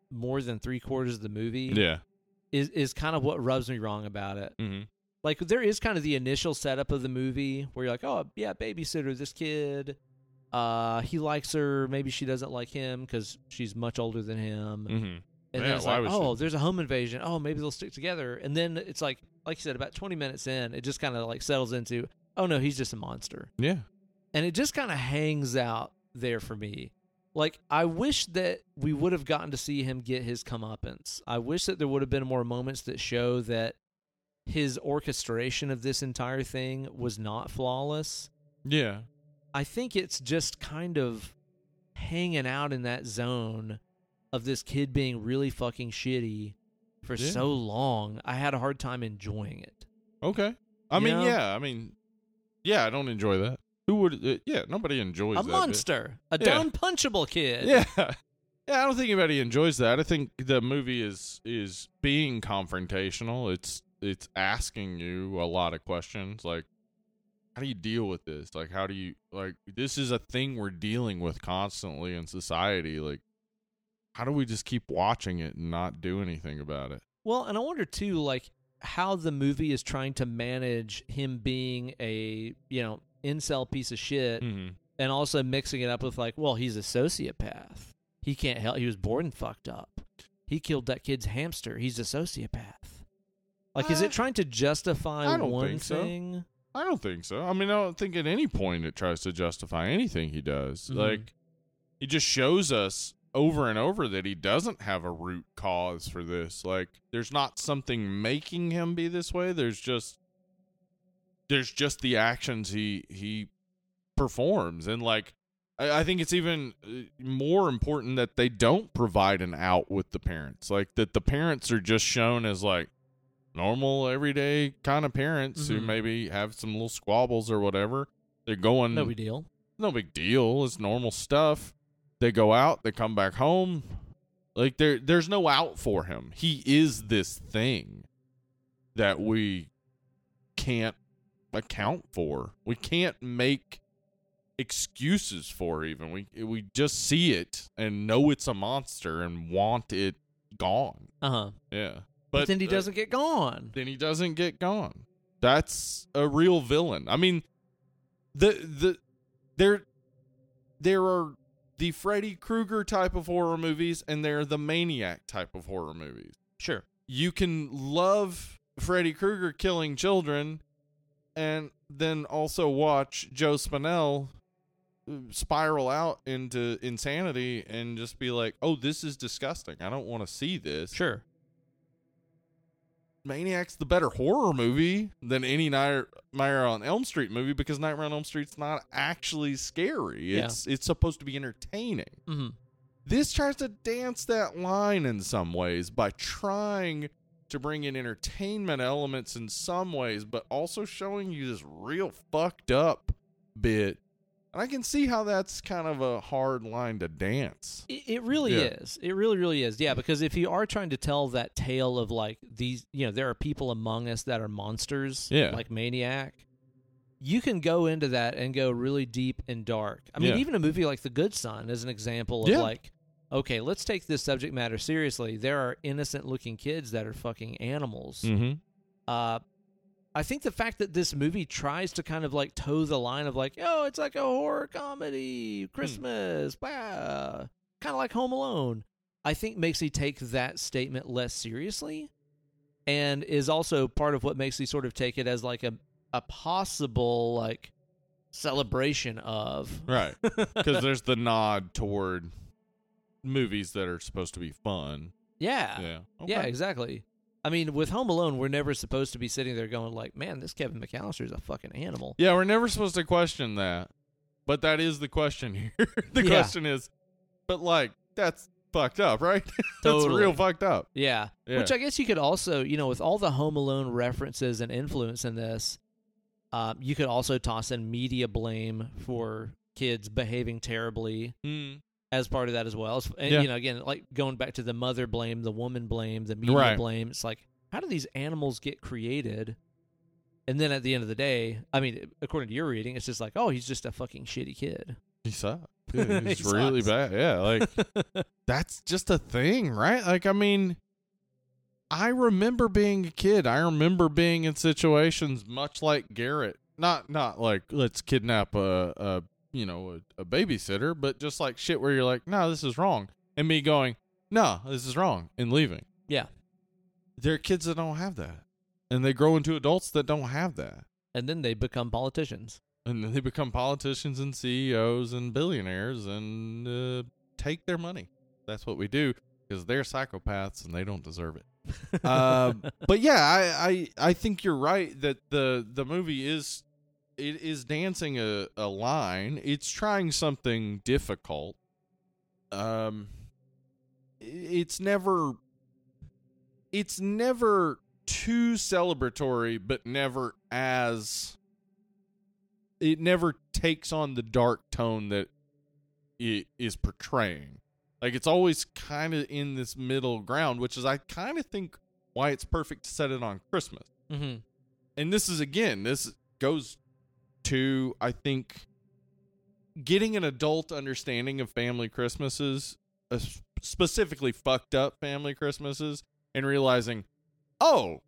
more than three quarters of the movie
Yeah.
is, is kind of what rubs me wrong about it.
Mm-hmm.
Like, there is kind of the initial setup of the movie where you're like, oh, yeah, babysitter, this kid. Uh, he likes her. Maybe she doesn't like him because she's much older than him.
Mm-hmm.
And
Yeah,
then it's
why
like,
was
oh, there's a home invasion. Oh, maybe they'll stick together. And then it's like, like you said, about 20 minutes in, it just kind of like settles into, oh no, he's just a monster.
Yeah.
And it just kind of hangs out there for me. Like, I wish that we would have gotten to see him get his comeuppance. I wish that there would have been more moments that show that his orchestration of this entire thing was not flawless.
Yeah.
I think it's just kind of hanging out in that zone of this kid being really fucking shitty for
Yeah.
so long. I had a hard time enjoying it.
Okay. I
You
mean,
know?
yeah. I mean, yeah. I don't enjoy that. Who would? Uh, yeah. Nobody enjoys
a
that bit.
monster, a
Yeah.
down punchable kid.
Yeah. Yeah, I don't think anybody enjoys that. I think the movie is is being confrontational. It's it's asking you a lot of questions like how do you deal with this? Like how do you like this is a thing we're dealing with constantly in society. Like how do we just keep watching it and not do anything about it?
Well, and I wonder too, like how the movie is trying to manage him being a you know incel piece of shit,
Mm-hmm.
and also mixing it up with like, well, he's a sociopath. He can't help. He was born fucked up. He killed that kid's hamster. He's a sociopath. Like, is
Uh,
it trying to justify
I don't
one
think so.
thing?
I don't think so. I mean, I don't think at any point it tries to justify anything he does.
Mhm.
Like, it just shows us over and over that he doesn't have a root cause for this. Like, there's not something making him be this way. There's just there's just the actions he he performs, and like, I, I think it's even uh, more important that they don't provide an out with the parents. Like that the parents are just shown as like normal everyday kind of parents who
Mhm.
maybe have some little squabbles or whatever. They're going
No big deal.
no big deal. It's normal stuff. They go out, they come back home. Like there there's no out for him. He is this thing that we can't account for. We can't make excuses for even. We we just see it and know it's a monster and want it gone.
Uh huh.
Yeah.
But, then he
uh,
doesn't get gone.
then he doesn't get gone. That's a real villain. I mean, the the there there are the Freddy Krueger type of horror movies and there are the maniac type of horror movies.
Sure.
You can love Freddy Krueger killing children and then also watch Joe Spinell uh, spiral out into insanity and just be like, "Oh, this is disgusting. I don't want to see this."
Sure.
Maniac's the better horror movie than any Nightmare on Elm Street movie because Nightmare on Elm Street's not actually scary.
Yeah.
It's it's supposed to be entertaining.
hmm
This tries to dance that line in some ways by trying to bring in entertainment elements in some ways, but also showing you this real fucked up bit. And I can see how that's kind of a hard line to dance.
It, it really
Yeah.
is. It really, really is. Yeah, because if you are trying to tell that tale of like these, you know, there are people among us that are monsters,
Yeah.
like Maniac, you can go into that and go really deep and dark. I mean,
Yeah.
even a movie like The Good Son is an example of
Yeah.
like, okay, let's take this subject matter seriously. There are innocent looking kids that are fucking animals.
Mm-hmm.
Uh, I think the fact that this movie tries to kind of like toe the line of like, oh, it's like a horror comedy, Christmas, wow, kind of like Home Alone, I think makes he take that statement less seriously and is also part of what makes he sort of take it as like a, a possible like celebration of.
Right. Because there's the nod toward movies that are supposed to be fun.
yeah.
Yeah.
Uh, Yeah,
Okay.
exactly. I mean, with Home Alone, we're never supposed to be sitting there going like, man, this Kevin McAllister's a fucking animal.
Yeah, we're never supposed to question that. But that is the question here. the
Yeah.
question is, but like, that's fucked up, right? that's
Totally.
real fucked up.
Yeah.
Yeah.
Which I guess you could also, you know, with all the Home Alone references and influence in this, um, you could also toss in media blame for kids behaving terribly
Mm.
as part of that as well. And,
Yeah.
you know, again, like going back to the mother blame, the woman blame, the media
Right.
blame, it's like, how do these animals get created? And then at the end of the day, I mean, according to your reading, it's just like, oh, he's just a fucking shitty kid.
He sucks.
He
It's really
sucks.
bad. Yeah. Like, that's just a thing, right? Like, I mean, I remember being a kid. I remember being in situations much like Garrett. Not, not like let's kidnap a, a you know, a, a babysitter, but just like shit where you're like, no, this is wrong, and me going, no, this is wrong, and leaving.
Yeah.
there are kids that don't have that, and they grow into adults that don't have that,
and then they become politicians.
and then they become politicians and CEOs and billionaires and uh, take their money. That's what we do because they're psychopaths and they don't deserve it. Uh, but yeah, I, I I think you're right that the the movie is it is dancing a, a line. It's trying something difficult. Um, i- it's never it's never too celebratory, but never as it never takes on the dark tone that it is portraying. Like it's always kind of in this middle ground, which is I kind of think why it's perfect to set it on Christmas.
Mhm.
And this is again, this goes to I think getting an adult understanding of family Christmases, uh, s- specifically fucked up family Christmases, and realizing, oh,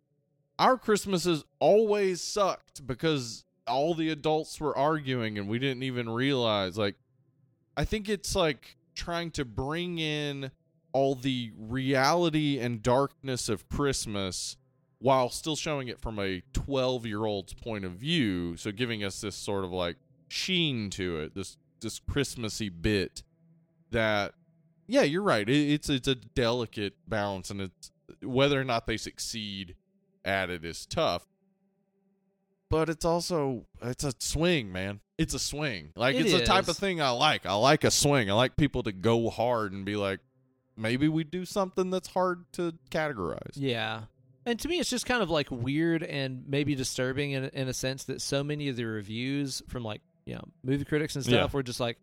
our Christmases always sucked because all the adults were arguing and we didn't even realize. Like, I think it's like trying to bring in all the reality and darkness of Christmas while still showing it from a 12 year old's point of view. So giving us this sort of like sheen to it, this, this Christmassy bit that, yeah, you're right. It, it's, it's a delicate balance and it's whether or not they succeed at it is tough. But it's also it's a swing, man. It's a swing. Like
It
it's the type
is.
of thing I like. I like a swing. I like people to go hard and be like, maybe we do something that's hard to categorize.
Yeah. And to me, it's just kind of like weird and maybe disturbing in, in a sense that so many of the reviews from like, you know, movie critics and stuff
Yeah.
were just like,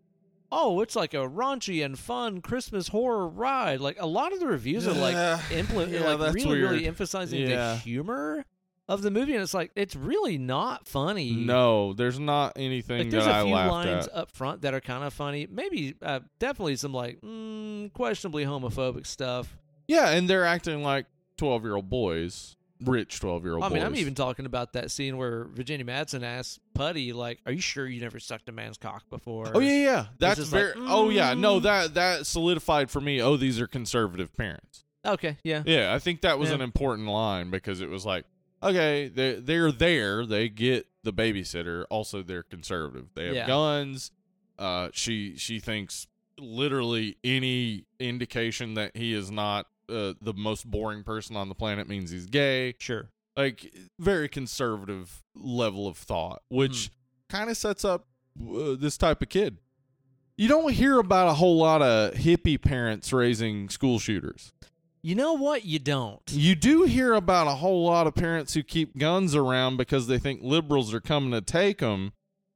oh, it's like a raunchy and fun Christmas horror ride. Like a lot of the reviews are like,
Yeah.
impl-
Yeah,
like
that's
really,
weird.
really emphasizing
Yeah.
the humor of the movie. And it's like, it's really not funny.
No, there's not anything
Like there's
that I
a few
laughed
lines
at.
up front that are kind of funny. Maybe uh, definitely some like mm, questionably homophobic stuff.
Yeah, and they're acting like 12 year old boys, rich 12 year old
I
boys.
mean, I'm even talking about that scene where Virginia Madsen asks Putty, like, "Are you sure you never sucked a man's cock before?"
Oh yeah, yeah. That's
just like,
very. oh yeah, no
mm.
that that solidified for me. Oh, these are conservative parents.
Okay, yeah,
Yeah, I think that was
Yeah.
an important line because it was like, okay, they they're there, they get the babysitter. Also, they're conservative. They have
Yeah.
guns. Uh, she she thinks literally any indication that he is not uh, the most boring person on the planet means he's gay
sure.
like very conservative level of thought, which
Mm-hmm.
kind of sets up uh, this type of kid. You don't hear about a whole lot of hippie parents raising school shooters.
You know what? You don't.
You do hear about a whole lot of parents who keep guns around because they think liberals are coming to take them,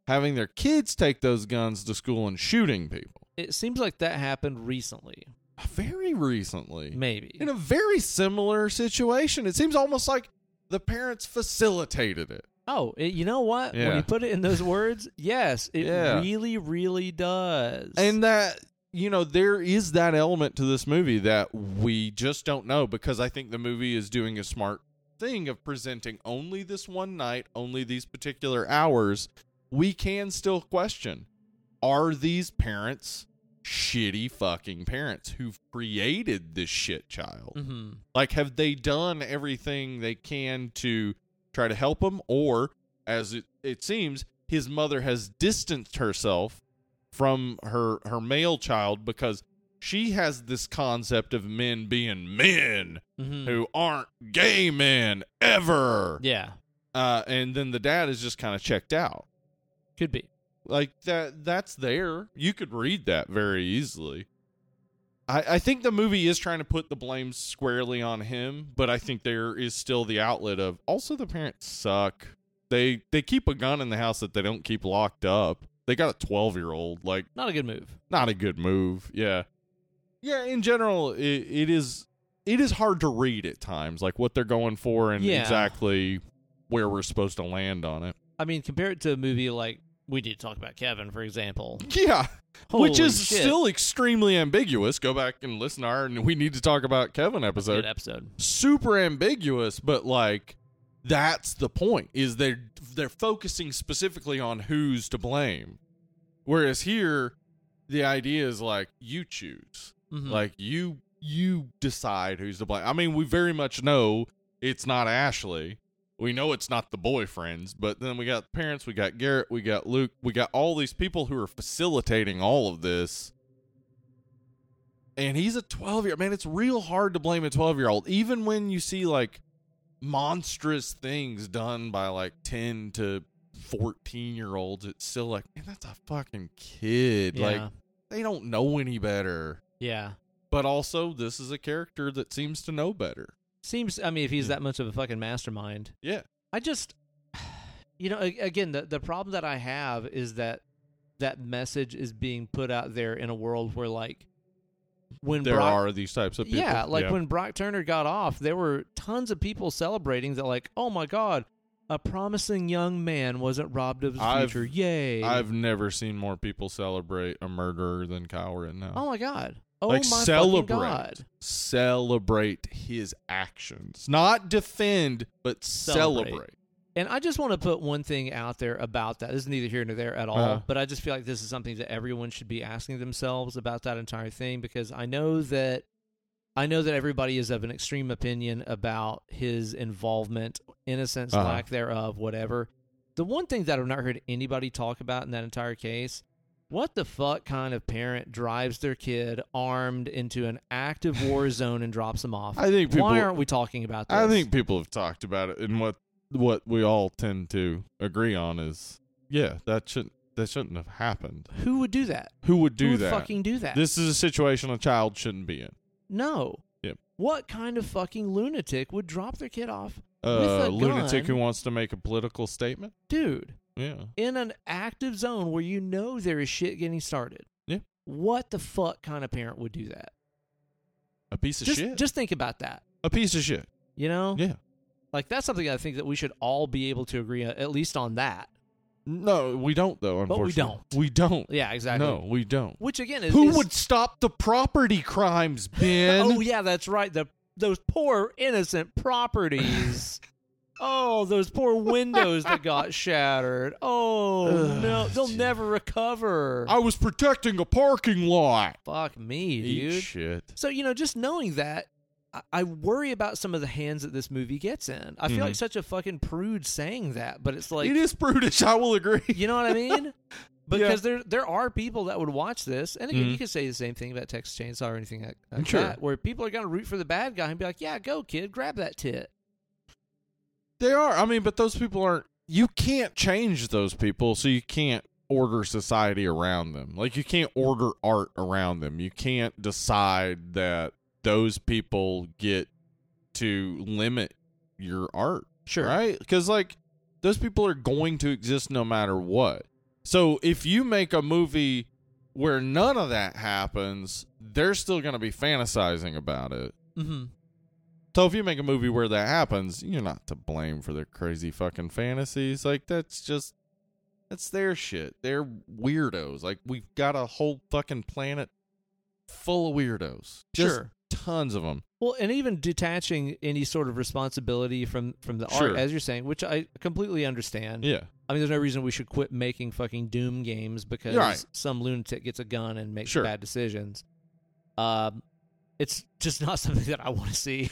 having their kids take those guns to school and shooting people.
It seems like that happened recently,
Very recently.
maybe.
in a very similar situation. It seems almost like the parents facilitated it.
Oh, it, you know what? When
Yeah.
you put it in those words, yes, it
Yeah.
really, really does.
And that you know there is that element to this movie that we just don't know because I think the movie is doing a smart thing of presenting only this one night, only these particular hours. We can still question are these parents shitty fucking parents who've created this shit child?
Mhm.
Like, have they done everything they can to try to help him? Or, as it, it seems, his mother has distanced herself from her her male child because she has this concept of men being men
Mhm.
who aren't gay men ever.
yeah,
Uh, and then the dad is just kind of checked out.
could be.
Like that that's there. You could read that very easily. I, I think the movie is trying to put the blame squarely on him, but I think there is still the outlet of also the parents suck. They they keep a gun in the house that they don't keep locked up. They got a twelve year old, like
Not a good move.
not a good move. Yeah. Yeah, in general, it, it is it is hard to read at times, like what they're going for and
Yeah.
exactly where we're supposed to land on it.
I mean, compare it to a movie like we need to talk about Kevin, for example,
Yeah. Which
Holy
is
shit.
still extremely ambiguous. Go back and listen to our and we need to talk about Kevin
good
episode.
episode.
Super ambiguous, but like that's the point is they're they're focusing specifically on who's to blame. Whereas here the idea is like you choose.
Mhm.
Like you you decide who's to blame. I mean, we very much know it's not Ashley. We know it's not the boyfriends, but then we got parents, we got Garrett, we got Luke, we got all these people who are facilitating all of this. And he's a 12 year man, it's real hard to blame a 12 year old, even when you see like monstrous things done by like 10 to 14 year olds. It's still like, man, that's a fucking kid.
yeah.
Like, they don't know any better.
yeah.
But also, this is a character that seems to know better.
Seems. I mean, if he's
Yeah.
that much of a fucking mastermind,
Yeah.
I just, you know, a- again, the the problem that I have is that that message is being put out there in a world where like when
There
Brock,
are these types of people.
Yeah, like when Brock Turner got off, there were tons of people celebrating that, like, oh my god, a promising young man wasn't robbed of his
I've-
future. Yay!
I've never seen more people celebrate a murderer than Kyle Rittenhouse.
oh my god! Oh
like,
my
celebrate.
fucking god!
Celebrate his actions. Not defend, but
Celebrate.
celebrate.
And I just want to put one thing out there about that. This is neither here nor there at all,
Uh-huh.
but I just feel like this is something that everyone should be asking themselves about that entire thing because I know that I know that everybody is of an extreme opinion about his involvement, innocence,
Uh-huh.
lack thereof, whatever. The one thing that I've not heard anybody talk about in that entire case, what the fuck kind of parent drives their kid armed into an active war zone and drops them off?
I think people.
Why aren't we talking about this?
I think people have talked about it, and what what we all tend to agree on is, yeah, that shouldn't that shouldn't have happened.
who would do that?
Who would do
who would
that?
fucking do that?
this is a situation a child shouldn't be in.
No.
Yep.
What kind of fucking lunatic would drop their kid off?
Uh,
a
lunatic
gun.
who wants to make a political statement.
Dude,
Yeah.
in an active zone where you know there is shit getting started.
Yeah.
What the fuck kind of parent would do that?
A piece of
just Oh.
shit.
just think about that.
a piece of shit.
You know?
Yeah.
Like that's something I think that we should all be able to agree on, at least on that.
No, we don't though,
But we
unfortunately. We don't.
Yeah, exactly.
No, we don't.
Which again is
Who
is-
would stop the property crimes, Ben?
Oh yeah, that's right. The those poor innocent properties. oh, those poor windows that got shattered. Oh
Ugh,
no, they'll
dude.
never recover.
I was protecting a parking lot.
Fuck me,
Eat
dude.
shit.
So you know, just knowing that, I, I worry about some of the hands that this movie gets in. I feel
Mhm.
like such a fucking prude saying that, but it's like,
it is brutish, I will agree.
you know what I mean? Because there there are people that would watch this, and again, you could say the same thing about Texas Chainsaw or anything like, like
Mm-hmm. Sure.
that, where people are going to root for the bad guy and be like, "Yeah, go kid, grab that tit."
They are. I mean, but those people aren't. You can't change those people, so you can't order society around them. Like, you can't order art around them. You can't decide that those people get to limit your art,
Sure.
right? Because, like, those people are going to exist no matter what. So, if you make a movie where none of that happens, they're still going to be fantasizing about it
Mm-hmm.
to- So if you make a movie where that happens, you're not to blame for their crazy fucking fantasies. Like that's just that's their shit. They're weirdos. Like we've got a whole fucking planet full of weirdos. Just
Sure.
tons of them.
Well, and even detaching any sort of responsibility from from the
Sure.
art, as you're saying, which I completely understand.
Yeah.
I mean, there's no reason we should quit making fucking Doom games because
Right.
some lunatic gets a gun and makes
Sure.
bad decisions. Um, it's just not something that I want to see.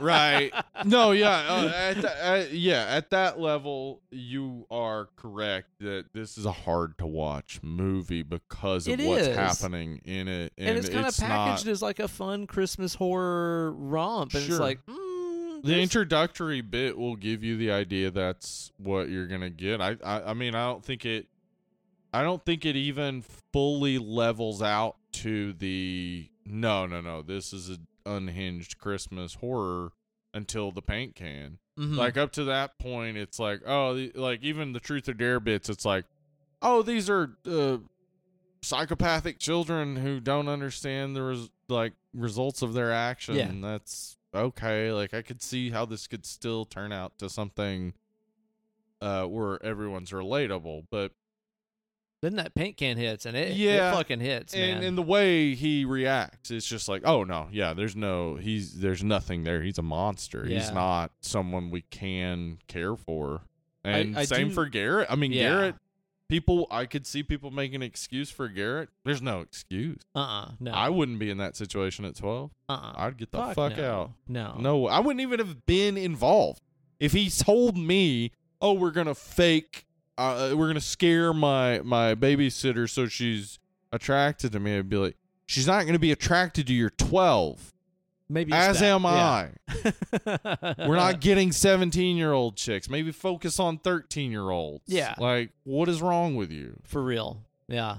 right. No, yeah, uh, at tha- uh, yeah, at that level, you are correct that this is a hard to watch movie because of
It
what's
is.
happening in it, and,
and, it's kind of
not-
packaged as like a fun Christmas horror romp, and
Sure.
it's like mm,
the
there's-
introductory bit will give you the idea that's what you're gonna get. I, I, I mean, I don't think it, I don't think it even fully levels out to the no, no, no. This is an unhinged Christmas horror until the paint can.
Mhm.
Like up to that point, it's like oh, the- like even the truth or dare bits, it's like oh, these are uh, psychopathic children who don't understand the res- like results of their action.
Yeah.
That's okay. Like I could see how this could still turn out to something uh where everyone's relatable, but
then that paint can hits, and it it
Yeah.
fucking hits,
and
man.
and the way he reacts, it's just like, oh no, yeah, there's no, he's there's nothing there. He's a monster. He's
Yeah.
not someone we can care for. And
I
same
do-
for Garrett. I mean,
Yeah.
Garrett. People, I could see people making an excuse for Garrett. There's no excuse.
uh uh no
I wouldn't be in that situation at twelve.
uh uh
I'd get the fuck,
no.
out.
no
No, I wouldn't even have been involved if he told me, "Oh, we're gonna fake, uh, we're gonna scare my my babysitter so she's attracted to me." I'd be like, "She's not gonna be attracted to your twelve,
maybe it's
as
that.
am I.
Yeah.
We're not getting seventeen year old chicks. Maybe focus on thirteen year olds.
Yeah.
like what is wrong with you?
for real. Yeah.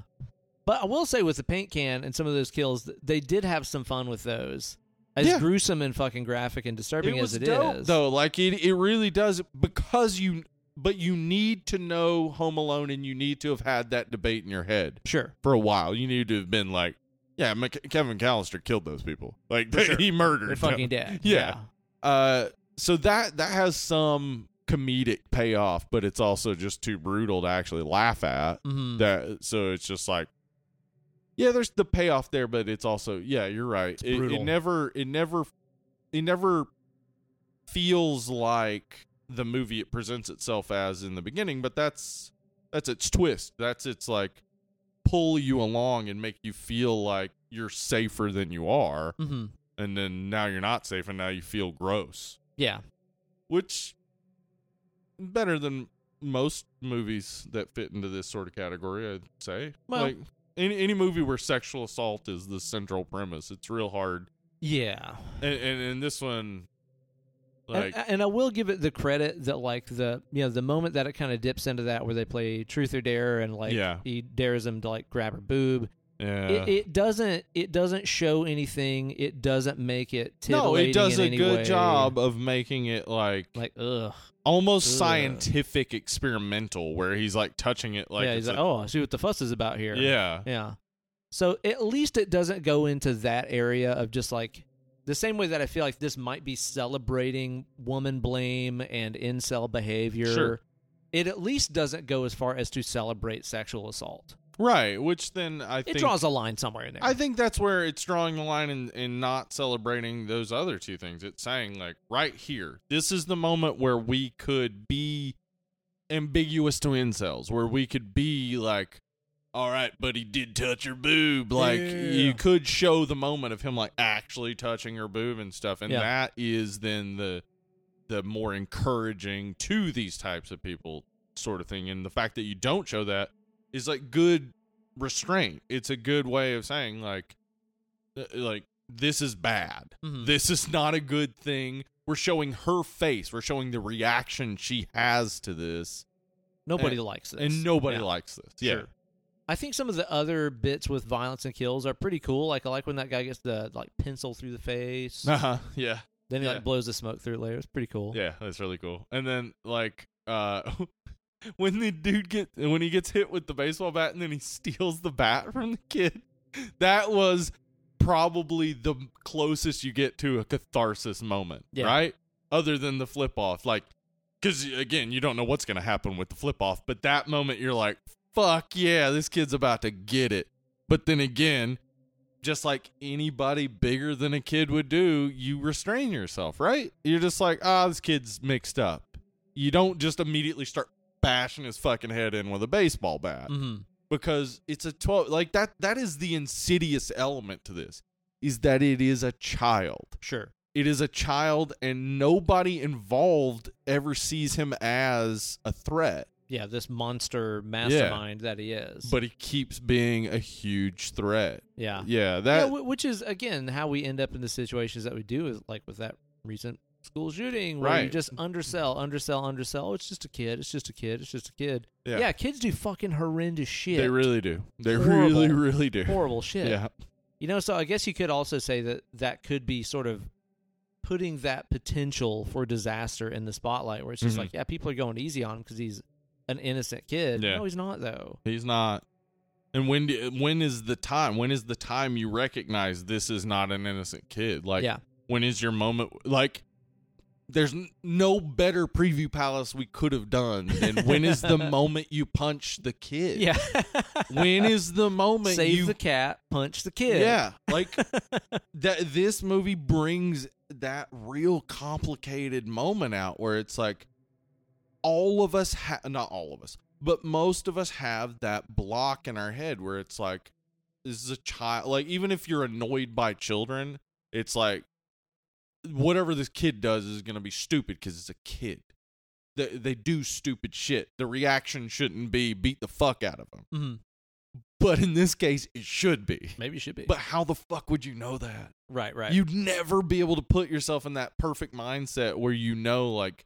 But I will say with the paint can and some of those kills, th- they did have some fun with those. As
Yeah.
gruesome and fucking graphic and disturbing as it is.
dope, though. Like it, it really does because you, but you need to know Home Alone and you need to have had that debate in your head.
Sure.
for a while. You need to have been like, yeah, Mc- Kevin Callister killed those people. Like he murdered
They're
them.
fucking dead.
Yeah. Uh, so that that has some comedic payoff, but it's also just too brutal to actually laugh at.
Mhm.
That so it's just like, yeah, there's the payoff there, but it's also yeah, you're right. It, it
brutal.
never it never it never feels like the movie it presents itself as in the beginning, but that's that's its twist. That's its like pull you along and make you feel like you're safer than you are,
Mhm.
and then now you're not safe, and now you feel gross,
Yeah.
which better than most movies that fit into this sort of category. I'd say
Well-
like any any movie where sexual assault is the central premise, it's real hard,
Yeah.
and and, and this one.
And- uh,
Like,
and, I will give it the credit that like the you know the moment that it kind of dips into that where they play truth or dare and like
Yeah. Uh.
he dares him to like grab her boob.
yeah.
It, it doesn't it doesn't show anything. It doesn't make it
no,
titillating
it
in
does a
any
good
way.
job of making it like
Like ugh.
almost
Ugh.
scientific experimental where he's like touching it like
yeah,
it's
he's like,
a-
oh, I see what the fuss is about here.
yeah
Yeah. So at least it doesn't go into that area of just like the same way that I feel like this might be celebrating woman blame and incel behavior.
Sure.
It at least doesn't go as far as to celebrate sexual assault.
right which then i
It
think
draws a line somewhere in there.
i think that's where it's drawing the line and in, not celebrating those other two things it's saying like right here this is the moment where we could be ambiguous to incels where we could be like all right but he did touch her boob like
Yeah.
you could show the moment of him like actually touching her boob and stuff and
Yeah.
that is then the the more encouraging to these types of people sort of thing and the fact that you don't show that is like good restraint it's a good way of saying like uh, like this is bad
Mhm.
this is not a good thing we're showing her face we're showing the reaction she has to this
nobody
and-
likes this.
and nobody
Yeah.
likes this yeah
Sure. I think some of the other bits with violence and kills are pretty cool. Like I like when that guy gets the like pencil through the face.
uh-huh yeah
Then he
yeah.
like blows the smoke through it later. It's pretty cool.
Yeah, that's really cool. And then like uh when the dude get when he gets hit with the baseball bat and then he steals the bat from the kid. That was probably the closest you get to a catharsis moment,
Yeah.
right? Other than the flip off, like, because again, you don't know what's going to happen with the flip off, but that moment you're like, fuck yeah, this kid's about to get it. But then again, just like anybody bigger than a kid would do, you restrain yourself, right? You're just like, ah, this kid's mixed up. You don't just immediately start bashing his fucking head in with a baseball bat
Mm-hmm.
because it's a 12 like that that is the insidious element to this is that it is a child
Sure.
it is a child and nobody involved ever sees him as a threat
Yeah, this monster mastermind that he is.
but he keeps being a huge threat
yeah.
yeah
Yeah,
that
wh- which is again how we end up in the situations that we do is like with that recent school shooting where you
Right.
just undersell, undersell, undersell. It's just a kid. It's just a kid. It's just a kid.
Yeah.
Yeah, kids do fucking horrendous shit.
they really do they
Horrible.
really really do
horrible shit.
yeah
You know, so I guess you could also say that that could be sort of putting that potential for disaster in the spotlight, where it's just
Mhm.
like, yeah, people are going easy on him because he's an innocent kid.
Yeah.
No, he's not though.
he's not and when do- when is the time when is the time you recognize this is not an innocent kid like
yeah,
when is your moment like there's n- no better preview palace we could have done than when is the moment you punch the kid
yeah.
when is the moment
Save
you
the cat, punch the kid.
yeah like that this movie brings that real complicated moment out where it's like all of us ha- not all of us but most of us have that block in our head where it's like this is a child like even if you're annoyed by children it's like whatever this kid does is going to be stupid because it's a kid they, they do stupid shit the reaction shouldn't be beat the fuck out of them
Mhm.
but in this case it should be
Maybe you should be.
but how the fuck would you know that?
right, right.
You'd never be able to put yourself in that perfect mindset where you know like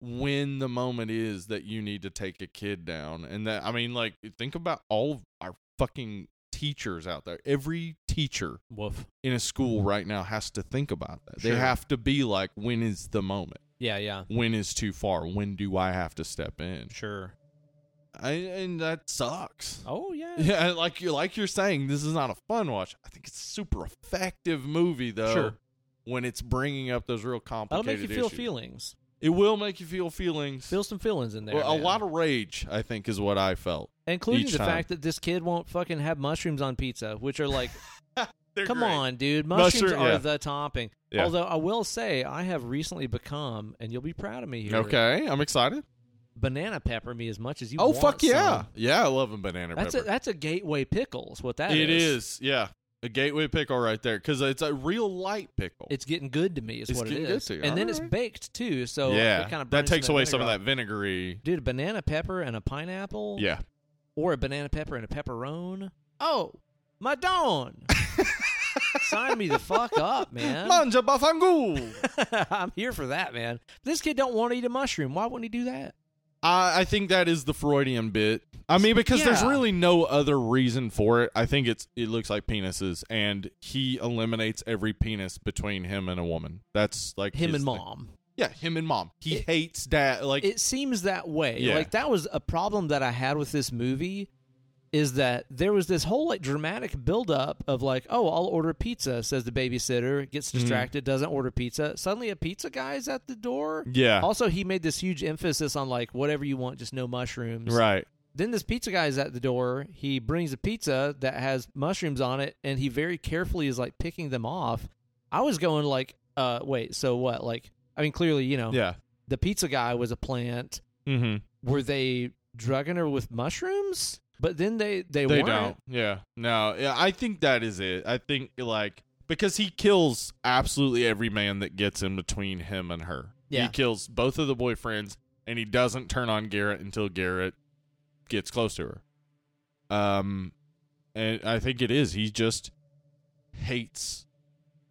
when the moment is that you need to take a kid down. And that I mean like think about all of our fucking teachers out there. Every teacher
Woof.
in a school right now has to think about that.
Sure.
They have to be like when is the moment?
Yeah, yeah.
When is too far? When do I have to step in?
Sure.
I, and that sucks.
Oh yeah.
Yeah, and like you like you're saying, this is not a fun watch. I think it's a super effective movie though.
Sure.
When it's bringing up those real
That'll
complicated
make you feel
issues.
feelings.
It will make you feel feelings.
Feel some feelings in there.
well, a
man.
lot of rage, I think, is what I felt.
including
each
the
time.
fact that this kid won't fucking have mushrooms on pizza, which are like Come on, dude.
Mushroom-
Mushrooms are
yeah.
the topping.
Yeah.
Although I will say, I have recently become, and you'll be proud of me here.
Okay, I'm excited.
Banana pepper me as much as you
oh
want.
fuck yeah,
son.
yeah! I love a banana
That's a
pepper.
that's a gateway pickle. Is what that is.
it is. yeah, a gateway pickle right there because it's a real light pickle.
It's getting good to me. Is
It's
what it
getting good
is.
to you.
And then it's
Alright.
baked too, so
yeah,
it kind of
that takes away some of that vinegary.
Dude, a banana pepper and a pineapple.
Yeah,
Or a banana pepper and a pepperone. Oh, my don. Sign me the fuck up, man.
manja bafangu.
I'm here for that, man. This kid don't want to eat a mushroom. Why wouldn't he do that?
I, I think that is the Freudian bit. I mean, because there's
Yeah.
really no other reason for it. I think it's it looks like penises, and he eliminates every penis between him and a woman. That's like
Him
his
and
thing.
mom.
Yeah, him and mom. He
It-
hates dad. Like
It seems that way.
Yeah.
Like that was a problem that I had with this movie is that there was this whole like dramatic buildup of like, oh, I'll order pizza, says the babysitter, gets
Mm-hmm.
distracted, doesn't order pizza. Suddenly a pizza guy's at the door.
yeah,
Also, he made this huge emphasis on like whatever you want, just no mushrooms.
right.
Then this pizza guy is at the door. He brings a pizza that has mushrooms on it, and he very carefully is like picking them off. I was going like, uh, wait, so what? Like, I mean, clearly, you know,
Yeah.
the pizza guy was a plant.
Mm-hmm.
Were they drugging her with mushrooms? But then they they,
They
weren't.
don't. Yeah. No. Yeah. I think that is it. I think like because he kills absolutely every man that gets in between him and her.
Yeah.
He kills both of the boyfriends, and he doesn't turn on Garrett until Garrett gets close to her. Um, and I think it is he just hates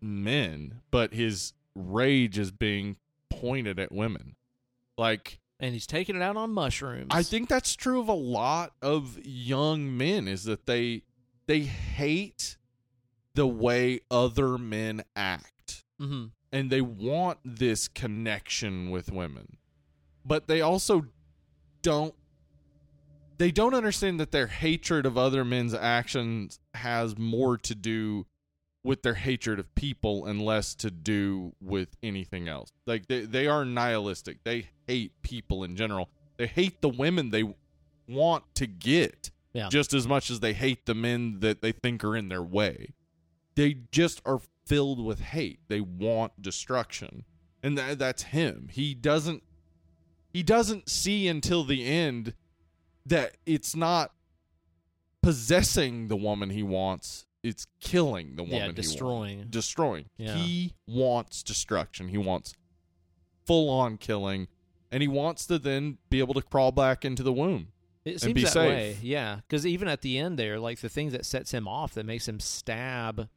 men, but his rage is being pointed at women. Like
and he's taking it out on mushrooms.
I think that's true of a lot of young men is that they they hate the way other men act
hmm
and they want this connection with women. But they also don't they don't understand that their hatred of other men's actions has more to do with their hatred of people and less to do with anything else. Like they, they are nihilistic. They hate people in general. They hate the women they want to get
Yeah.
just as much as they hate the men that they think are in their way. They just are filled with hate. They want destruction. And tha- that's him. He doesn't he doesn't see until the end that it's not possessing the woman he wants, it's killing the woman
yeah,
he wants
destroying.
destroying.
Yeah.
He wants destruction. He wants full on killing, and he wants to then be able to crawl back into the womb.
It
and
seems
be
that
safe.
way, yeah. Because even at the end there, like the thing that sets him off, that makes him stab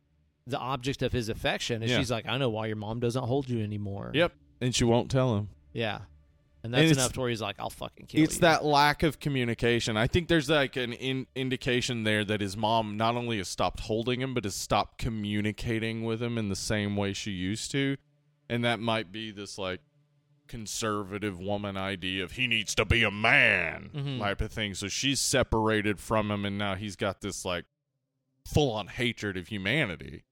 the object of his affection, and
Yeah.
she's like, "I know why your mom doesn't hold you anymore."
Yep, and she won't tell him.
Yeah, and
And
that's
it's-
enough to where he's like, "I'll fucking kill
it's
you."
that lack of communication. I think there's like an in- indication there that his mom not only has stopped holding him, but has stopped communicating with him in the same way she used to, and that might be this like conservative woman idea of he needs to be a man
Mhm.
type of thing. So she's separated from him, and now he's got this like full on hatred of humanity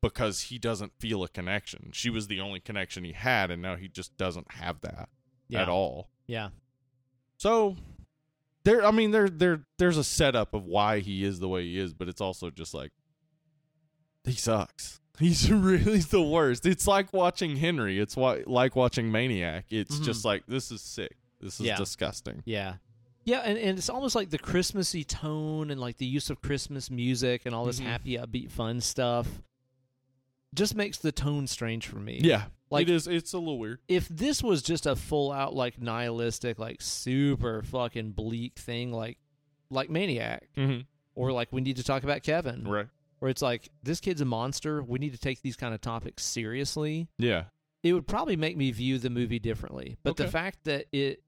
because he doesn't feel a connection. She was the only connection he had, and now he just doesn't have that
Yeah.
at all.
Yeah.
So there I mean there there there's a setup of why he is the way he is, but it's also just like he sucks. He's really the worst. It's like watching Henry. It's why, like watching Maniac. It's
Mhm.
just like this is sick. This is
Yeah.
disgusting.
Yeah.
yeah, and, and it's almost like the Christmassy tone and like the use of Christmas music and all this
Mhm.
happy, upbeat, fun stuff just makes the tone strange for me.
Yeah.
Like-
it is it's a little weird.
if this was just a full out like nihilistic like super fucking bleak thing like like maniac
Mm-hmm.
or like we need to talk about kevin
Right.
or it's like this kid's a monster we need to take these kind of topics seriously
Yeah.
it would probably make me view the movie differently but the
Okay.
fact that it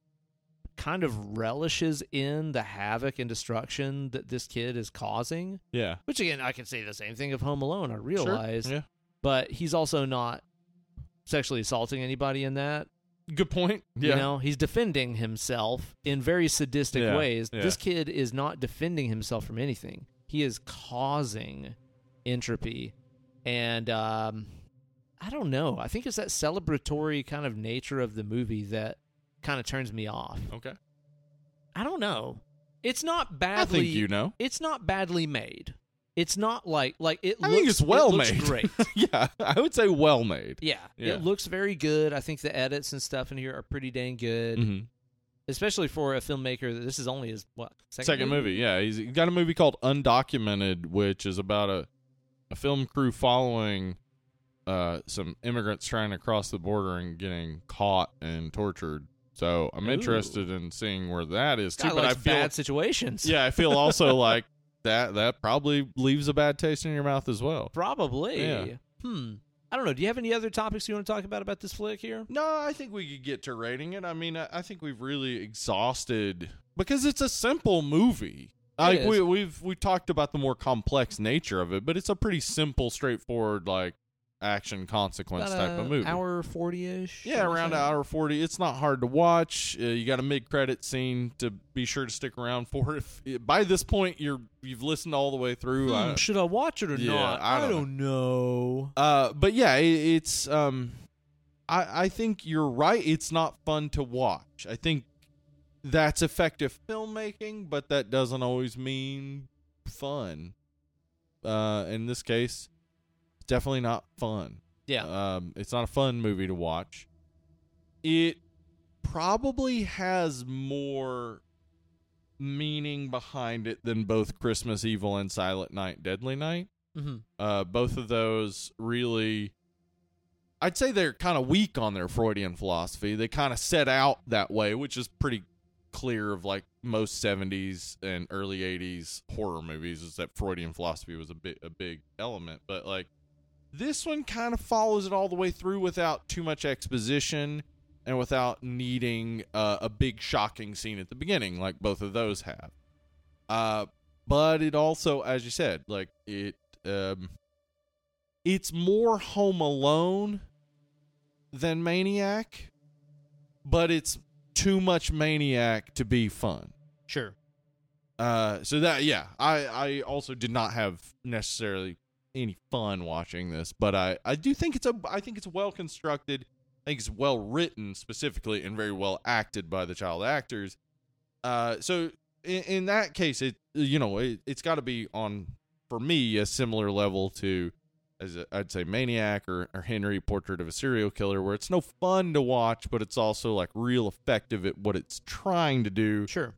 kind of relishes in the havoc and destruction that this kid is causing
Yeah.
which again i can say the same thing of home alone i
Sure.
realize
Yeah.
but he's also not sexually assaulting anybody in that
Good point. Yeah.
you know, he's defending himself in very sadistic
Yeah,
ways.
yeah.
This kid is not defending himself from anything. He is causing entropy. And um, I don't know. I think it's that celebratory kind of nature of the movie that kind of turns me off.
Okay.
I don't know. It's not badly
I think you know.
it's not badly made. It's not like like it
I
looks
think it's well
it looks
made.
great.
yeah. I would say well made.
Yeah,
Yeah.
It looks very good. I think the edits and stuff in here are pretty dang good
Mm-hmm.
especially for a filmmaker that this is only his what second,
second movie. Yeah, he's got a movie called Undocumented, which is about a a film crew following uh, some immigrants trying to cross the border and getting caught and tortured. So I'm
Ooh.
interested in seeing where that is too.
God,
But I
likes
feel,
bad situations.
yeah, I feel also like that that probably leaves a bad taste in your mouth as well.
probably.
Yeah.
Hmm. I don't know. Do you have any other topics you want to talk about about this flick here?
No, I think we could get to rating it. I mean, I, I think we've really exhausted because it's a simple movie. Like
is.
we, we've we talked about the more complex nature of it, but it's a pretty simple, straightforward like action consequence
About
type
a
of movie.
Hour forty ish.
yeah, around an hour forty. It's not hard to watch. Uh, you got a mid credit scene to be sure to stick around for. If by this point you're you've listened all the way through, I-
Hmm, should I watch it or
Yeah,
not?
I don't
know.
Uh, but yeah, it, it's um, I I think you're right. It's not fun to watch. I think that's effective filmmaking, but that doesn't always mean fun. Uh, in this case, it's definitely not fun.
Yeah.
Um, it's not a fun movie to watch. It probably has more meaning behind it than both Christmas Evil and Silent Night Deadly Night.
Mhm.
Uh, both of those really, I'd say they're kind of weak on their Freudian philosophy. They kind of set out that way, which is pretty clear of like most 70s and early 80s horror movies is that Freudian philosophy was a bit a big element, but like this one kind of follows it all the way through without too much exposition and without needing uh, a big shocking scene at the beginning like both of those have. Uh but it also as you said, like it um it's more home alone than maniac, but it's too much maniac to be fun.
Sure.
Uh, so that yeah, I I also did not have necessarily any fun watching this, but I I do think it's a I think it's well constructed. I think it's well written specifically and very well acted by the child actors. Uh, so in, in that case, it you know it, it's got to be on for me a similar level to as i I'd say Maniac or, or Henry Portrait of a Serial Killer, where it's no fun to watch, but it's also like real effective at what it's trying to do.
Sure.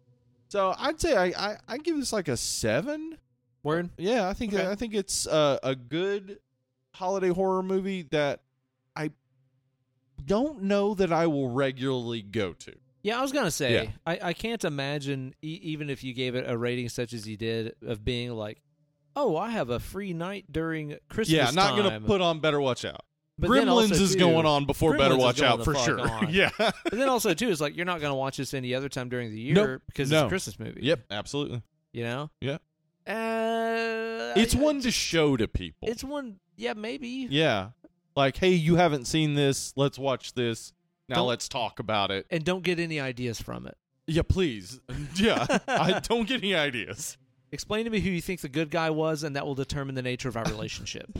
So I'd say I I, I give this like a seven.
Word.
Yeah, I think
Okay.
I think it's uh, a, a good holiday horror movie that I don't know that I will regularly go to.
Yeah, I was gonna say
Yeah.
I, I can't imagine e- even if you gave it a rating such as you did of being like, oh, I have a free night during Christmas.
yeah, not gonna
time."
put on Better Watch Out.
But then
Gremlins
also,
is
too-
going on before
Gremlins
Better
is
Watch
going
Out
the
for
fuck
sure.
on.
Yeah.
But then also too is like you're not gonna watch this any other time during the year
Nope.
because it's
No.
a Christmas movie.
yep, absolutely.
You know.
Yeah.
Uh,
It's
I-
one to show to people.
It's one. Yeah, maybe.
yeah. Like, hey, you haven't seen this. Let's watch this. Now
Don't-
let's talk about it.
And don't get any ideas from it.
Yeah, please. Yeah. I don't get any ideas.
Explain to me who you think the good guy was, and that will determine the nature of our relationship.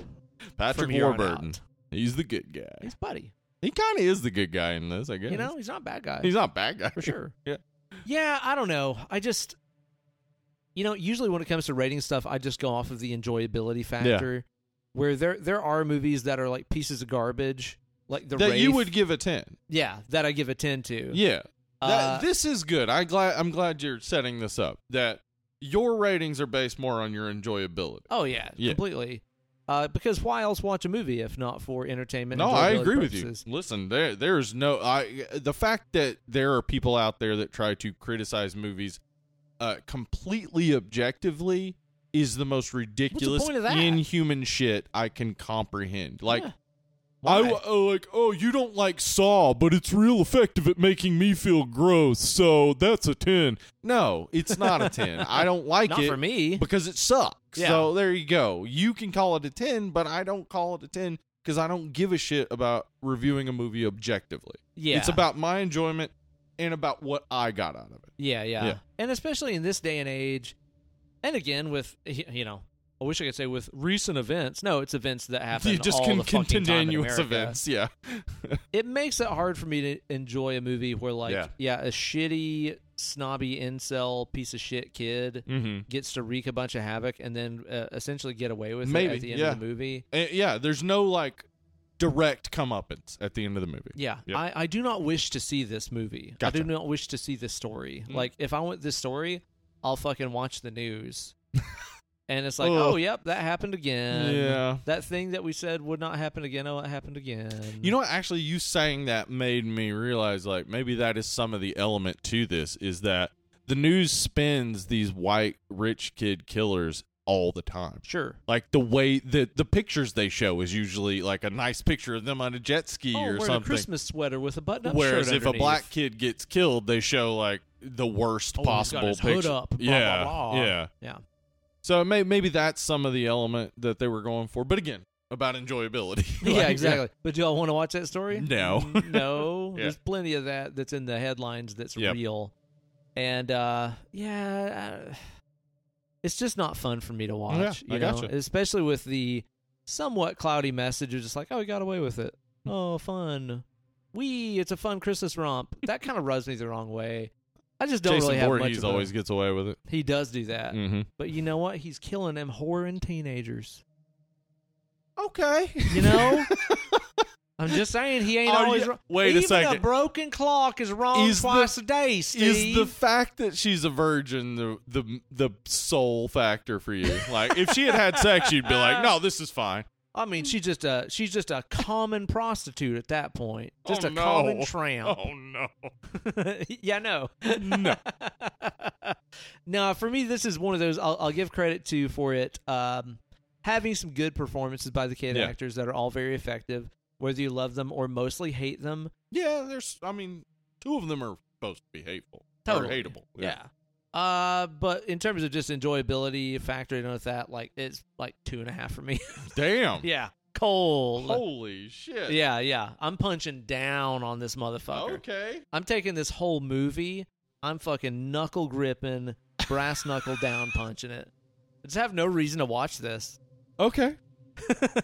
Patrick
here on
Warburton.
out.
He's the good guy.
He's buddy.
He kind of is the good guy in this, I guess.
You know, he's not a bad guy.
He's not a bad guy
for sure.
Yeah.
Yeah, I don't know. I just you know, usually when it comes to rating stuff, I just go off of the enjoyability factor. Where there there are movies that are like pieces of garbage, like the
that you
Wraith.
would give a ten.
yeah that I give a ten to.
Yeah,
Uh,
that, this is good. I glad I'm glad you're setting this up. That your ratings are based more on your enjoyability.
oh yeah,
Yeah.
completely. Uh, because why else watch a movie if not for entertainment?
No,
and
I
enjoyability
agree with you.
purposes?
Listen, there there's no I the fact that there are people out there that try to criticize movies uh completely objectively is the most ridiculous
point of that?
inhuman shit I can comprehend. Like
Yeah. Why?
I w- oh, like oh you don't like Saw, but it's real effective at making me feel gross, so that's a ten. No, it's not a ten. I don't like
not
it
for me.
because it sucks.
Yeah.
So there you go. You can call it a 10, but I don't call it a 10 because I don't give a shit about reviewing a movie objectively.
Yeah,
It's about my enjoyment and about what I got out of it.
Yeah, yeah,
Yeah.
And especially in this day and age, and again with y- you know, I wish I could say with recent events. No, it's events that happen.
you just
all
can
the fucking time in
continuous
America.
events. Yeah.
It makes it hard for me to enjoy a movie where like
Yeah.
yeah, a shitty snobby incel piece of shit kid
Mm-hmm.
gets to wreak a bunch of havoc and then uh, essentially get away with it
Maybe,
at the end
yeah.
of the movie.
Eh, yeah. There's no like direct comeuppance at the end of the movie.
Yeah,
Yep.
I, I do not wish to see this movie. I do
Gotcha.
not wish to see this story.
Mm.
Like, if I want this story, I'll fucking watch the news. and it's like,
Ugh.
oh, yep, that happened again.
yeah.
That thing that we said would not happen again, oh, it happened again.
You know what? Actually, you saying that made me realize like maybe that is some of the element to this is that the news spins these white rich kid killers all the time.
sure.
Like the way that the pictures they show is usually like a nice picture of them on a jet ski
oh,
or
wearing a
something.
Christmas sweater with a button-up
Whereas
shirt
if a
underneath.
black kid gets killed, they show like the worst
Oh, he's got
possible
his hood
picture.
up, blah, blah,
yeah,
blah.
yeah,
Yeah.
So may- maybe that's some of the element that they were going for. But again, about enjoyability. Like,
yeah, exactly. But do y'all want to watch that story?
No.
Mm, no.
Yeah.
There's plenty of that that's in the headlines that's
Yep.
real. And uh, yeah, I, it's just not fun for me to watch.
I
you know?
gotcha.
Especially with the somewhat cloudy message of just like, oh, we got away with it.
Hmm.
Oh, fun. Wee, it's a fun Christmas romp. That kind of rubs me the wrong way. I just don't
Jason
really have
Voorhees
much. Of a-
always gets away with it.
he does do that,
Mm-hmm.
but you know what? He's killing them whoring teenagers.
Okay.
You know? I'm just saying he ain't
Are
always
you-
wrong.
wait a
Even
second.
a broken clock is wrong
Is the-
twice a day,
Is
Steve.
the fact that she's a virgin the the the sole factor for you? Like, if she had had sex, you'd be like, "No, this is fine."
I mean, she's just a she's just a common prostitute at that point. Just
Oh,
a
no.
common tramp.
Oh no,
yeah, no.
no.
no, for me, this is one of those I'll, I'll give credit to for it um, having some good performances by the kid
Yeah.
actors that are all very effective, whether you love them or mostly hate them.
Yeah, there's. I mean, two of them are supposed to be hateful
Totally.
or hateable.
Yeah. Uh, but in terms of just enjoyability factoring in with that, like it's like two and a half for me.
Damn.
yeah, cold.
Holy shit.
Yeah, yeah. I'm punching down on this motherfucker.
Okay.
I'm taking this whole movie. I'm fucking knuckle gripping, brass knuckle down, punching it. I just have no reason to watch this.
Okay.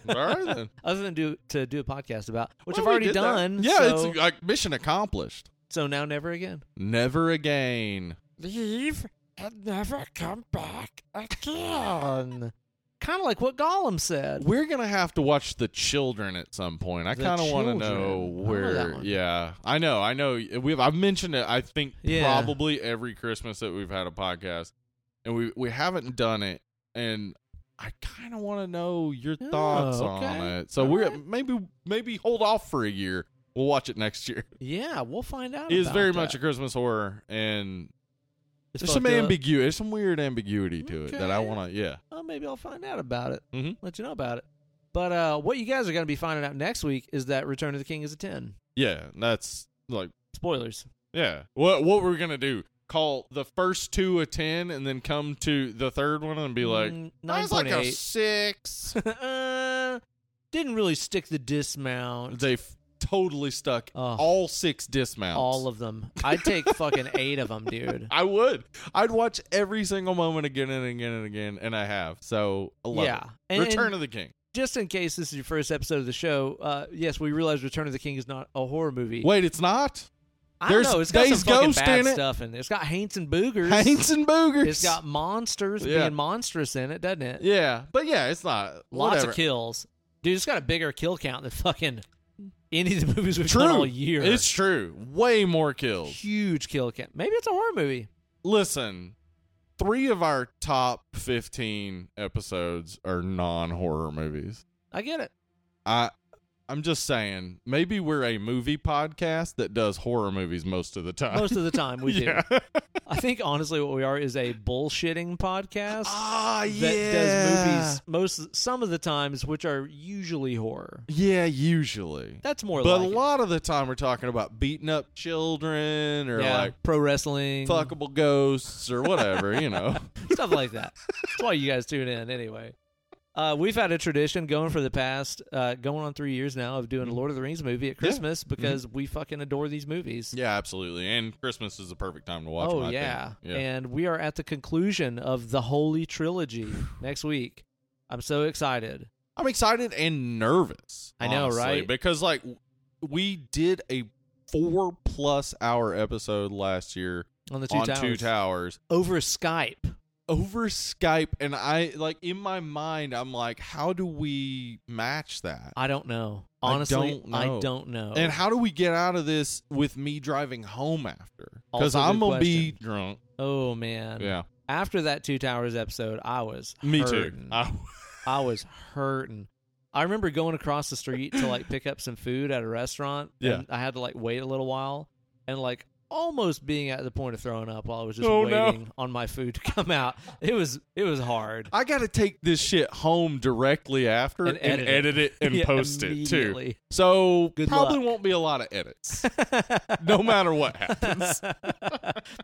All right then.
other than do to do a podcast about, which
Well,
I've
we
already
did that.
done.
Yeah,
so,
it's like mission accomplished.
so now never again.
Never again.
Leave and never come back again. kind of like what Gollum said.
We're gonna have to watch the children at some point. I
The
kind of want to
Children.
know
I don't know that
where.
one.
yeah, I know. I know. We've I've mentioned it. I think
Yeah.
probably every Christmas that we've had a podcast, and we we haven't done it. And I kind of want to know your
Oh,
thoughts on
okay.
it. So
All
we're
right.
maybe maybe hold off for a year. We'll watch it next year.
Yeah, we'll find out.
It is
about
very
that.
much a Christmas horror, and
It's
there's some
fucked up.
ambiguity, there's some weird ambiguity to it that I
Okay.
want to. Yeah,
Oh, maybe I'll find out about it.
Mhm.
Let you know about it. But uh, what you guys are going to be finding out next week is that Return of the King is a ten.
yeah. That's like.
Spoilers.
Yeah. What what we're gonna do? Call the first two a ten, and then come to the third one and be like,
Mm,
"That's like a
9.8.
six.
uh, didn't really stick the dismount.
they f- totally stuck
Ugh.
all six dismounts.
All of them. I'd take fucking eight of them, dude.
I would. I'd watch every single moment again and again and again, and I have. So I love
yeah.
it.
And,
Return
and
of the King.
just in case this is your first episode of the show, uh, yes, we realize Return of the King is not a horror movie.
Wait, it's not.
I don't
there's-
know. It's got some
there's
fucking
ghosts
bad
in it.
stuff in it. It's got Haints and Boogers.
Hanks and Boogers.
It's got monsters
Yeah.
being monstrous in it, doesn't it?
Yeah, but yeah, it's not.
Lots
Whatever.
of kills. Dude, it's got a bigger kill count than fucking any of the movies we've
True.
done all year.
It's true. Way more kills.
huge kill count. Maybe it's a horror movie.
listen, three of our top 15 episodes are non horror movies.
I get it.
I. I'm just saying, maybe we're a movie podcast that does horror movies most of the time.
Most of the time we do.
yeah.
I think honestly what we are is a bullshitting podcast
Ah, yeah.
that does movies most some of the times which are usually horror.
Yeah, usually.
That's more
But
like
a
it.
lot of the time we're talking about beating up children or
yeah,
like
pro wrestling
fuckable ghosts or whatever, you know.
stuff like that. That's why you guys tune in anyway. Uh, we've had a tradition going for the past uh, going on three years now of doing
Mm.
a Lord of the Rings movie at Christmas because we fucking adore these movies.
Mm-hmm. Yeah, absolutely. And Christmas is the perfect time to watch
oh
them, I think.
yeah.
Yeah.
and we are at the conclusion of the Holy Trilogy next week. I'm so excited.
I'm excited and nervous.
I know,
honestly,
right?
Because like w- we did a four plus hour episode last year
On the two
on
towers
two towers
over Skype.
over Skype, and I like in my mind, I'm like, how do we match that?
I don't know.
I
Honestly,
don't know.
I don't know.
and how do we get out of this with me driving home after? Because
Also a
I'm
good
gonna be drunk.
oh man,
Yeah,
After that Two Towers episode, I was
me too.
hurting.
I,
I was hurting. I remember going across the street to like pick up some food at a restaurant.
Yeah.
and I had to like wait a little while and like almost being at the point of throwing up while I was just
Oh, no.
waiting on my food to come out. It was it was hard.
I got to take this shit home directly after
And
and,
edit
edit,
it.
it and
Yeah,
post it too.
immediately.
So
Good
probably
luck.
won't be a lot of edits, no matter what happens.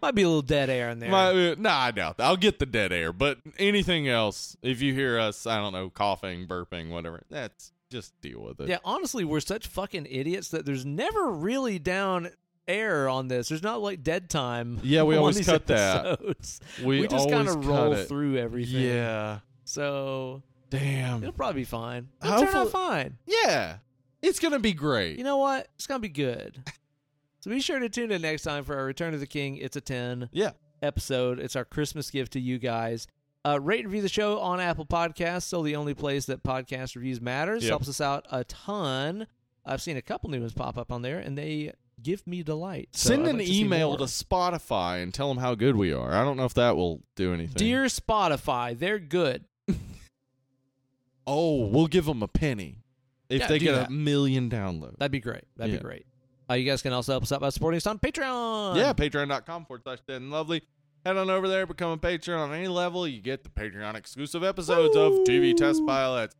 Might be a little dead air in there.
My, uh, nah, I doubt that. I'll get the dead air, but anything else, if you hear us, I don't know, coughing, burping, whatever, that's just deal with it.
Yeah, honestly, we're such fucking idiots that there's never really down air on this. There's not like dead time.
Yeah, we
on
always
these
cut that.
episodes.
we,
We, just
always
kind
cut
of roll
it.
through everything.
Yeah,
So it'll
damn.
probably be fine. It'll turn
Hopefully-
out fine.
Yeah, it's gonna be great.
You know what? It's gonna be good. So be sure to tune in next time for our Return of the King. It's a ten.
Yeah.
Episode. It's our Christmas gift to you guys. Uh, rate and review the show on Apple Podcasts, still the only place that podcast reviews matters.
Yep.
Helps us out a ton. I've seen a couple new ones pop up on there, and they give me delight. So
Send
I'd
an
like to see
email
more.
to Spotify and tell them how good we are. I don't know if that will do anything.
dear Spotify. They're good.
oh, we'll give them a penny if
Yeah,
they
do
get
that.
a million downloads.
That'd be great. That'd
Yeah.
be great. Uh, you guys can also help us out by supporting us on Patreon.
Yeah, patreon.com forward slash dead and lovely. Head on over there, become a patron on any level. You get the Patreon exclusive episodes of TV Test Pilots.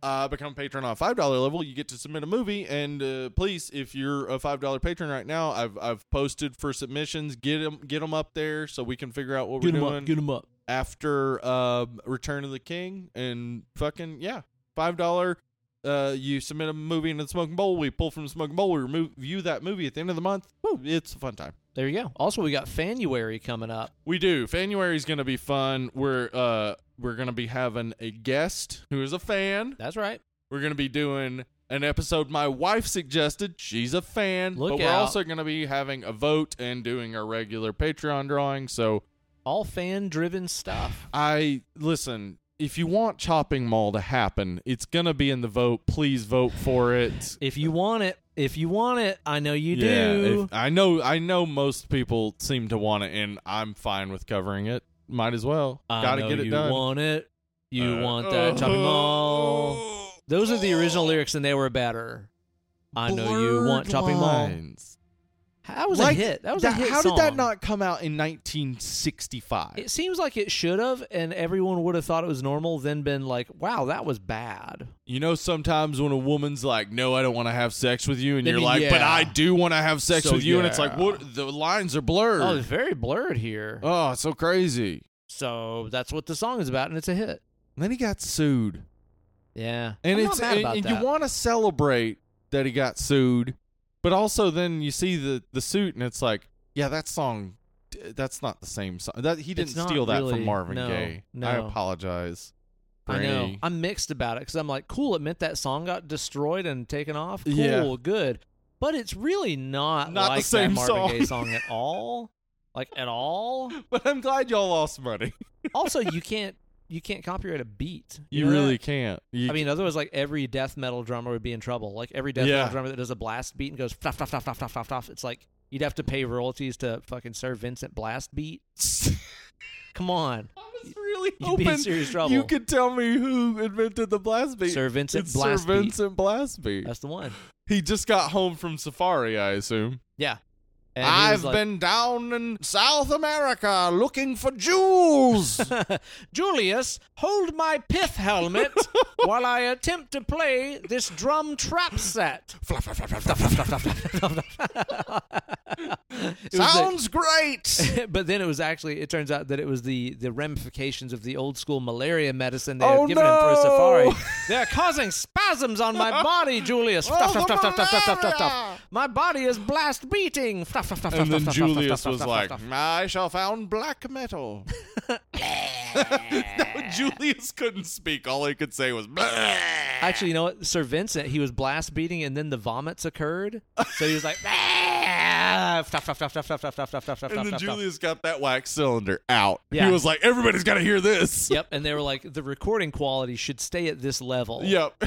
Uh, become a patron on a five dollar level. You get to submit a movie, and uh, please, if you're a five dollar patron right now, I've I've posted for submissions. Get them up there so we can figure out what
Get
we're
them
doing
up. Get them up.
after um, Return of the King and fucking yeah, five dollar. Uh, you submit a movie into the smoking bowl. We pull from the smoking bowl. We remove, view that movie at the end of the month. Woo, it's a fun time.
There you go. Also, we got Fanuary coming up.
We do. January is going to be fun. We're uh we're gonna be having a guest who is a fan.
That's right.
We're gonna be doing an episode my wife suggested. She's a fan.
Look
but we're
out.
also gonna be having a vote and doing our regular Patreon drawing. So
All fan driven stuff.
I listen. If you want Chopping Mall to happen, it's gonna be in the vote. Please vote for it.
If you want it, if you want it, I know you
yeah,
do.
if- I know. I know most people seem to want it, and I'm fine with covering it. Might as well.
I
Gotta
know
get it
you
done.
want it. You
Uh, oh.
want that chopping mall. Those are the original lyrics, and they were better. I know you want
Blurred
chopping mall.
lines.
That was
Like,
a hit. That was a
That-
hit.
how did that
song.
not come out in 1965?
It seems like it should have, and everyone would have thought it was normal. Then been like, "Wow, that was bad."
you know, sometimes when a woman's like, "No, I don't want to have sex with you," and
Then
you're
you-
like, "But
yeah.
I do want to have sex
So,
with you," and it's
yeah.
like, "What? The lines are
Oh,
blurred."
it's very blurred here.
Oh, it's so crazy.
So that's what the song is about, and it's a hit.
And then he got sued,
Yeah,
and
I'm
it's
not mad
and,
about
and
that.
you want to celebrate that he got sued, but also then you see the the suit, and it's like, yeah, that song. That's not the same song. That he didn't
It's not
steal that
really-
from Marvin
no,
Gaye. I
no.
apologize. for
I know.
any-
I'm mixed about it because I'm like, cool. It meant that song got destroyed and taken off. Cool,
Yeah.
good. But it's really not,
Not the
like
same
that Marvin
song.
Gaye song at all. Like at all.
But I'm glad y'all lost money.
Also, you can't you can't copyright a beat.
You
know
really
that?
can't. You,
I mean, otherwise, like every death metal drummer would be in trouble. Like every death
Yeah.
metal drummer that does a blast beat and goes fluff fluff fluff fluff fluff fluff fluff. It's like you'd have to pay royalties to fucking Sir Vincent Blast beat. Come on,
I was really
you'd be in
hoping
serious trouble.
you could tell me who invented the blast beat.
Sir Vincent
it's
Blast
Sir
beat.
Vincent Blast beat.
That's the one.
He just got home from safari, I assume.
Yeah. And he was
I've
like-
been down in South America looking for jewels.
Julius, hold my pith helmet while I attempt to play this drum trap set. It was the-
Sounds great.
but then it was actually, it turns out that it was the, the ramifications of the old school malaria medicine they
Oh,
had given him for a safari.
no.
They're causing spasms on my body, Julius. Tuff, tuff, tuff, tuff, tuff, tuff, tuff, tuff.
Oh, malaria.
My body is blast beating. Tuff, tuff, tuff, tuff,
And then
tuff, tuff, tuff,
Julius
tuff,
was
tuff,
like,
tuff, tuff.
I shall found black metal. No, Julius couldn't speak. All he could say was,
Actually, you know what? Sir Vincent, he was blast beating, and then the vomits occurred. So he was like, "Ah, fuff, fuff, fuff, fuff, fuff, fuff, fuff, fuff, fuff, fuff,
And then
fuff, fuff."
Julius got that wax cylinder out.
Yeah.
He was like, everybody's got to hear this.
Yep, and they were like, the recording quality should stay at this level.
Yep.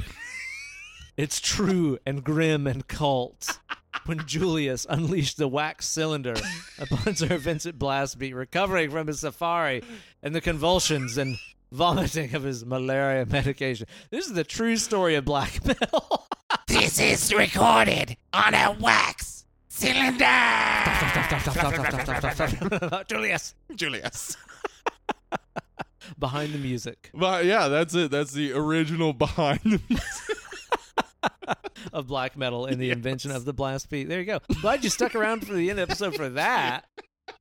It's true and grim and cult. When Julius unleashed the wax cylinder upon Sir Vincent Blastby, recovering from his safari and the convulsions and vomiting of his malaria medication. This is the true story of black metal.
This is recorded on a wax cylinder.
Julius,
Julius.
behind the music
But yeah, that's it. That's the original behind the music.
of black metal and the invention of the blast beat. There you go. Glad you stuck around for the end episode for that,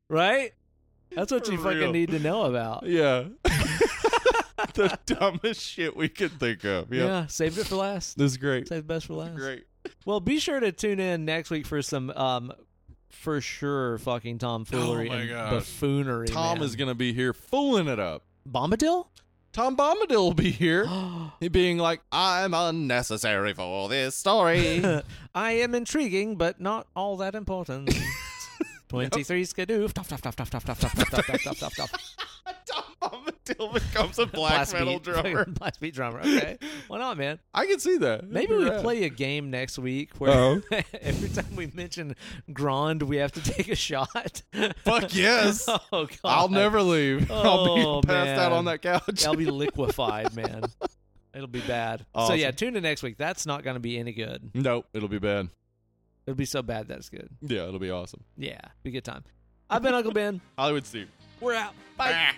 right? That's what
For
you fucking
real.
need to know about.
Yeah. the dumbest shit we could think of. Yeah.
Yeah, saved it for last.
This is great.
Save the best for last.
Great.
Well, be sure to tune in next week for some, um, for sure, fucking tomfoolery
Oh my
and
God.
buffoonery.
Tom
man.
is going to be here fooling it up.
Bombadil.
Tom Bombadil will be here. he being like, I'm unnecessary for this story.
I am intriguing, but not all that important. Twenty-three skidoo. Tuff, tuff, tuff, tuff, tuff, tuff, tuff, tuff, tuff, tuff, tuff, tuff.
Tom Bombadil becomes a black
Blast
metal
beat.
drummer.
blast beat drummer. Okay, why not, man?
I can see that.
Maybe we play a game next week
Oh.
where every time we mention Grand, we have to take a shot.
Fuck yes.
oh god,
I'll never leave. I'll
Oh,
be passed out
man.
on that couch.
I'll be liquefied, man. It'll be bad.
Awesome.
So yeah, tune in next week. That's not going to be any good.
nope, it'll be bad.
It'll be so bad that's good.
Yeah, it'll be awesome.
Yeah, be a good time. I've been Uncle Ben.
Hollywood Steve. Ah.
We're out. Bye.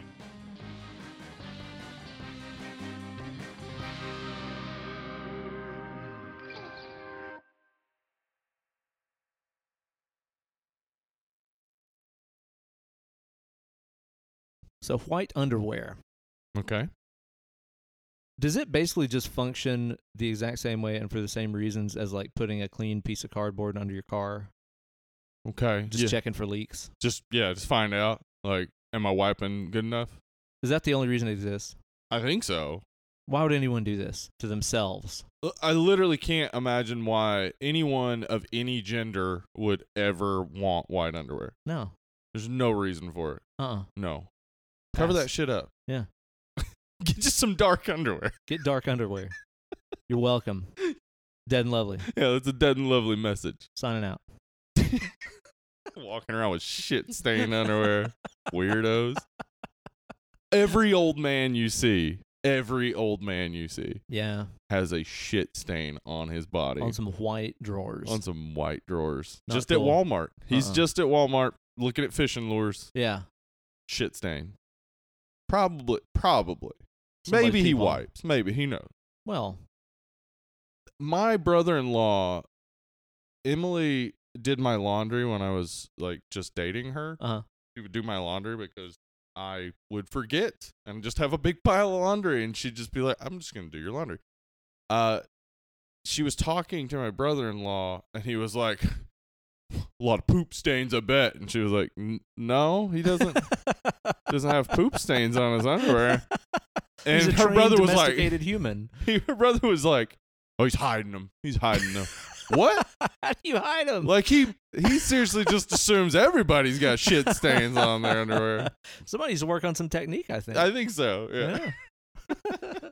So white underwear.
Okay.
Does it basically just function the exact same way and for the same reasons as like putting a clean piece of cardboard under your car,
Okay.
just
yeah,
checking for leaks?
Just yeah, just find out. Like, am I wiping good enough?
Is that the only reason it exists?
I think so.
Why would anyone do this to themselves?
L- I literally can't imagine why anyone of any gender would ever want white underwear.
No.
There's no reason for it.
Uh uh
No. Cover
Pass.
that shit up.
Yeah.
Get just some dark underwear.
Get dark underwear. You're welcome. Dead and lovely.
Yeah, that's a dead and lovely message.
Signing out.
Walking around with shit stained underwear. Weirdos. Every old man you see, every old man you see
Yeah.
has a shit stain on his body.
On some white drawers.
on some white drawers.
Not
just at
cool.
Walmart. He's
Uh-uh.
just at Walmart looking at fishing lures.
yeah.
Shit stain. Probably probably.
Somebody
Maybe he
peep on.
wipes. Maybe he knows.
Well,
my brother-in-law Emily did my laundry when I was like just dating her.
Uh-huh.
She would do my laundry because I would forget and just have a big pile of laundry and she'd just be like, "I'm just going to do your laundry." Uh she was talking to my brother-in-law and he was like a lot of poop stains, I bet. And she was like, "N- "No, he doesn't doesn't have poop stains on his underwear." And
he's a
her
trained
brother was like,
domesticated human.
her brother was like, "Oh, he's hiding them. He's hiding them." what?
How do you hide him?
Like he he seriously just assumes everybody's got shit stains on their underwear.
Somebody needs to work on some technique, I think.
I think so. Yeah.
Yeah.